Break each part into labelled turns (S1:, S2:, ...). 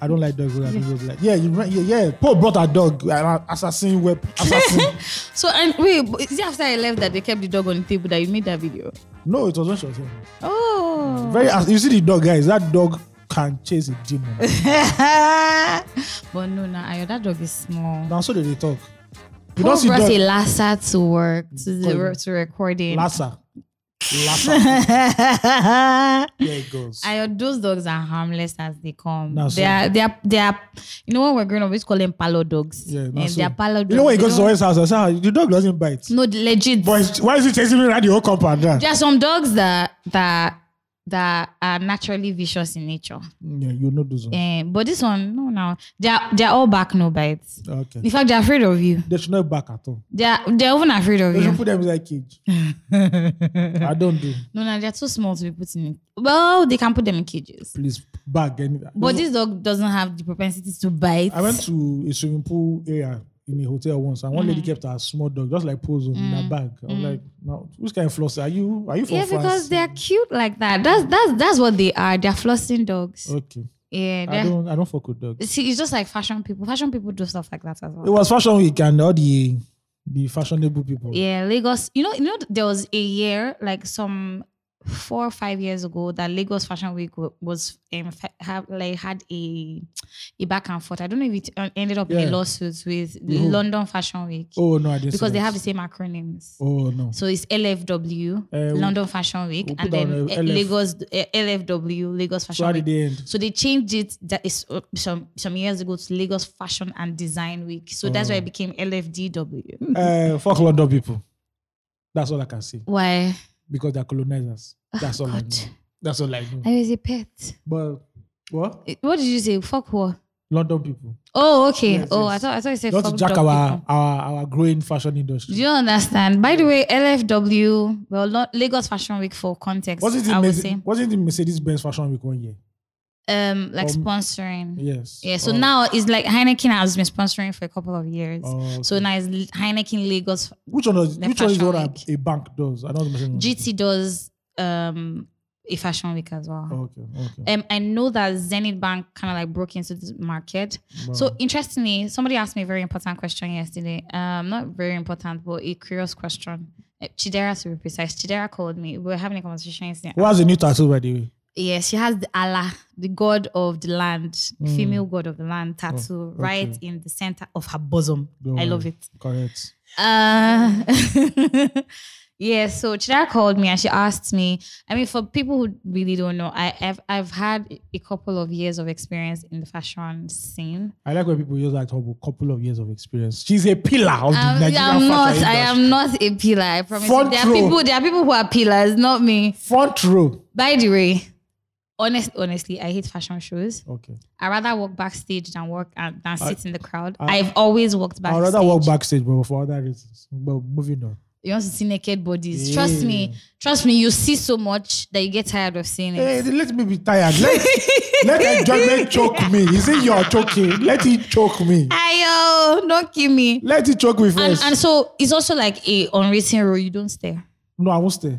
S1: I don't like dogs. But I don't like, yeah, you, right- yeah, yeah. Paul brought a dog. uh, Assassin web. Assassin.
S2: So and wait, but is it after I left that they kept the dog on the table that you made that video?
S1: no, it was when she was here.
S2: Oh.
S1: Very. ass- You see the dog, guys. That dog can chase a demon.
S2: but no, nah, Ayo, that dog is small.
S1: now so they, they talk. You
S2: Paul
S1: don't see
S2: brought
S1: dog.
S2: a Lhasa to work to, the, to recording.
S1: Lassa. Lassa. There it goes.
S2: Ayo, those dogs are harmless as they come.
S1: Nah,
S2: they
S1: so-
S2: are, they are, they are. You know when we're growing up, we used to call them palo dogs.
S1: Yeah, nah,
S2: and
S1: so-
S2: they are palo dogs.
S1: You know when he
S2: They
S1: goes to
S2: don't- Mm.
S1: his house, I said, "Ah, the dog doesn't bite.
S2: No, legit.
S1: But it's- why is he chasing me around the whole compound? Ah, Yeah,
S2: There are some dogs that that that are naturally vicious in nature.
S1: yeah you know those ones.
S2: Eh, but this one, no, no, they're they're all back no bites.
S1: Okay.
S2: In fact, they're afraid of you.
S1: They should not back at all.
S2: They're they're even afraid of
S1: They should
S2: you.
S1: put them inside cage. I don't do.
S2: No, no, they're too small to be put in. Well, they can put them in cages.
S1: Please bag any.
S2: But this dog doesn't have the propensity to bite.
S1: I went to a swimming pool area in a hotel once, and one
S2: Mm.
S1: lady kept her small dog, just like Pozo, in her bag. I'm like, now, which kind of floss are you? Are you from
S2: yeah,
S1: France?
S2: because they're cute like that. That's that's that's what they are. They're flossing dogs.
S1: Okay.
S2: Yeah,
S1: Oh. I
S2: they're,
S1: don't. I don't fuck with dogs.
S2: see, it's just like fashion people. Fashion people do stuff like that as well.
S1: It was fashion week, and all the the fashionable people.
S2: Yeah, Lagos. You know, you know, there was a year like some four or five years ago that Lagos Fashion Week wa- was um, fa- have like had a a back and forth. I don't know if it en- ended up in
S1: Yeah.
S2: a lawsuit with the
S1: who?
S2: London Fashion Week
S1: Oh no, I didn't. see
S2: because they
S1: that.
S2: have the same acronyms.
S1: Oh no.
S2: So it's LFW,
S1: Eh, we-
S2: London Fashion Week,
S1: we'll put
S2: and
S1: down
S2: then
S1: a
S2: eh,
S1: LF.
S2: Lagos eh, LFW, Lagos
S1: So
S2: Fashion
S1: how
S2: Week.
S1: did they end?
S2: So they changed it that is uh, some some years ago to Lagos Fashion and Design Week. So that's why
S1: Oh.
S2: it became LFDW.
S1: uh, fuck London people. That's all I can say
S2: Why?
S1: because they're colonizers. That's all I
S2: Oh, God.
S1: know. That's all I know.
S2: I was a pet.
S1: But what?
S2: Eh, What did you say? Fuck what?
S1: London people.
S2: Oh, okay.
S1: Yes,
S2: oh, I
S1: yes.
S2: thought I thought you said
S1: Not
S2: fuck
S1: to jack
S2: dog
S1: our,
S2: people.
S1: our our growing fashion industry.
S2: Do you understand? By the way, LFW, well, not Lagos Fashion Week for context,
S1: wasn't it
S2: I would
S1: Merce-
S2: say,
S1: wasn't it Mercedes Benz Fashion Week one year?
S2: um, like
S1: Um,
S2: sponsoring.
S1: Yes.
S2: Mm. Yeah, so
S1: Oh,
S2: now it's like Heineken has been sponsoring for a couple of years.
S1: oh,
S2: So
S1: okay. Mm.
S2: now it's Heineken Lagos.
S1: which one does,
S2: the
S1: which one is the one
S2: Fashion
S1: a, a bank does? I don't know.
S2: GT does um a fashion week as well.
S1: Okay. Okay.
S2: Um, I know that Zenith Bank kind of like broke into this market.
S1: Wow.
S2: So interestingly, somebody asked me a very important question yesterday. Um, not very important, but a curious question. Uh, Chidera, to be precise, Chidera called me. We were having a conversation yesterday.
S1: Who has a new tattoo by the way?
S2: Yeah, she has the Allah, the god of the land, female god of the land tattoo right
S1: Hmm. Oh, okay.
S2: in the center of her bosom.
S1: Don't
S2: I
S1: worry.
S2: love it.
S1: Correct.
S2: Uh, yeah, so Chidera called me and she asked me. I mean, for people who really don't know, I, I've I've had a couple of years of experience in the fashion scene.
S1: I like when people use that whole couple of years of experience. She's a pillar of the
S2: I'm,
S1: Nigerian
S2: I'm
S1: fashion
S2: not.
S1: industry.
S2: I am not a pillar. I promise. You.
S1: Front
S2: There are
S1: row.
S2: people. There are people who are pillars, not me.
S1: front row.
S2: By the way, honest, honestly, I hate fashion shows.
S1: Okay.
S2: I rather walk backstage than work and than sit in the crowd.
S1: I-
S2: I've always walked
S1: I'd
S2: backstage.
S1: rather walk backstage, but for other reasons. But moving on.
S2: You want to see naked bodies. Trust me. Trust me. You see so much that you get tired of seeing it.
S1: Hey, Eh, let me be tired. Let, let enjoyment choke me. You see, you're choking. Let it choke me.
S2: Ayo, don't kill me.
S1: Let it choke me
S2: And,
S1: first.
S2: and so it's also like a unwritten rule. You don't stare.
S1: no, I won't stay.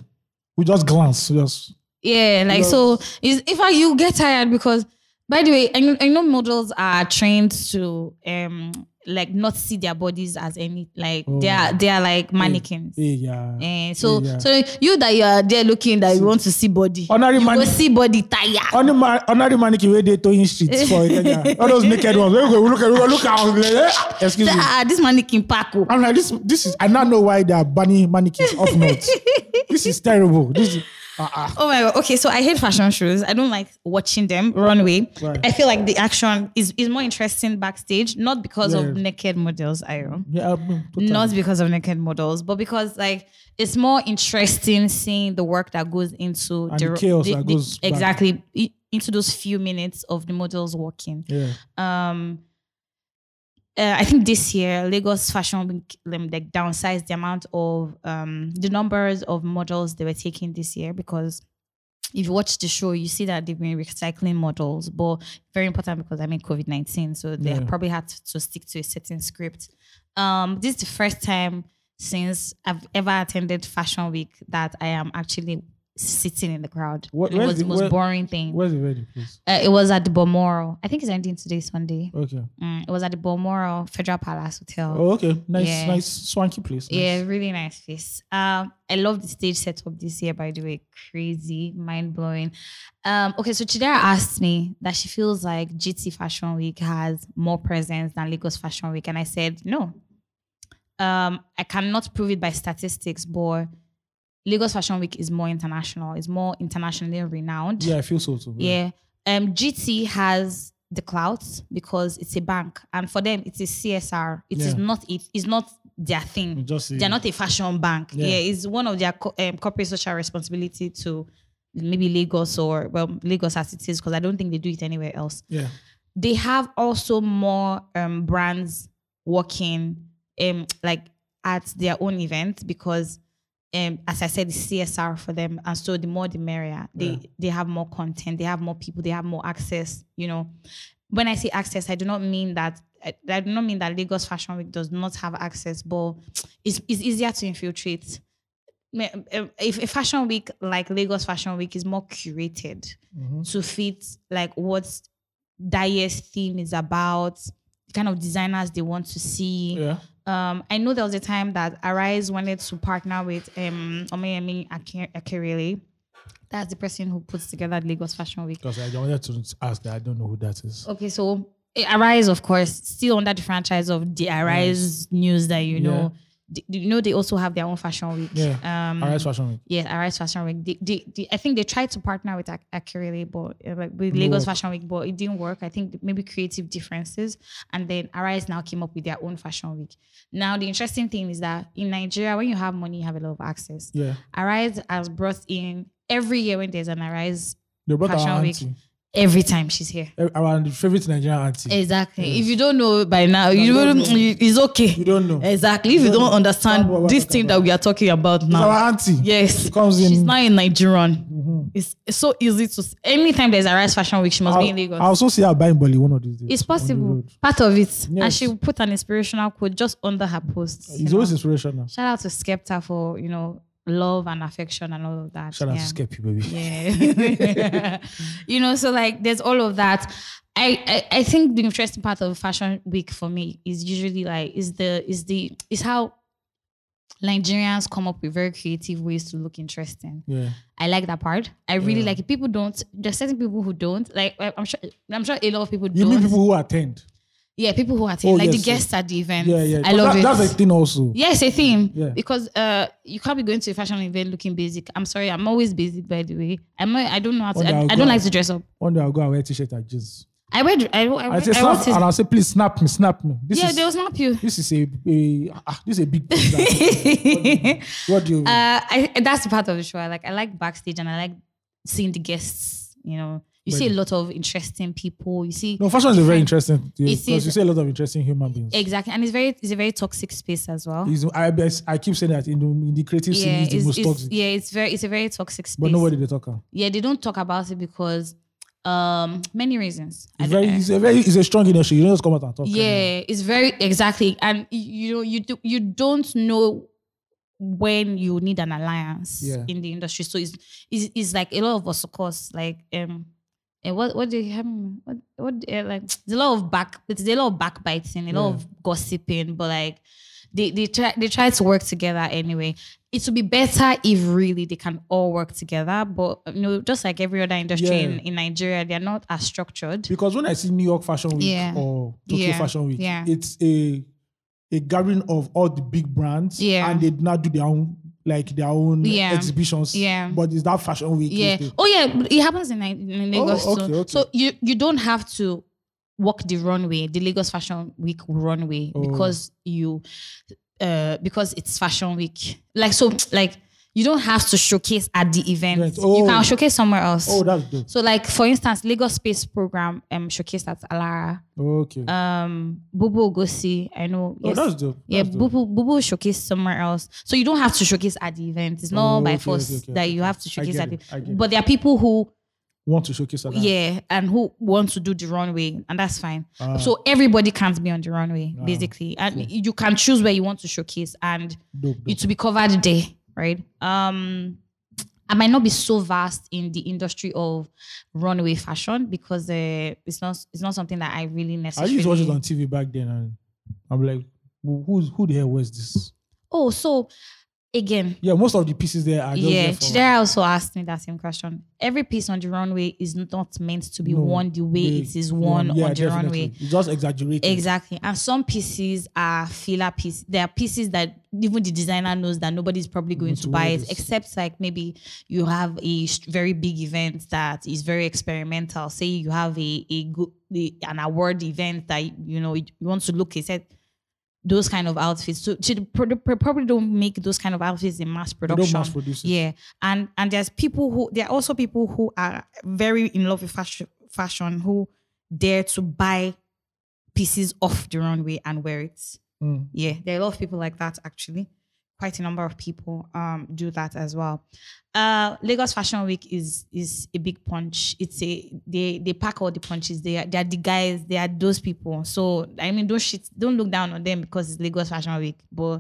S1: We just glance. we Just
S2: Yeah, like so. Is in fact you get tired because, by the way, I know, I know models are trained to um like not see their bodies as any like they are they are like mannequins.
S1: hey, Oh. yeah.
S2: Eh, so
S1: yeah.
S2: so you that you are there looking that you want to see body,
S1: Honorary
S2: you
S1: man- Oh,
S2: go see body tire.
S1: Honor ma- Honorary mannequin where they towing streets for Kenya. All those naked ones. We go Look at, we go look at, we go look at. Excuse me.
S2: Ah, this mannequin pack. oh.
S1: I'm like this. This is. I now know why they are banning mannequins off north. this is terrible. This is. Uh-uh.
S2: Oh my god. Okay, so I hate fashion shows. I don't like watching them runway.
S1: Right.
S2: I feel like the action is, is more interesting backstage, not because
S1: Yeah.
S2: of naked models. I don't.
S1: Yeah, I mean, totally.
S2: not because of naked models, but because like it's more interesting seeing the work that goes into
S1: And the chaos that goes back.
S2: exactly i- into those few minutes of the models walking.
S1: Yeah.
S2: Um, uh, I think this year Lagos Fashion Week um, like downsized the amount of um the numbers of models they were taking this year because. If you watch the show, you see that they've been recycling models, but very important because I mean COVID nineteen, so they
S1: Yeah.
S2: probably had to stick to a certain script um this is the first time since i've ever attended fashion week that i am actually sitting in the crowd.
S1: What-
S2: it
S1: where's
S2: was the
S1: the-
S2: most
S1: where-
S2: boring thing.
S1: Where's the wedding, please?
S2: Uh, it was at the Balmoral. I think it's ending today, Sunday.
S1: Okay.
S2: Mm, it was at the Balmoral Federal Palace Hotel.
S1: Oh, okay. Nice,
S2: Yeah.
S1: nice swanky place. Nice.
S2: Yeah, really nice face. Um, I love the stage setup this year, by the way. Crazy, mind blowing. Um, okay, so Chidera asked me that she feels like GT Fashion Week has more presence than Lagos Fashion Week. And I said, no. Um, I cannot prove it by statistics, but Lagos Fashion Week is more international, it's more internationally renowned.
S1: Yeah, I feel so too. yeah.
S2: Yeah. Um, GT has the clout because it's a bank, and for them, it is CSR. It is
S1: Yeah.
S2: not it is not their thing.
S1: You Just see.
S2: They're not a fashion bank.
S1: Yeah.
S2: Yeah, it's one of their co- um, corporate social responsibility to maybe Lagos or well Lagos as it is because I don't think they do it anywhere else.
S1: Yeah.
S2: They have also more um, brands working um like at their own event because. Um, as I said, it's CSR for them, and so the more the merrier. They
S1: Yeah.
S2: they have more content, they have more people, they have more access. You know, when I say access, I do not mean that I, I do not mean that Lagos Fashion Week does not have access, but it's, it's easier to infiltrate. Me- um, If a fashion week like Lagos Fashion Week is more curated
S1: Mhm.
S2: to fit like what that year's theme is about, the kind of designers they want to see.
S1: Yeah.
S2: Um, I know there was a time that Arise wanted to partner with um Omeyemi Ake- Akerele. That's the person who puts together Lagos Fashion Week.
S1: Because I wanted to ask that. I don't know who that is.
S2: Okay, so eh, Arise, of course, still under the franchise of the Arise news that you know. D- You know they also have their own fashion week.
S1: Yeah.
S2: Um,
S1: All right, Fashion Week.
S2: Yes, Arise Fashion Week. They, they, they, I think they tried to partner with Ac- Accurately, but eh, like with
S1: Didn't
S2: Lagos
S1: work.
S2: Fashion Week, but it didn't work. I think maybe creative differences, and then Arise now came up with their own fashion week. Now the interesting thing is that in Nigeria, when you have money, you have a lot of access.
S1: Yeah.
S2: Arise has brought in every year when there's an Arise,
S1: They brought our
S2: Fashion Week.
S1: auntie.
S2: every time she's here.
S1: Eh, Our favorite Nigerian auntie.
S2: Exactly. If you don't know by now, you
S1: don't
S2: don't,
S1: know.
S2: you- it's
S1: You
S2: okay.
S1: don't know.
S2: Exactly. If you
S1: don't
S2: don't
S1: know.
S2: understand
S1: That's what we're
S2: this
S1: talking
S2: thing that we are talking about
S1: It's
S2: now,
S1: our auntie.
S2: yes,
S1: She comes in.
S2: she's not a Nigerian.
S1: Mhm.
S2: It's, it's so easy to. s- Anytime there's a Rise Fashion Week, she must be in
S1: I'll,
S2: Lagos.
S1: I also see her buying Bolly one of these days.
S2: it's
S1: on the
S2: possible.
S1: road.
S2: Part of it, and
S1: Yes.
S2: she will put an inspirational quote just under her post.
S1: It's always inspirational.
S2: Shout out to Skepta for you know love and affection and all of that.
S1: Shout out
S2: Yeah.
S1: to Skeppy, baby.
S2: Yeah. you know, so like there's all of that. I, I I think the interesting part of fashion week for me is usually like is the is the is how Nigerians come up with very creative ways to look interesting.
S1: Yeah.
S2: I like that part. I really
S1: Yeah.
S2: like it. People don't. There's certain people who don't. Like I- I'm sure. I'm sure a lot of people
S1: You
S2: don't.
S1: mean people who attend?
S2: yeah, people who attend.
S1: Oh,
S2: like
S1: yes,
S2: the guests at the event.
S1: Yeah, yeah.
S2: I
S1: But
S2: love
S1: that,
S2: it.
S1: That's a thing also.
S2: Yeah, it's a theme
S1: Yeah.
S2: because uh, you can't be going to a fashion event looking basic. I'm sorry, I'm always basic by the way. I'm not, I don't know how to.
S1: Wonder
S2: I,
S1: how
S2: I
S1: God-
S2: don't like to dress up.
S1: One day I'll go and wear t-shirt and jeans.
S2: I wear. I, wear- I,
S1: I
S2: wear-
S1: say
S2: I
S1: snap,
S2: want to-
S1: and I'll say please snap me, snap me. This
S2: yeah,
S1: is
S2: they will snap you.
S1: this is a, a ah, this is a big. thing. what do you?
S2: uh, I, that's the part of the show. I like. I like backstage and I like seeing the guests. You know, you see a
S1: Right.
S2: lot of interesting people. You see.
S1: no, fashion is a very interesting. thing
S2: Uh, It
S1: Because
S2: is-
S1: you see a lot of interesting human beings.
S2: Exactly, and it's very it's a very toxic space as well.
S1: It's- I, I keep saying that in the, in the creative scene, it's the most toxic.
S2: yeah, it's very it's a very toxic space.
S1: But nobody they talk about.
S2: yeah, they don't talk about it because um many reasons. I
S1: It's
S2: don't- eh.
S1: very, it's a very, it's a strong industry. You don't just come out and talk.
S2: yeah, it's very exactly, and y- you know you do, you don't know when you need an alliance
S1: Yeah.
S2: in the industry. So it's, it's it's like a lot of us, of course, like um. And what what do you have? What what eh, like? There's a lot of back. There's a lot of backbiting, a lot
S1: Yeah.
S2: of gossiping. But like, they they try they try to work together anyway. It would be better if really they can all work together. But you know, just like every other industry
S1: Yeah.
S2: in, in Nigeria, they're not as structured.
S1: Because when I see New York Fashion Week
S2: Yeah.
S1: or Tokyo
S2: Yeah.
S1: Fashion Week,
S2: Yeah.
S1: it's a a gathering of all the big brands,
S2: Yeah.
S1: and they now do their own like their own
S2: Yeah.
S1: exhibitions.
S2: Yeah.
S1: But it's that Fashion Week.
S2: Yeah.
S1: thing.
S2: Oh yeah, but it happens in, Ni- in
S1: Oh,
S2: Lagos
S1: okay,
S2: too.
S1: okay.
S2: So you you don't have to walk the runway, the Lagos Fashion Week runway,
S1: Oh.
S2: because you uh because it's Fashion Week. Like so, like you don't have to showcase at the event.
S1: Right.
S2: You
S1: Oh.
S2: can showcase somewhere else.
S1: Oh, that's good.
S2: so like for instance, Lagos Space Program um showcased at Alara.
S1: Okay.
S2: Um Bubu Ogosi, I know.
S1: oh, that's dope.
S2: Yeah,
S1: That's dope.
S2: Bubu, Bubu showcase somewhere else. So you don't have to showcase at the event. It's not
S1: Oh,
S2: by
S1: okay,
S2: force
S1: okay, okay,
S2: that
S1: okay,
S2: you
S1: okay.
S2: have to
S1: I
S2: showcase
S1: get
S2: at the
S1: it, I get it.
S2: But there are people who,
S1: Want to showcase that?
S2: yeah, and who want to do the runway, and that's fine.
S1: Ah.
S2: so everybody can't be on the runway,
S1: Ah,
S2: basically. And you can choose where you want to showcase and
S1: Dope, dope.
S2: it to be covered there, right? Um I might not be so vast in the industry of runway fashion because uh, it's not it's not something that I really
S1: I
S2: necessarily.
S1: used to watch it on TV back then, and I'm like, who- who's who the hell wears this?
S2: oh, so again,
S1: Yeah, most of the pieces there are just
S2: yeah.
S1: there for-
S2: Chidera also asked me that same question. Every piece on the runway is not meant to be
S1: No,
S2: worn the way
S1: they-
S2: it is worn
S1: yeah,
S2: on the
S1: definitely.
S2: runway.
S1: It's just exaggerated.
S2: Exactly. And some pieces are filler pieces. There are pieces that even the designer knows that nobody's probably going
S1: Not
S2: to
S1: to
S2: buy
S1: wear
S2: it,
S1: this.
S2: except like maybe you have a st- very big event that is very experimental. Say you have a, a good a- an award event that you know you want to look a set those kind of outfits. So so they pro- they probably don't make those kind of outfits in mass
S1: They
S2: production.
S1: don't mass produce it.
S2: Yeah, and and there's people who there are also people who are very in love with fashion, fashion who dare to buy pieces off the runway and wear it.
S1: Mm.
S2: Yeah, there are a lot of people like that actually. Quite a number of people um do that as well. Uh, Lagos Fashion Week is is a big punch. It's a they they pack all the punches. They are, they are the guys. They are those people. So I mean, don't shit, don't look down on them because it's Lagos Fashion Week. But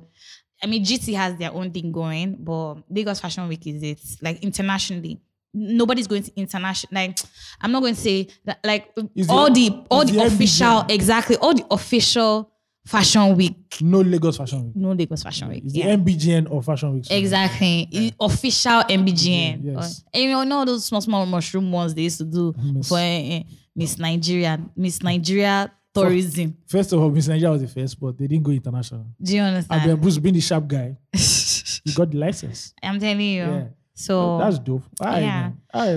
S2: I mean, GT has their own thing going, but Lagos Fashion Week is it like internationally. Nobody's going to international. Like, I'm not going to say that. Like,
S1: It's
S2: all
S1: the-
S2: the, all
S1: it's
S2: the,
S1: the end
S2: official,
S1: result.
S2: exactly, all the official fashion week
S1: No Lagos Fashion Week.
S2: no Lagos Fashion Week.
S1: It's
S2: yeah.
S1: the MBGN of Fashion Week.
S2: Exactly. I- Official MBGN.
S1: Yeah, yes.
S2: Uh, And you know those small, small mushroom ones they used to do
S1: Miss-
S2: for eh, eh, Miss Nigeria, Miss Nigeria tourism.
S1: First of all, Miss Nigeria was the first, but they didn't go international.
S2: Do you
S1: And then
S2: understand?
S1: Bruce being the sharp guy, he got the license.
S2: I'm telling you.
S1: Yeah.
S2: So
S1: That's dope. I,
S2: Oh. Yeah.
S1: I,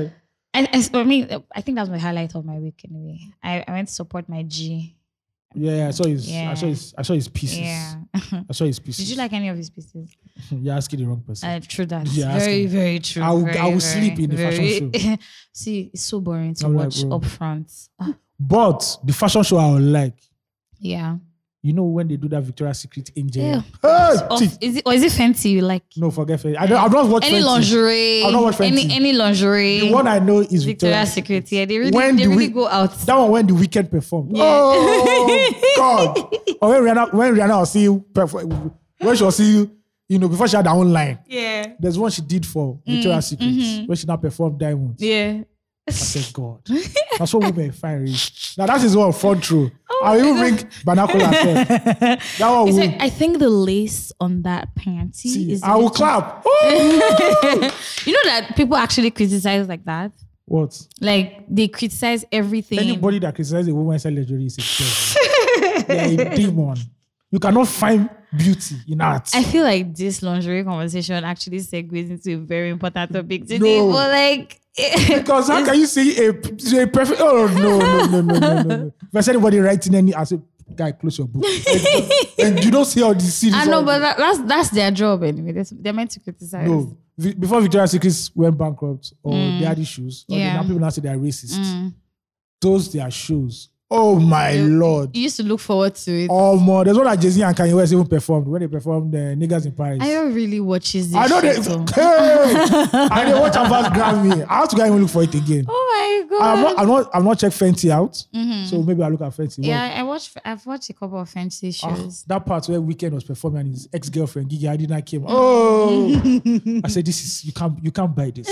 S2: I, I, so, I mean, uh, I think that was my highlight of my week anyway. I, I went to support my G.
S1: yeah, yeah, I saw his,
S2: Yeah.
S1: I saw his, I saw his pieces.
S2: Yeah.
S1: I saw his pieces.
S2: Did you like any of his pieces?
S1: You're asking the wrong person.
S2: Uh, true that.
S1: Yeah, ask
S2: very,
S1: him.
S2: very true.
S1: I will-
S2: very,
S1: I will
S2: very,
S1: sleep in the fashion
S2: very- See, it's so boring to
S1: I'm like,
S2: watch
S1: bro.
S2: up front. Ah,
S1: but the fashion show I would like,
S2: yeah.
S1: you know, when they do that Victoria's Secret angel.
S2: Ew.
S1: Hey,
S2: Or
S1: chief.
S2: is it or is it fancy you like?
S1: No, forget Fenty. I don't, I've not watched
S2: any
S1: Fenty.
S2: lingerie,
S1: I don't watch
S2: any
S1: Fenty.
S2: any lingerie.
S1: The one I know is Victoria's
S2: Victoria's Secret. Yeah, they really
S1: When
S2: they
S1: do
S2: really
S1: we-
S2: go out.
S1: That one when the weekend performed.
S2: Yeah.
S1: Oh God! Or when Rihanna, when Rihanna will see you perform, when she will see you, you know, before she had her own line.
S2: yeah,
S1: There's one she did for Victoria's Secret
S2: mhm.
S1: when she now performed Diamonds.
S2: yeah.
S1: I said, God, that's what women find rich. Now that is what front row. I will
S2: Oh my
S1: even bring vernacular. first. that one
S2: It's
S1: will.
S2: like, I think the lace on that panty
S1: see,
S2: is.
S1: I will
S2: little-
S1: clap. Oh!
S2: You know that people actually criticize like that.
S1: what?
S2: Like they criticize everything.
S1: Anybody that criticizes a woman inside lingerie is a devil. They're a demon. You cannot find beauty in art.
S2: I feel like this lingerie conversation actually segues into a very important topic today.
S1: No.
S2: But like,
S1: Because how can you see a, a perfect? Oh no no no no no no! no. If I said anybody writing any, I say, guy, close your book. Like, and you don't see all the series.
S2: I know,
S1: all
S2: but
S1: the-
S2: that, that's that's their job anyway. That's, they're meant to criticize.
S1: no. Vi- Before Victoria's Secret went bankrupt or they had issues, or
S2: Mm. Yeah.
S1: yeah. now people now say they're racist.
S2: Mm.
S1: Those their shoes. Oh my
S2: You-
S1: lord!
S2: You used to look forward to it.
S1: Oh my, there's one that Jay Z and Kanye West even performed when they performed uh, "Niggas in Paris."
S2: I don't really watch this.
S1: I know they.
S2: shit,
S1: Hey,
S2: though.
S1: I didn't watch Avast Grammy. I have to go and look for it again.
S2: Oh my god.
S1: I'm not. I'm not. I'm not check Fenty out.
S2: Mhm.
S1: So maybe I will look at Fenty. Well,
S2: yeah, I watched. I've watched a couple of fancy
S1: ah,
S2: shows.
S1: that part where Weekend was performing and his ex girlfriend Gigi Adina
S2: Mm-hmm.
S1: came. Oh, I said, this is you can't. You can't buy this.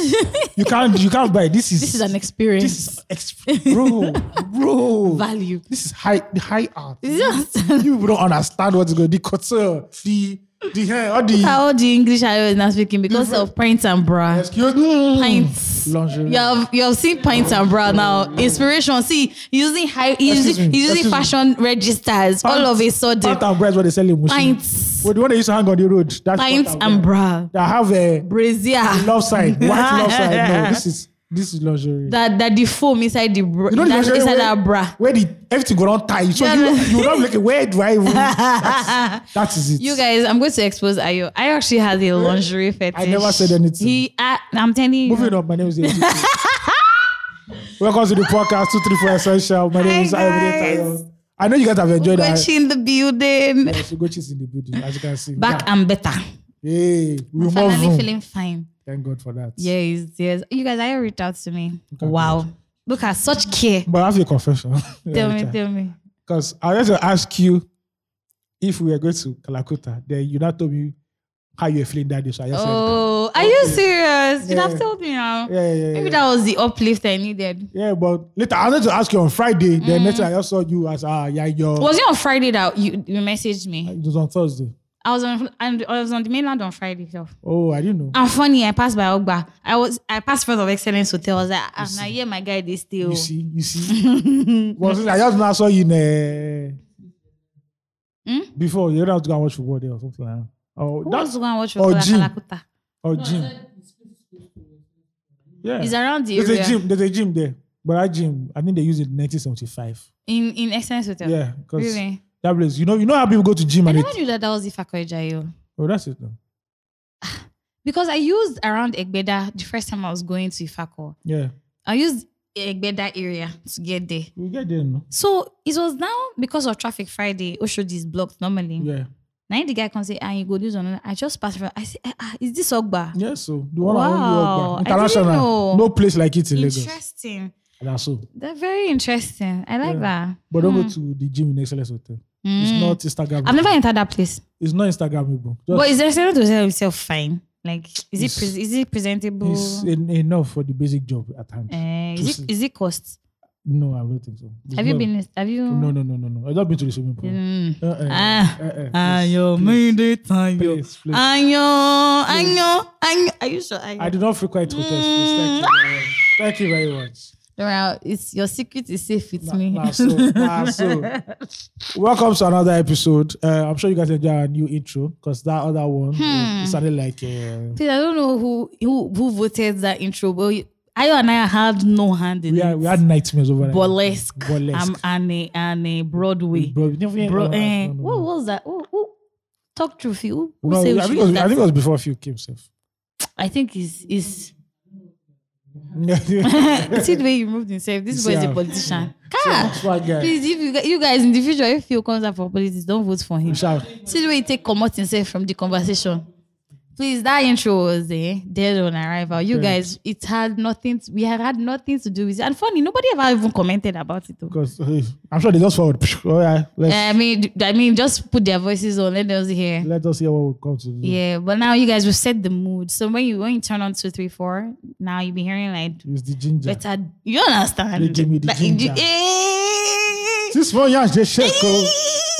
S1: You can't. You can't buy this. Is
S2: This is an experience.
S1: This is ex- bro, bro.
S2: value.
S1: This is high. High art.
S2: Is just
S1: You people don't understand what's going. The couture, the the hair, all the.
S2: how all the English I was not speaking because of pints and bra.
S1: Excuse me.
S2: Pints.
S1: Lingerie.
S2: You have you have seen pints and bra now. Inspiration. See, using high, he's
S1: Excuse
S2: using,
S1: me,
S2: he's using
S1: excuse me.
S2: fashion registers all of a sudden.
S1: Pant and bra is what they sell in Mushin.
S2: Pints.
S1: Well, the one they used to hang on the road. That's
S2: Pints
S1: pant
S2: and
S1: bra.
S2: bra.
S1: That have uh, a
S2: Brazier.
S1: love side, white love side. No, this is this is lingerie.
S2: that that the foam inside the bra,
S1: you know the
S2: that's
S1: lingerie
S2: inside
S1: where,
S2: that bra.
S1: where the everything go on tie. So
S2: Yeah,
S1: you,
S2: no.
S1: you will not be like, where do I? Even, that's, that is it.
S2: You guys, I'm going to expose Ayo. I actually had a lingerie fetish.
S1: I never said anything.
S2: He, I, I'm telling you.
S1: Moving on, my name is Ezekiel. Welcome to the podcast 234 Essential. My name
S2: Hi,
S1: is Ayomide
S2: guys.
S1: Tayo. I know you guys have enjoyed that.
S2: Gucci in the building.
S1: Gochi's in the building, as you can see.
S2: Back
S1: yeah.
S2: and better.
S1: Hey, we move
S2: Finally
S1: on.
S2: feeling fine.
S1: Thank God for that.
S2: Yes, yes. You guys, Ayo reached out to me. Wow. Look at such care.
S1: But I have a confession.
S2: Tell me, tell me.
S1: Because I wanted to ask you if we were going to Kalakuta, then you now told me how you were feeling that day. So I just
S2: Oh, are you serious? You'd
S1: Yeah.
S2: have told me now.
S1: said, yeah, yeah, yeah.
S2: Maybe that was the uplift I needed.
S1: yeah, but later I wanted to ask you on Friday. The
S2: Mm.
S1: next time I just saw you as ah yeah your
S2: Was it on Friday that you, you messaged me?
S1: it was on Thursday.
S2: I was on and I was on the mainland on Friday itself.
S1: Oh, I didn't know.
S2: And funny, I passed by Ogba. I was I passed front of Excellence Hotel. I was like, ah, now here my guy this still. oh."
S1: You see, you see. well, since I just now saw you in uh,
S2: Hmm?
S1: before you don't have to go and watch football there or something. Like that. Oh,
S2: Who wants
S1: that's
S2: to go and watch
S1: or
S2: Football
S1: gym.
S2: Kalakuta?
S1: or gym. Yeah,
S2: It's around the
S1: there's
S2: area
S1: a gym. There's a gym there, but that gym I think they used it in 1975.
S2: in in Excellence Hotel.
S1: Yeah, because
S2: really.
S1: that place. You know, you know how people go to gym
S2: I
S1: and it.
S2: never knew that that was Ifakoy Jayo.
S1: Oh, that's it. Now.
S2: Because I used around Egbeda the first time I was going to Ifako.
S1: Yeah,
S2: I used Egbeda area to get there.
S1: we get there. No?
S2: So it was now because of traffic Friday, Oshodi is blocked normally.
S1: Yeah,
S2: Now the guy can say, and you go do another. I just passed from I say, "Ah, ah, is this Ogba?
S1: yeah. So the one
S2: Wow,
S1: I want
S2: I didn't
S1: international.
S2: know.
S1: No place like it in Lagos.
S2: Interesting.
S1: That's so.
S2: They're very interesting. I like
S1: Yeah.
S2: that.
S1: But don't go
S2: Mm.
S1: to the gym in Excellence Hotel. It's
S2: Mm.
S1: not Instagram.
S2: I've never entered that place.
S1: It's not Instagrammable. Just-
S2: but is the restaurant hotel itself fine? Like, is it
S1: It's-
S2: pre- is it presentable?
S1: It's en- enough for the basic job at hand.
S2: Eh, is
S1: This
S2: it is it cost?
S1: No, I don't think so. It's
S2: Have you
S1: not-
S2: been? Have you?
S1: No, no, no, no, no. I've not been to the swimming pool.
S2: Mm.
S1: Uh-uh.
S2: Ah.
S1: Uh-uh. Please,
S2: Ayo,
S1: please,
S2: mayday time, yo. Ah.
S1: please, please.
S2: Ayo, ayo, ayo. Are you sure? Ayo.
S1: I do not frequent hotels. Please. Thank you. very
S2: Mm.
S1: much. Thank you very much.
S2: Laura, it's your secret is safe with
S1: Nah,
S2: me.
S1: nah, so, nah, so. Welcome to another episode. Uh, I'm sure you guys enjoy our new intro because that other one
S2: Hmm.
S1: uh, it sounded like uh,
S2: Please, I don't know who who, who voted that intro, but we- Ayo and I had no hand in
S1: we, had,
S2: it.
S1: we had nightmares over there.
S2: Burlesque.
S1: Burlesque.
S2: Um, and a, and a Broadway.
S1: Bro, we never-
S2: Bro,
S1: no,
S2: eh,
S1: no, no,
S2: what
S1: no.
S2: was that? Who, who talk truth? Who, who
S1: No,
S2: say we
S1: I,
S2: should
S1: think it was,
S2: use that?
S1: I think it was before Phil came safe.
S2: I think is is
S1: Yeah.
S2: see the way you moved himself. This
S1: You
S2: boy is
S1: see
S2: a
S1: how-
S2: politician. Ah,
S1: That's why, guy.
S2: please, if you gu- you guys in the future, if Phil comes up for politics, don't vote for him.
S1: Shout.
S2: See the way he take commot himself from the conversation. Please, that intro was eh, dead on arrival. You
S1: Correct.
S2: guys, it had nothing. To, we had had nothing to do with it. And funny, nobody ever even commented about it. Though.
S1: Because uh, I'm sure they just forward. All right, let's,
S2: I mean, d- I mean, just put their voices on. Let us hear.
S1: let us hear what we come to. do.
S2: Yeah, but now you guys will set the mood. So when you when you turn on two, three, four, now you'll be hearing like
S1: It's the ginger.
S2: better. You understand?
S1: They give me the
S2: Like, you-
S1: ginger.
S2: eh.
S1: This one, yeah, they share. co-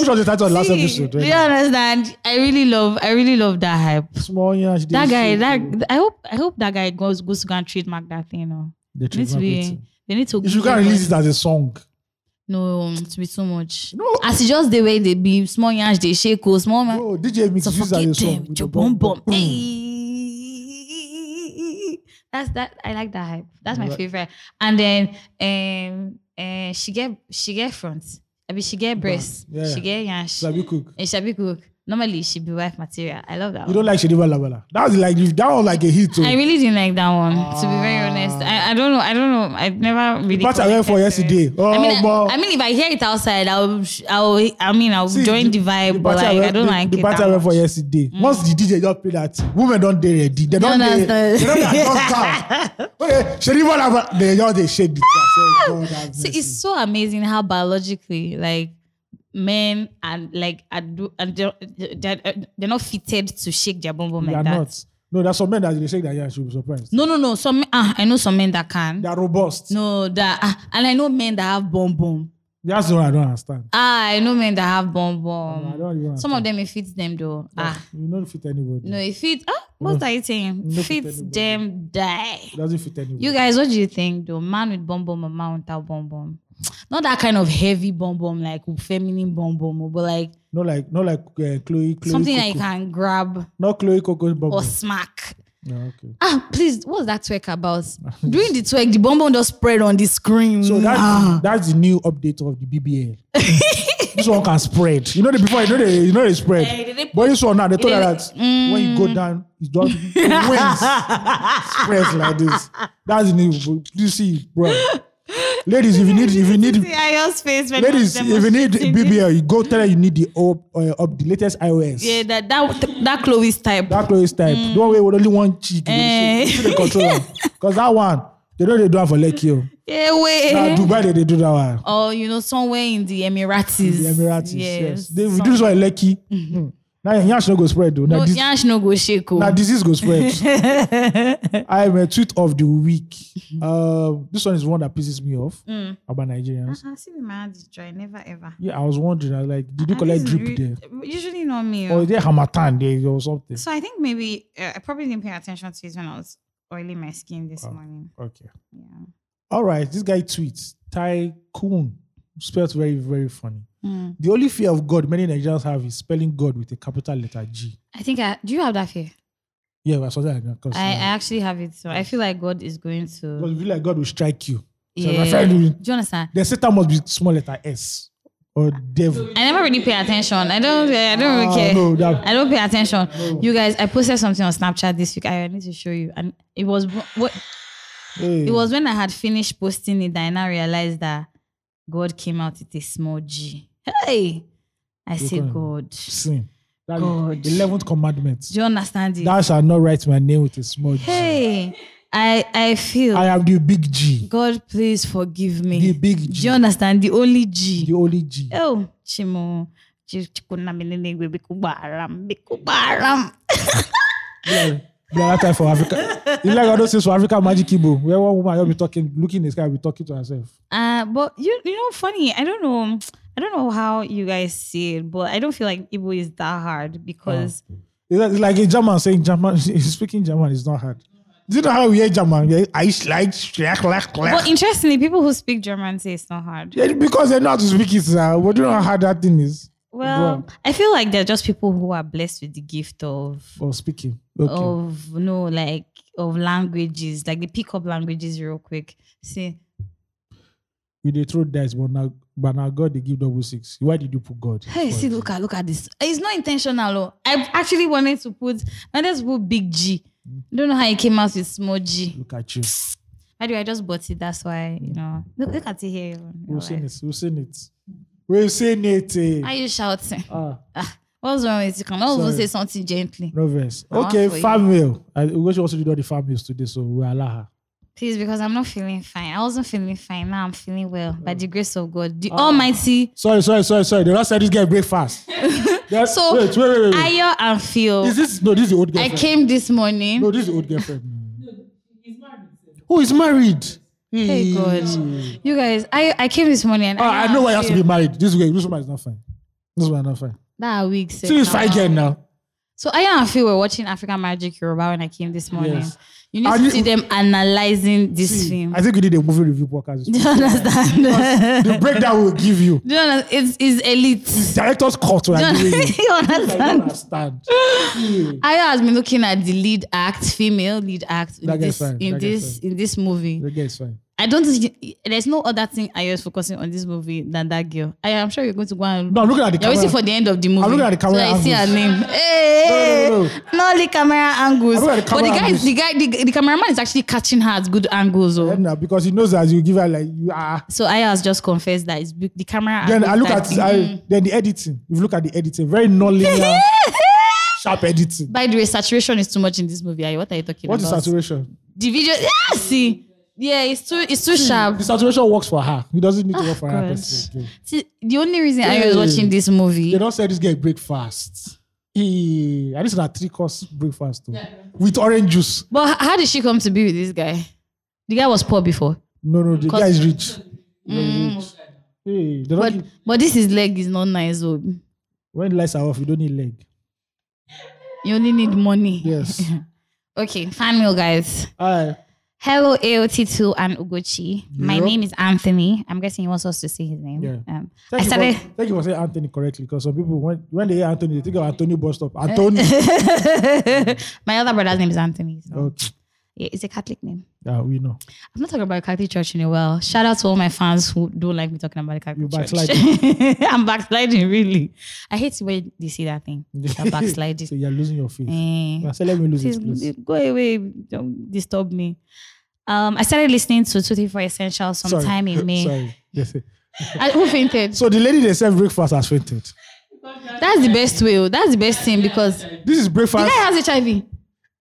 S1: Which was the title of Oh, last
S2: See,
S1: episode?
S2: Do you understand? I really love, I really love that hype.
S1: Small yeah, they
S2: that guy,
S1: share co-
S2: that I hope, I hope that guy goes goes to go and trademark that thing. You know,
S1: The
S2: It needs to
S1: trademark
S2: be,
S1: rating.
S2: they need to.
S1: If you can
S2: give
S1: release
S2: us-
S1: it as a song,
S2: no, to be too much.
S1: No.
S2: as it just the way they be small yansh, they shake, oh, small man.
S1: bro, DJ mix use it as a
S2: Suffocate
S1: song.
S2: them,
S1: with
S2: with
S1: the
S2: your bum bum.
S1: boom.
S2: Hey. That's that. I like that hype. That's my
S1: Right.
S2: favorite. And then, um, uh, she get she get front. I mean, she get breasts.
S1: Yeah.
S2: She get yansh.
S1: Sabi Cook.
S2: And Shabi Cook. Normally, she be wife material. I love that
S1: You
S2: one.
S1: don't like Shediba Labala. That was like if that was like a hit. oh.
S2: I really didn't like that one, to be very
S1: Ah.
S2: honest. I, I don't know. I don't know. I've never really.
S1: What I went for
S2: connected to it.
S1: yesterday. Oh,
S2: I mean,
S1: boy.
S2: I, I mean, if I hear it outside, I'll, I'll, I mean, I'll
S1: See,
S2: join the, vibe, but
S1: party
S2: like, I
S1: went-
S2: don't
S1: the,
S2: like
S1: the
S2: it.
S1: party I
S2: that
S1: went for
S2: much. Mm.
S1: yesterday. Once the DJ just play that, women don't they ready. They don't they,
S2: understand.
S1: they don't they just down. Okay, Shediba Labala, they just they shake the I say, God have
S2: So
S1: mercy.
S2: it's so amazing how biologically, like men and like are do, and they're, they're, they're not fitted to shake their bum bum
S1: They
S2: like
S1: are
S2: that.
S1: not. No, there's some men that they shake their hands. You'll be surprised.
S2: No, no, no. Some ah, I know some men that can.
S1: They are robust.
S2: No, that ah, and I know men that have bum bum.
S1: That's the one I don't understand.
S2: Ah, I know men that have bum
S1: Oh, I
S2: bum.
S1: don't even
S2: Some of them it fits them though. Ah,
S1: You don't fit anybody.
S2: no, it fits. Ah, what are you saying?
S1: Mm. No fit
S2: Fits
S1: anybody.
S2: them die.
S1: It doesn't fit anybody.
S2: You guys, what do you think though? Man with bum bum, a man without bum bum. Not that kind of heavy bum bum, like feminine bum bum, but like
S1: not like not like uh, Chloe. Chloe
S2: something
S1: Coco.
S2: that you can grab
S1: Not Chloe Coco's bubble.
S2: or smack.
S1: No, okay.
S2: Ah, please, what's that twerk about? During the twerk, the bonbon just spread on the screen.
S1: So that's
S2: ah.
S1: that's the new update of the BBL. this one can spread. You know the before. You know they you know they spread.
S2: Eh, they- they-
S1: but this one now they told her
S2: they- mm.
S1: that when you go down, it just it wins. spreads like this. That's the new. You see, bro. Ladies, if you need if you need
S2: See Ayo's face when
S1: Ladies,
S2: he
S1: if
S2: was
S1: you need
S2: demonstrating
S1: BBL, you go tell her you need the up, uh, up the latest iOS.
S2: this. Yeah, that that that Chloe's type.
S1: That Chloe's type. Mm. Don't wait with only one cheek.
S2: Eh.
S1: Because that one, they know they do that for Lekki.
S2: yeah, wait.
S1: Now Dubai, they, they do that one.
S2: or you know, somewhere in the Emirates.
S1: The Emirates. Yes.
S2: Yes. Mm-hmm.
S1: They, we do this one in Lekki. Mm. Now Yansh no go spread though. Now
S2: No,
S1: this,
S2: Yansh no go shake.
S1: now
S2: oh.
S1: disease go spread. I have a tweet of the week. Uh, this one is one that pisses me off
S2: Mm-hmm. Mm.
S1: about Nigerians.
S2: Uh-uh, see, my hand is dry. Never ever.
S1: Yeah, I was wondering, I was like, did you
S2: Ah,
S1: collect
S2: this is
S1: drip
S2: re-
S1: there?
S2: Usually not me.
S1: Or
S2: oh.
S1: is there hamatan there or something?
S2: So I think maybe uh, I probably didn't pay attention to it when I was oiling my skin this
S1: Oh.
S2: morning.
S1: Okay.
S2: Yeah.
S1: All right. This guy tweets Tycoon. Spelled very, very funny.
S2: Hmm.
S1: The only fear of God many Nigerians have is spelling God with a capital letter G.
S2: I think I do. You have that fear?
S1: Yeah, that's what I because
S2: I, I actually have it. So I feel like God is going to.
S1: because you feel like God will strike you. So my
S2: Yeah.
S1: friend
S2: Do
S1: will-
S2: you understand?
S1: The Satan must be small letter S or devil.
S2: I never really pay attention. I don't. I don't really
S1: Ah,
S2: care.
S1: no, that-
S2: I don't pay attention. You guys, I posted something on Snapchat this week. I need to show you, and it was what
S1: Hey.
S2: it was when I had finished posting it that I now realized that God came out with a small G. Hey, I say
S1: Okay.
S2: God.
S1: sin. That is
S2: God.
S1: the 11th commandment.
S2: Do you understand it?
S1: Thou shalt not write my name with a small g. I
S2: Hey, I I feel
S1: am the big G.
S2: God, please forgive me.
S1: The big
S2: Do you
S1: G.
S2: understand the only G?
S1: The only G.
S2: Oh, Chimo. Chi- chikuna minenegwe bikubaram, bikubaram.
S1: Yeah, that time for Africa. You like all those things for Africa Magic Kibo, where one woman will be talking, looking in the sky, will be talking to herself.
S2: Uh, but you you know, funny. I don't know. I don't know how you guys see it, but I don't feel like Igbo is that hard because
S1: It's like- it's like a German saying German, speaking German is not hard. Do you know how we hear German? Yeah, Ice like, schleck, lech,
S2: but
S1: lech.
S2: interestingly, people who speak German say it's not hard.
S1: Yeah, because they know how to speak it, sir. But do you know how hard that thing is
S2: Well,
S1: Well.
S2: I feel like they're just people who are blessed with the gift of
S1: for speaking? Okay.
S2: of no like of languages like they pick up languages real quick see
S1: We they throw dice, but now, but now God they give double six. Why did you put God?
S2: hey
S1: for
S2: see
S1: it?
S2: look at look at this it's not intentional oh. i actually wanted to put i just put big g
S1: Mm.
S2: don't know how it came out with small g
S1: Look at you.
S2: by the way i just bought it that's why you know look, look at it here everyone.
S1: We've seen
S2: Alright.
S1: it. We've seen it. We've seen it. eh.
S2: are you shouting
S1: Ah,
S2: what's wrong with you come on
S1: Sorry.
S2: say something gently
S1: no verse.
S2: Ah,
S1: Okay,
S2: for you.
S1: farm meal. I wish also did all the farm meals today, so we allow her.
S2: please because i'm not feeling fine i wasn't feeling fine now i'm feeling well by the grace of god
S1: Ah.
S2: the almighty
S1: Sorry, sorry, sorry, sorry. They not said this guy breakfast. That-
S2: So,
S1: wait, wait, wait, wait. wait.
S2: higher and feel
S1: Is this no? This is the old
S2: i
S1: girlfriend.
S2: came this morning
S1: No, this is the old girlfriend. No, he's married. Oh, he's married.
S2: Hey God, you guys! I I came this morning. And
S1: Ah, I know why he has to be
S2: feel
S1: married. This way, this woman is not fine. This one is not fine.
S2: that week.
S1: See, he's fine again now.
S2: So I and Phil were watching African Magic Yoruba when I came this morning.
S1: Yes.
S2: You need
S1: And
S2: to
S1: you-
S2: see them analyzing this
S1: See,
S2: film.
S1: I think we did a movie review podcast.
S2: Do you understand?
S1: the breakdown will give you.
S2: Do you understand? It's, it's elite.
S1: Director's cut. we are
S2: Do
S1: giving you.
S2: you
S1: I
S2: understand?
S1: don't understand. See,
S2: Aya has been looking at the lead act, female lead act in
S1: That guy's
S2: this
S1: fine.
S2: in
S1: That guy's
S2: this in this movie.
S1: The guy is fine.
S2: I don't. think There's no other thing Aya is focusing on this movie than that girl. I am sure you're going to go and
S1: No, I'm looking at the
S2: You're
S1: camera.
S2: waiting for the end of the movie.
S1: looking at the camera
S2: So I see her
S1: angles.
S2: name. Hey,
S1: No, no,
S2: not the camera angles.
S1: I'm looking at the
S2: but the
S1: camera
S2: guy, is- the guy, the, the cameraman is actually catching her at good angles. Oh.
S1: Then now, because he knows that you give her like you are.
S2: So Aya has just confessed that it's be- the camera.
S1: Then
S2: angles
S1: I look
S2: that-
S1: at I, then the editing. If you look at the editing, very non-linear, sharp editing.
S2: By the way, saturation is too much in this movie. Aya, what are you talking
S1: What is
S2: about?
S1: saturation?
S2: The video. Yeah, Ah, see, yeah, it's too, it's too sharp.
S1: The saturation works for her. He doesn't need to work for her
S2: Ah, God.
S1: person. again.
S2: See, the only reason Aya is
S1: Hey.
S2: watching this movie.
S1: Hmm. They don't say this guy breakfast. Hey, at least not three course breakfast though. With orange juice.
S2: But h- how did she come to be with this guy? The guy was poor before.
S1: No, no, the
S2: Cause-
S1: guy is rich.
S2: Mm.
S1: Hey, they don't
S2: But
S1: need,
S2: but this his leg is not nice though.
S1: when lights are off, you don't need leg.
S2: You only need money.
S1: Yes.
S2: Okay, fan mail guys.
S1: Aye.
S2: Hello, AOT2 and Ugochi. My
S1: Yep.
S2: name is Anthony. I'm guessing he wants us to say his name.
S1: Yeah.
S2: Um,
S1: Thank,
S2: I
S1: you
S2: started.
S1: for, thank you for saying Anthony correctly because some people, when, when they hear Anthony, they think of Anthony bus stop.
S2: Eh.
S1: Anthony.
S2: My other brother's name is Anthony. So.
S1: okay.
S2: Yeah, it's a Catholic name.
S1: Yeah, we know.
S2: I'm not talking about Catholic Church in a while. Shout out to all my fans who don't like me talking about the Catholic
S1: You're
S2: Church.
S1: backsliding.
S2: I'm backsliding, really. I hate it when they say that thing. I'm backsliding.
S1: so you're losing your faith.
S2: Eh.
S1: I said, let me lose
S2: Please
S1: it, please.
S2: go away. Don't disturb me. Um, I started listening to 234 Essential
S1: Sorry.
S2: sometime in May.
S1: Sorry. Yes.
S2: I, who fainted?
S1: So the lady that served breakfast has fainted.
S2: That's the best way. oh. That's the best thing because the
S1: This is breakfast.
S2: guy has HIV.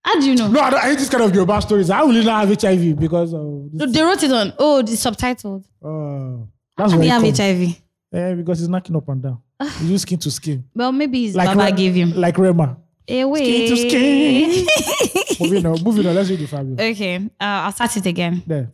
S2: How do you know?
S1: No, I, don't, I hate this kind of Yoruba stories. I will not have HIV because of this.
S2: They wrote it on. Oh, the subtitled.
S1: Uh, that's
S2: And
S1: why
S2: they
S1: it
S2: have
S1: comes.
S2: HIV.
S1: Eh, because it's knocking up and down. You use skin to skin.
S2: Well, maybe his
S1: Like
S2: Ah. baba
S1: Rema-
S2: gave him.
S1: Like Rema.
S2: Eh,
S1: Skin to skin.
S2: wait.
S1: moving on, moving on. Let's read the family.
S2: okay, uh, I'll start it again.
S1: There.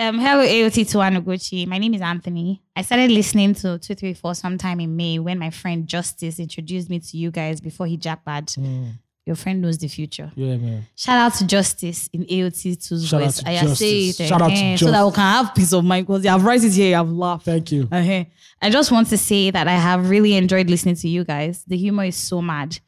S2: Um, hello, AOT Tuanuguchi. My name is Anthony. I started listening to 234 sometime in May when my friend Justice introduced me to you guys before he jackpad.
S1: Mm,
S2: Your friend knows the future.
S1: yeah, man.
S2: Shout out to Justice in AOT to
S1: Shout out
S2: voice.
S1: to
S2: I just say it
S1: Justice. Shout out to
S2: again so that we
S1: Justice.
S2: can have peace of mind because I've raised it here, I've laughed.
S1: Thank you.
S2: Uh-huh. I just want to say that I have really enjoyed listening to you guys. The humor is so mad.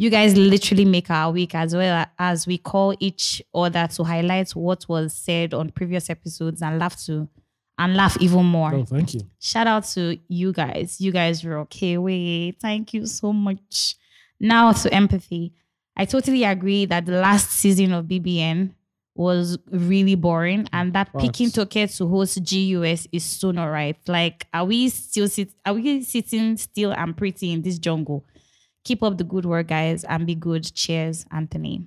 S2: You guys literally make our week as well as we call each other to highlight what was said on previous episodes and laugh to and laugh even more.
S1: No, Oh, thank you.
S2: Shout out to you guys. You guys were okay. Wait, thank you so much. Now to empathy. I totally agree that the last season of BBN was really boring and that
S1: Facts.
S2: picking Toke to host GUS is so not right. Like, are we still sit are we sitting still and pretty in this jungle? Keep up the good work, guys, and be good. Cheers, Anthony.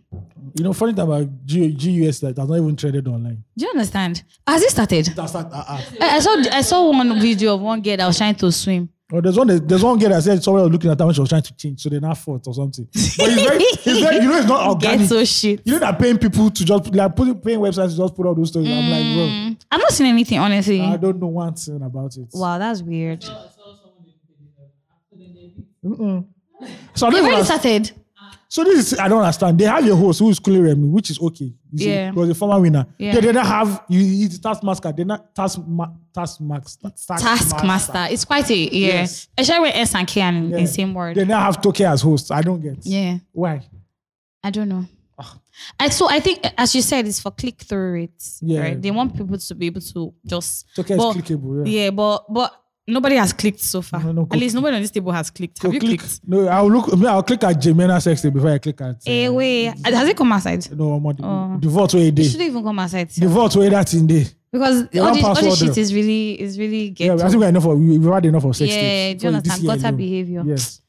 S1: You know, funny thing about G- GUS that that's not even traded online.
S2: Do you understand? Has it started?
S1: That's not, uh, uh.
S2: I, I saw I saw one video of one girl that was trying to swim.
S1: Oh, there's one. There's one girl that said someone was looking at her when she was trying to change, so they now fought or something. But it's very, it's very, you know, it's not organic.
S2: Ghetto shit.
S1: You know, they're paying people to just like putting paying websites to just put out those stories. I'm like, bro,
S2: Mm, I've not seen anything, honestly.
S1: I don't know one thing about it.
S2: Mm. wow, that's weird.
S1: Mm-mm. So I don't
S2: They've
S1: even
S2: already
S1: understand.
S2: started.
S1: So this is I don't understand. They have a host who is Kule Remy, which is okay. He's a-
S2: Yeah.
S1: he was a former winner.
S2: Yeah.
S1: They didn't have you. It's Taskmaster. They not task ma- taskmax,
S2: Taskmaster. It's quite a yeah.
S1: Yes.
S2: Especially with S and K and in
S1: Yeah.
S2: same word.
S1: They now have Toke as host. I don't get.
S2: yeah.
S1: Why?
S2: I don't know.
S1: Ah.
S2: And so I think, as you said, it's for click through rates.
S1: Yeah.
S2: Right. They want people to be able to just
S1: Toke is
S2: But-
S1: clickable. Yeah.
S2: yeah, but but nobody has clicked so far.
S1: No, no, go
S2: At least nobody on this table has clicked.
S1: Go
S2: Have you
S1: click.
S2: clicked?
S1: No, I'll look. me, I'll click at Jimena Sexton before I click at. Uh,
S2: Eh, wait. Has it come outside?
S1: no, I'm
S2: Oh. Eh,
S1: on the vote way
S2: It
S1: day.
S2: shouldn't even come outside
S1: The vote way that in day.
S2: because
S1: Yeah,
S2: all
S1: one
S2: this, all this
S1: password
S2: shit
S1: though.
S2: is really is really
S1: Yeah, I
S2: ghetto.
S1: think we had enough of we, we've had enough of sex tapes
S2: yeah, do
S1: for
S2: you
S1: this
S2: understand?
S1: year
S2: Gutter
S1: alone.
S2: behavior.
S1: Yes.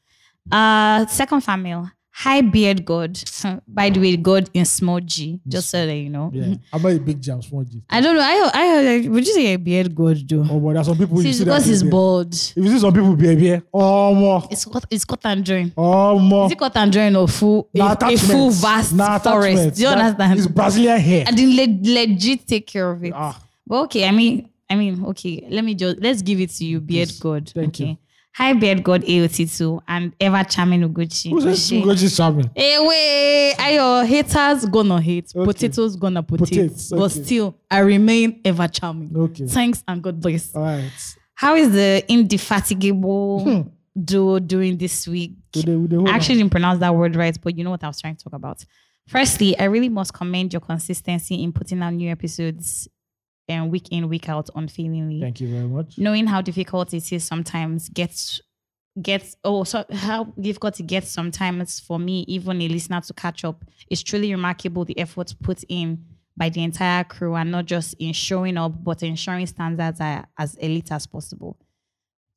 S2: Uh, second family. Hi, beard god. By the way, god in small g. Just so that you know. Mm-hmm.
S1: Yeah. I'm not a big jam, small G.
S2: I don't know. I I would you say a beard god though?
S1: Oh, but there are some people
S2: See,
S1: you
S2: it's
S1: see
S2: because
S1: that
S2: he's
S1: they-
S2: bald.
S1: If you see some people behavior, oh more,
S2: It's cut. It's cut and join.
S1: oh more.
S2: Is it cut and join or full?
S1: Nah,
S2: a, a
S1: attachment.
S2: full vast
S1: Nah, attachment.
S2: forest. Do you
S1: That-
S2: understand?
S1: It's Brazilian hair.
S2: I didn't le- legit take care of it.
S1: Ah,
S2: But okay, I mean, I mean, okay. Let me just let's give it to you, beard
S1: Please.
S2: god.
S1: Thank
S2: okay.
S1: you.
S2: Hi, beard god AOT2 and ever charming Uguchi.
S1: who says
S2: Uche.
S1: Ugochi charming?
S2: Hey, wait, I your haters gonna hate,
S1: Okay.
S2: potatoes gonna potato,
S1: Potatoes,
S2: but
S1: okay.
S2: still I remain ever charming.
S1: Okay.
S2: Thanks and God bless.
S1: All right.
S2: How is the
S1: Hmm.
S2: indefatigable duo doing this week?
S1: Today we the
S2: I actually didn't pronounce that word right, but you know what I was trying to talk about. Firstly, I really must commend your consistency in putting out new episodes and week in, week out unfailingly
S1: Thank you very much.
S2: knowing how difficult it is sometimes gets gets oh so how difficult it gets sometimes for me even a listener to catch up it's truly remarkable the effort put in by the entire crew and not just in showing up but ensuring standards are as elite as possible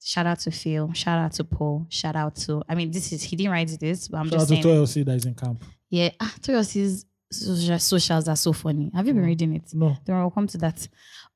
S2: shout out to phil shout out to paul shout out to i mean this is he didn't write this but i'm
S1: Shout out
S2: just
S1: to
S2: saying
S1: Toyosi that is in camp.
S2: yeah ah, Toyosi's social, socials are so funny have you been
S1: Mm.
S2: reading it
S1: No.
S2: don't worry, we'll come to that.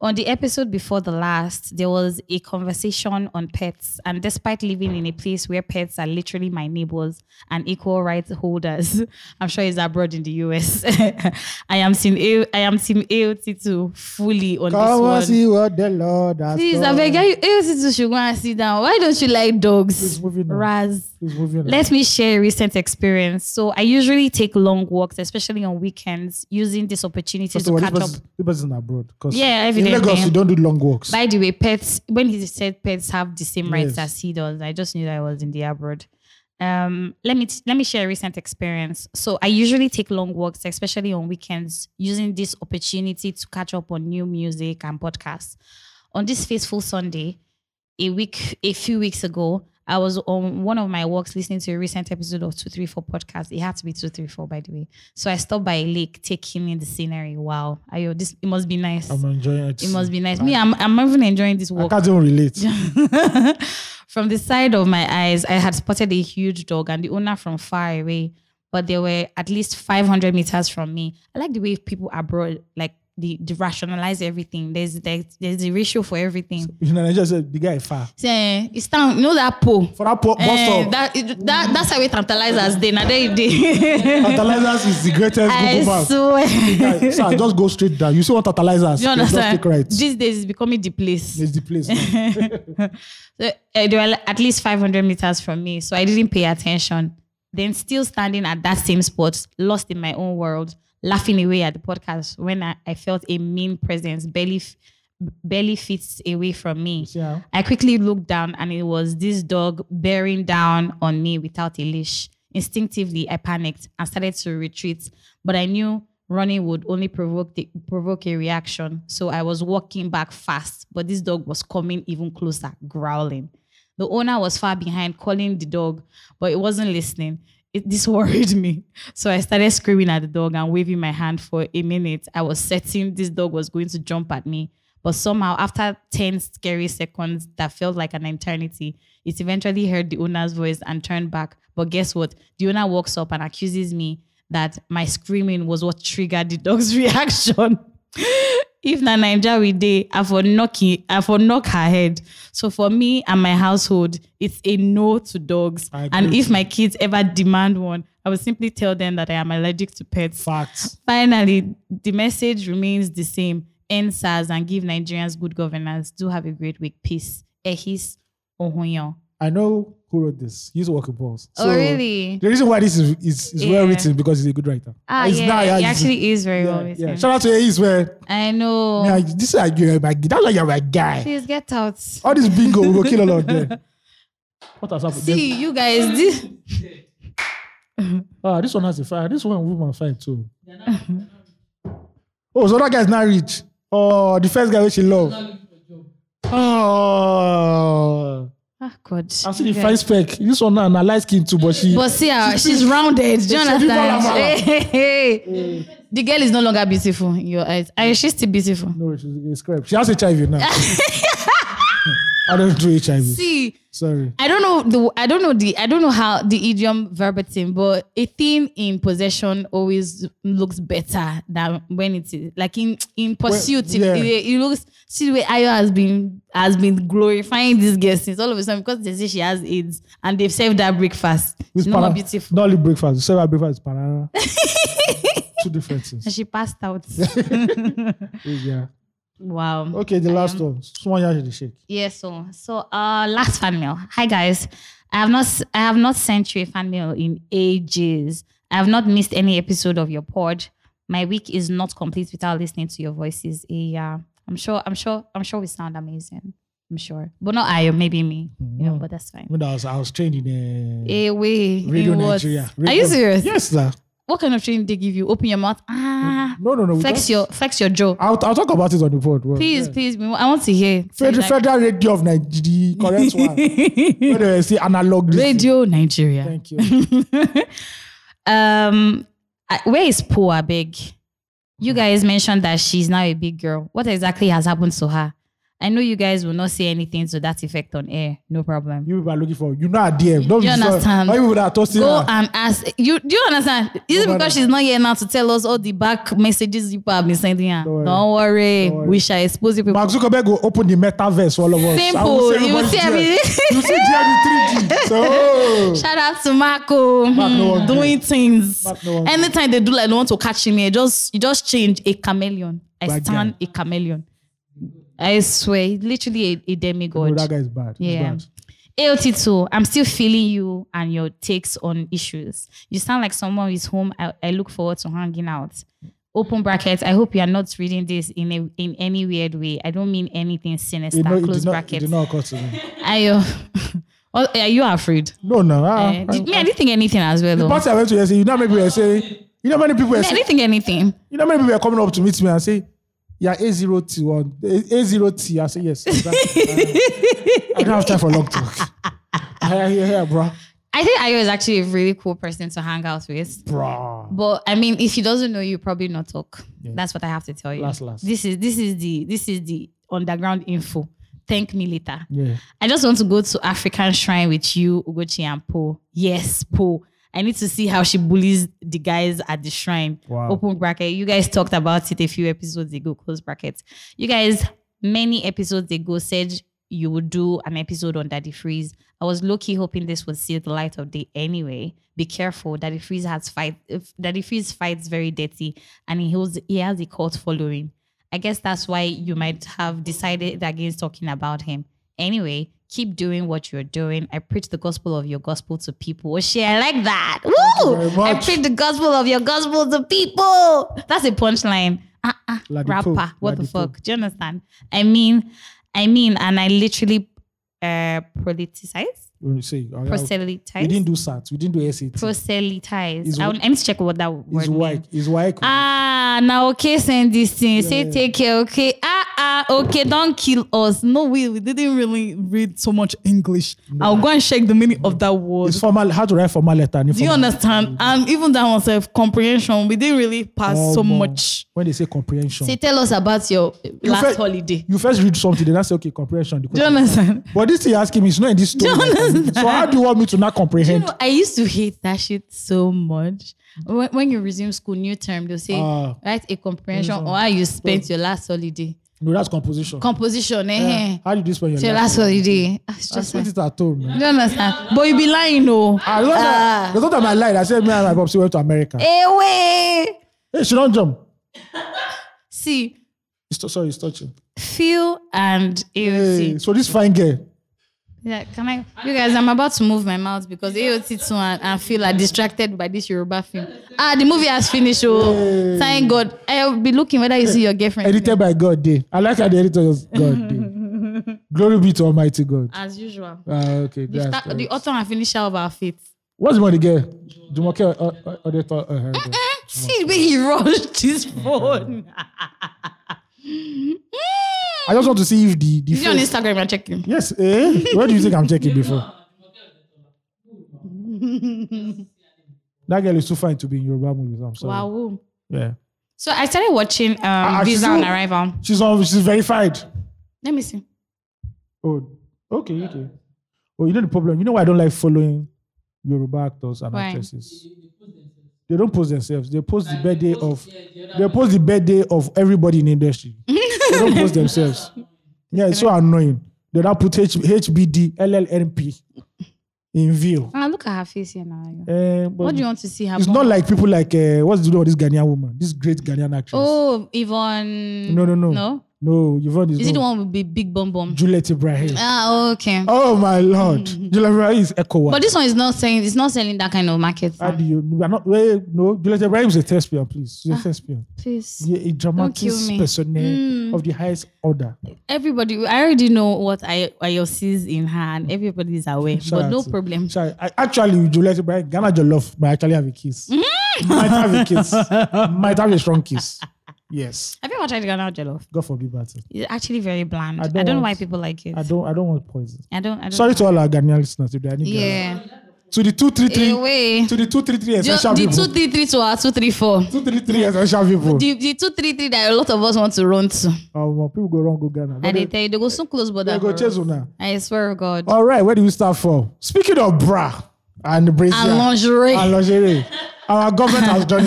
S2: On the episode before the last, there was a conversation on pets. And despite living in a place where pets are literally my neighbors and equal rights holders, I'm sure he's abroad in the US. I am team A- I am team AOT too fully on
S1: Come and
S2: this one.
S1: see what the Lord has
S2: Please, I
S1: done.
S2: beg you, AOT too should go and sit down. Why don't you like
S1: Please
S2: dogs?
S1: moving on.
S2: Raz.
S1: Please moving on.
S2: Let me share a recent experience. So I usually take long walks, especially on weekends, using this opportunity
S1: First
S2: to
S1: of all, this
S2: catch up.
S1: person, this person is abroad. 'cause
S2: Yeah,
S1: In
S2: evidently.
S1: Lagos, you don't do long walks.
S2: By the way, pets, when he said pets have the same rights
S1: Yes.
S2: as he does, I just knew that I was in the abroad. Um, let me t- let me share a recent experience. So I usually take long walks, especially on weekends, using this opportunity to catch up on new music and podcasts. On this fateful Sunday, a week, a few weeks ago, I was on one of my walks listening to a recent episode of 234 podcast. It had to be 234, by the way. So I stopped by a lake, taking in the scenery. Wow. Ayo, this it must be nice.
S1: I'm enjoying it.
S2: It must be nice. Me, I'm I'm even enjoying this
S1: I
S2: walk.
S1: can't even relate.
S2: from the side of my eyes, I had spotted a huge dog and the owner from far away, but they were at least 500 meters from me. I like the way people abroad, like the, the rationalize everything. There's the, there's a ratio for everything.
S1: You know, I just said the guy is far.
S2: So, eh, it's time. You know that po.
S1: For that po- bus
S2: Eh,
S1: stop,
S2: that, it- that that's how we tantalize as day. Now there you dey.
S1: Tantalizers is the greatest
S2: I
S1: Google map.
S2: swear.
S1: Guy, Sir, just go straight down. You see what Tantalizers?
S2: You
S1: Okay, Just
S2: understand?
S1: take right.
S2: These days it's becoming the place.
S1: It's the place. man.
S2: So, uh, they were like at least 500 meters from me, so I didn't pay attention. Then, still standing at that same spot, lost in my own world, laughing away at the podcast when I, I felt a mean presence barely, f- barely feet away from me.
S1: See ah, how?
S2: I quickly looked down and it was this dog bearing down on me without a leash. Instinctively, I panicked and started to retreat, but I knew running would only provoke the, provoke a reaction. So I was walking back fast, but this dog was coming even closer, growling. The owner was far behind, calling the dog, but it wasn't listening. It, this worried me. So I started screaming at the dog and waving my hand for a minute. I was certain this dog was going to jump at me. But somehow, after 10 scary seconds that felt like an eternity, it eventually heard the owner's voice and turned back. But guess what? The owner walks up and accuses me that my screaming was what triggered the dog's reaction. if na Naija we dey, I for knock it, I for knock her head. So for me and my household, it's a no to dogs.
S1: I
S2: And
S1: agree.
S2: if my kids ever demand one, I will simply tell them that I am allergic to pets.
S1: Facts.
S2: Finally, the message remains the same. End SARS and give Nigerians good governance. Do have a great week. Peace. Ehis Ohunyo.
S1: I know who wrote this. He used to work in balls.
S2: oh, really?
S1: The reason why this is, is, is well
S2: Yeah.
S1: written because he's a good writer.
S2: Ah,
S1: It's
S2: yeah.
S1: not-
S2: he
S1: it's-
S2: actually is very well
S1: yeah,
S2: written. Oh.
S1: yeah. Shout out to Ace, where
S2: I know.
S1: yeah, this is you're my that's why you're my guy.
S2: Please get out.
S1: All this bingo will kill a lot there. What has happened?
S2: See, you guys, this,
S1: Ah, this one has a fire. This one woman fire too. oh, so that guy's not rich. Oh, the first guy which she love. Oh,
S2: ah, God.
S1: I see the fine spec. This one now na light skin too, but she.
S2: But see her, she's rounded. Do you
S1: She did
S2: understand?
S1: all of her.
S2: Hey, hey, hey. The girl is no longer beautiful in your eyes. Are she still beautiful?
S1: no, she's a scrap. She has HIV now. I don't do HIV.
S2: See,
S1: Sorry.
S2: I don't know the I don't know the I don't know how the idiom verbatim, but a thing in possession always looks better than when it is like in in pursuit. it-
S1: yeah.
S2: it, it looks see the way Ayo has been has been glorifying these girls since all of a sudden because they say she has AIDS and they've saved her breakfast. It's no more
S1: pana-
S2: beautiful.
S1: Not only breakfast. Several breakfast is banana. Two different things.
S2: And she passed out.
S1: Yeah.
S2: wow.
S1: Okay, the last
S2: Um,
S1: one. Someone has the shake.
S2: Yes, so so uh last fan mail. Hi guys. I have not s- I have not sent you a fan mail in ages. I have not missed any episode of your pod. My week is not complete without listening to your voices. Eh, Yeah. I'm sure I'm sure I'm sure we sound amazing. I'm sure. But not I, maybe me. You know,
S1: Mm.
S2: but that's fine.
S1: When I was, I was trained in uh,
S2: Eh, wait,
S1: Radio
S2: in what?
S1: Nigeria.
S2: Are you
S1: Radio-
S2: serious?
S1: Yes, sir.
S2: What kind of training they give you? Open your mouth. Ah.
S1: No, no, no. we
S2: Flex
S1: don't-
S2: your flex your jaw.
S1: I'll, I'll talk about it on the board. Well,
S2: Please,
S1: Mm. Oh, yeah.
S2: please. we want- I want to hear.
S1: Federal, Federal Radio of Nigeria, correct one.
S2: Federal.
S1: Where they say analog. this thing.
S2: Radio Nigeria.
S1: Thank you.
S2: um, I- where is Poa Big? You guys mentioned that she's now a big girl. What exactly has happened to her? I know you guys will not say anything to that effect on air. No problem.
S1: You people are looking for. You know, a DM. Don't
S2: You
S1: be sorry.
S2: understand?
S1: All you people that are toasting.
S2: Go
S1: her.
S2: and ask. You do you understand? Is it
S1: Don't worry.
S2: because she's not here now to tell us all the back messages you people have been sending her?
S1: Don't worry.
S2: Don't worry.
S1: Don't worry.
S2: We shall expose you people.
S1: Mark Zuckerberg will open the metaverse for all of us. I will
S2: Simple. You will
S1: everybody's
S2: see
S1: DM.
S2: everything.
S1: You see DM with 3G. So, oh.
S2: Shout out to Marco
S1: Mark, no
S2: hmm,
S1: one
S2: doing things.
S1: Mark, no one
S2: Anytime they do like they want to catch him here, just you just change a chameleon. I
S1: Bad
S2: stand a chameleon. I swear, he's literally a, a
S1: No,
S2: demigod.
S1: Oh, that guy is bad. He's
S2: yeah.
S1: bad.
S2: AOT2, I'm still feeling you and your takes on issues. You sound like someone with whom I, I look forward to hanging out. Open brackets. I hope you are not reading this in a, in any weird way. I don't mean anything sinister.
S1: You know, it did,
S2: Close
S1: not, it
S2: brackets.
S1: did not occur to me.
S2: Ayo. Oh, are you afraid?
S1: No, no. ah,
S2: Eh,
S1: I-
S2: did- me, I didn't think anything as well.
S1: The
S2: though.
S1: party I went to yesterday, you know how many people were saying, you know how many people were
S2: Yeah, I
S1: saying,
S2: didn't think anything.
S1: you know how many people were coming up to meet me and say, yeah, A0T1, A0T. I say, yes. exactly. I don't have time for long talk. Yeah, yeah, yeah, bro.
S2: I think Ayo is actually a really cool person to hang out with.
S1: Bro.
S2: But I mean, if he doesn't know you, probably not talk. That's what I have to tell you.
S1: Last, last.
S2: This is this is the this is the underground info. Thank me later.
S1: Yeah.
S2: I just want to go to African Shrine with you, Ugochi and Po. Yes, Po. I need to see how she bullies the guys at the shrine.
S1: Wow.
S2: Open bracket. You guys talked about it a few episodes ago. Close bracket. You guys, many episodes ago, said you would do an episode on Daddy Freeze. I was low key hoping this would see the light of day anyway. Be careful. Daddy Freeze has fight. If Daddy Freeze fights very dirty, and he holds he has a cult following. I guess that's why you might have decided against talking about him. Anyway, keep doing what you're doing. I preach the gospel of your gospel to people. Oh, shit, I like that. Woo!
S1: very
S2: I
S1: much.
S2: preach the gospel of your gospel to people. That's a punchline. Uh-uh.
S1: Ladipo,
S2: Rapper. What the
S1: Ladipo.
S2: fuck? Do you understand? I mean, I mean, and I literally uh politicize,
S1: We say, uh, we
S2: proselytize,
S1: didn't do SAT. We didn't do SAT.
S2: proselytize.
S1: Is
S2: I,
S1: wh-
S2: would- I need to check what that word
S1: It's white.
S2: means.
S1: It's white.
S2: Ah, now okay, send this thing. Say
S1: Yeah.
S2: take care, okay. Ah, ah, okay, don't kill us. No, we, we didn't really read so much English. I'll go and check the meaning of that word.
S1: it's formal. How to write formal letter? and
S2: Do you
S1: informal.
S2: understand? And even that one self comprehension, we didn't really pass so
S1: Omo.
S2: much.
S1: When they say comprehension,
S2: Say, tell us about your uh,
S1: You
S2: last
S1: felt-
S2: holiday.
S1: you first read something, then I say, okay, comprehension. The
S2: Do you
S1: question-
S2: understand?
S1: But this thing you're asking me is not in this story. So how do you want me to not
S2: You
S1: comprehend?
S2: know, I used to hate that shit so much. When, when you resume school, new term, they'll say,
S1: Ah.
S2: write a comprehension on how you spent your last holiday.
S1: no, that's composition.
S2: Composition, eh?
S1: Yeah.
S2: eh.
S1: How did you spend your
S2: So your
S1: life?
S2: last holiday. Ah, It's
S1: I
S2: just
S1: spent
S2: you
S1: it at home. man.
S2: don't understand. But you be lying, no.
S1: I don't
S2: Ah.
S1: know. The thought of my life, I said, me and my popsy went to America.
S2: Eh, way.
S1: Hey, she don't jump.
S2: See,
S1: It's t- sorry, it's touching.
S2: Phil and AOT.
S1: Hey, so this fine girl.
S2: Yeah, can I? You guys, I'm about to move my mouth because AOT too and, and Phil are distracted by this Yoruba film. Ah, the movie has finished. Oh, thank God. I'll be looking whether you see your girlfriend.
S1: Edited by God Day. I like how the editor just God Day. Glory be to Almighty God.
S2: As usual.
S1: Ah, okay.
S2: The,
S1: That's
S2: start, the
S1: correct.
S2: author and finisher of our faith.
S1: What's the money girl? Jumoke uh, uh, Odeto. Uh,
S2: Ah,
S1: uh, uh.
S2: See, when he rushed his phone.
S1: I just want to see if the the
S2: ah. Is he on
S1: face.
S2: Instagram? I'm checking.
S1: Yes. Eh? Where do you think I'm checking before? that girl is too fine to be in Yoruba movies. I'm sorry.
S2: Wow.
S1: Yeah.
S2: So I started watching um,
S1: ah, she's
S2: Visa on
S1: so-
S2: Arrival.
S1: She's on. She's verified.
S2: Let me see.
S1: Oh. Okay. Okay. Oh, you know the problem. You know why I don't like following Yoruba actors and
S2: Why?
S1: actresses. They don't post themselves. They post the birthday of. They post the birthday of everybody in the industry. they don't post themselves. Yeah, it's so annoying. They now put H- HBD LLNP in view.
S2: Ah, look at her face here now.
S1: Eh, but
S2: What do you want to see her?
S1: It's
S2: more?
S1: not like people like uh, what's the name of this Ghanaian woman, this great Ghanaian actress.
S2: Oh, Yvonne.
S1: no, no, no,
S2: No?
S1: no. Yvonne is,
S2: Is it
S1: no-
S2: the one with big, big bum bum?
S1: Juliet Ibrahim.
S2: Ah, okay.
S1: oh my lord, Juliet Ibrahim is Echo.
S2: Hmm. But this one is not saying it's not selling that kind of market.
S1: How do you? We are not. Wait, no. Juliet Ibrahim is a thespian, please. She's a thespian.
S2: Please,
S1: Yeah, a dramatic
S2: Ah. kill me.
S1: personnel
S2: Mm.
S1: of the highest order.
S2: everybody. I already know what I I sees in her, and everybody's aware.
S1: Shout
S2: But
S1: out
S2: no
S1: to-
S2: problem.
S1: Sorry, I, actually, with Juliet Ibrahim, Ghana Jollof might actually have a kiss.
S2: Hmm.
S1: might have a kiss. might have a strong kiss. Yes.
S2: Have you ever tried Ghana Jollof?
S1: God forbid, but
S2: It's actually very bland. I
S1: I
S2: don't,
S1: don't
S2: know why
S1: want-
S2: people like it.
S1: I don't. I don't want poison.
S2: I don't. I don't
S1: Sorry to all our Ghanaian listeners if they are any Ghanaian.
S2: Yeah.
S1: To the two three
S2: In a
S1: three.
S2: way.
S1: To the two three three
S2: Ju-
S1: essential
S2: The
S1: people.
S2: two three three to our two three four.
S1: Two three three essential people.
S2: The, the two three three that a lot of us want to run to.
S1: Um, people go wrong, go Ghana. But
S2: And
S1: they,
S2: they tell you they go so close, but
S1: they go chase Oh, una.
S2: I swear to God.
S1: All right, where do we start from? Speaking of bra and brazier
S2: and lingerie.
S1: and lingerie, our government has done it.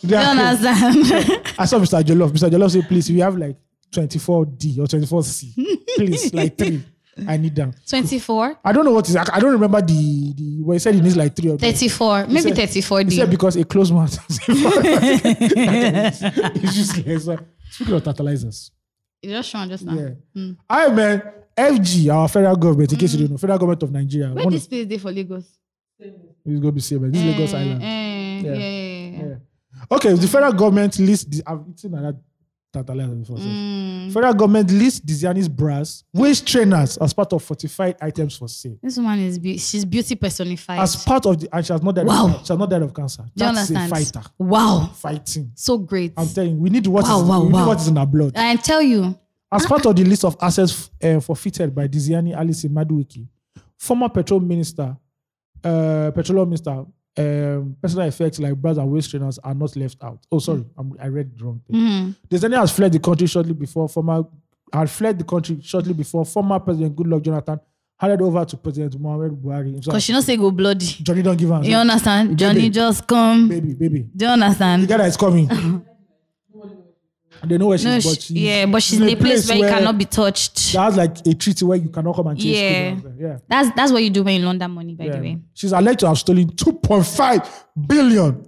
S1: They
S2: You
S1: are-
S2: understand?
S1: I saw Mr. Jollof. Mr. Jollof said, please, if you have like 24D or 24C, please, like three. I need them.
S2: 24,
S1: I don't know what is. I I don't remember the the. Well, he said he needs like three or
S2: 34, maybe
S1: said- He said
S2: 34D.
S1: because a closed mouth is it's useless. Speaking of tantalizers,
S2: You just show just now.
S1: yeah. I man, FG, our federal government, in case you don't know, federal government of Nigeria,
S2: Where
S1: one
S2: this
S1: of-
S2: place day for Lagos?
S1: it's going to be same. This is Lagos
S2: Eh,
S1: Island.
S2: eh, yeah.
S1: Yeah.
S2: yeah, yeah.
S1: Yeah. Okay, the federal government lists. The, I've eaten another tantalizer before. so.
S2: Mm.
S1: Federal government lists Diziani's brass waist trainers as part of fortified items for sale.
S2: This woman is be- she's beauty personified.
S1: As part of the, and she has not died.
S2: Wow.
S1: Of, she has not died of cancer.
S2: Do you
S1: That's a
S2: understand?
S1: fighter
S2: Wow,
S1: fighting.
S2: so great.
S1: I'm telling you, we need what is
S2: Wow, wow,
S1: we need
S2: wow.
S1: what is in our blood.
S2: I tell you,
S1: As part of the list of assets uh, forfeited by Diziani Alice Maduweke, former petrol minister, uh, petroleum minister, um, personal effects like bras and waist trainers are not left out. Oh, sorry,
S2: Hmm.
S1: I'm, I read the wrong thing.
S2: mm,
S1: Diziani has fled the country shortly before former had fled the country shortly before former President Goodluck Jonathan handed over to President Mohammed Buhari. himself.
S2: Because she not say go bloody.
S1: Johnny don't give her.
S2: You understand? Johnny
S1: Baby.
S2: just come.
S1: Baby, baby.
S2: Do
S1: The
S2: you understand?
S1: guy that is coming. they know where she
S2: No,
S1: is, but
S2: she,
S1: she's
S2: yeah, but she's
S1: in
S2: in a place where you cannot be
S1: That
S2: touched.
S1: has like a treaty where you cannot come and change
S2: Yeah.
S1: schools. Yeah.
S2: That's that's what you do when you launder money, by
S1: yeah.
S2: the way.
S1: She's alleged to have stolen 2.5 billion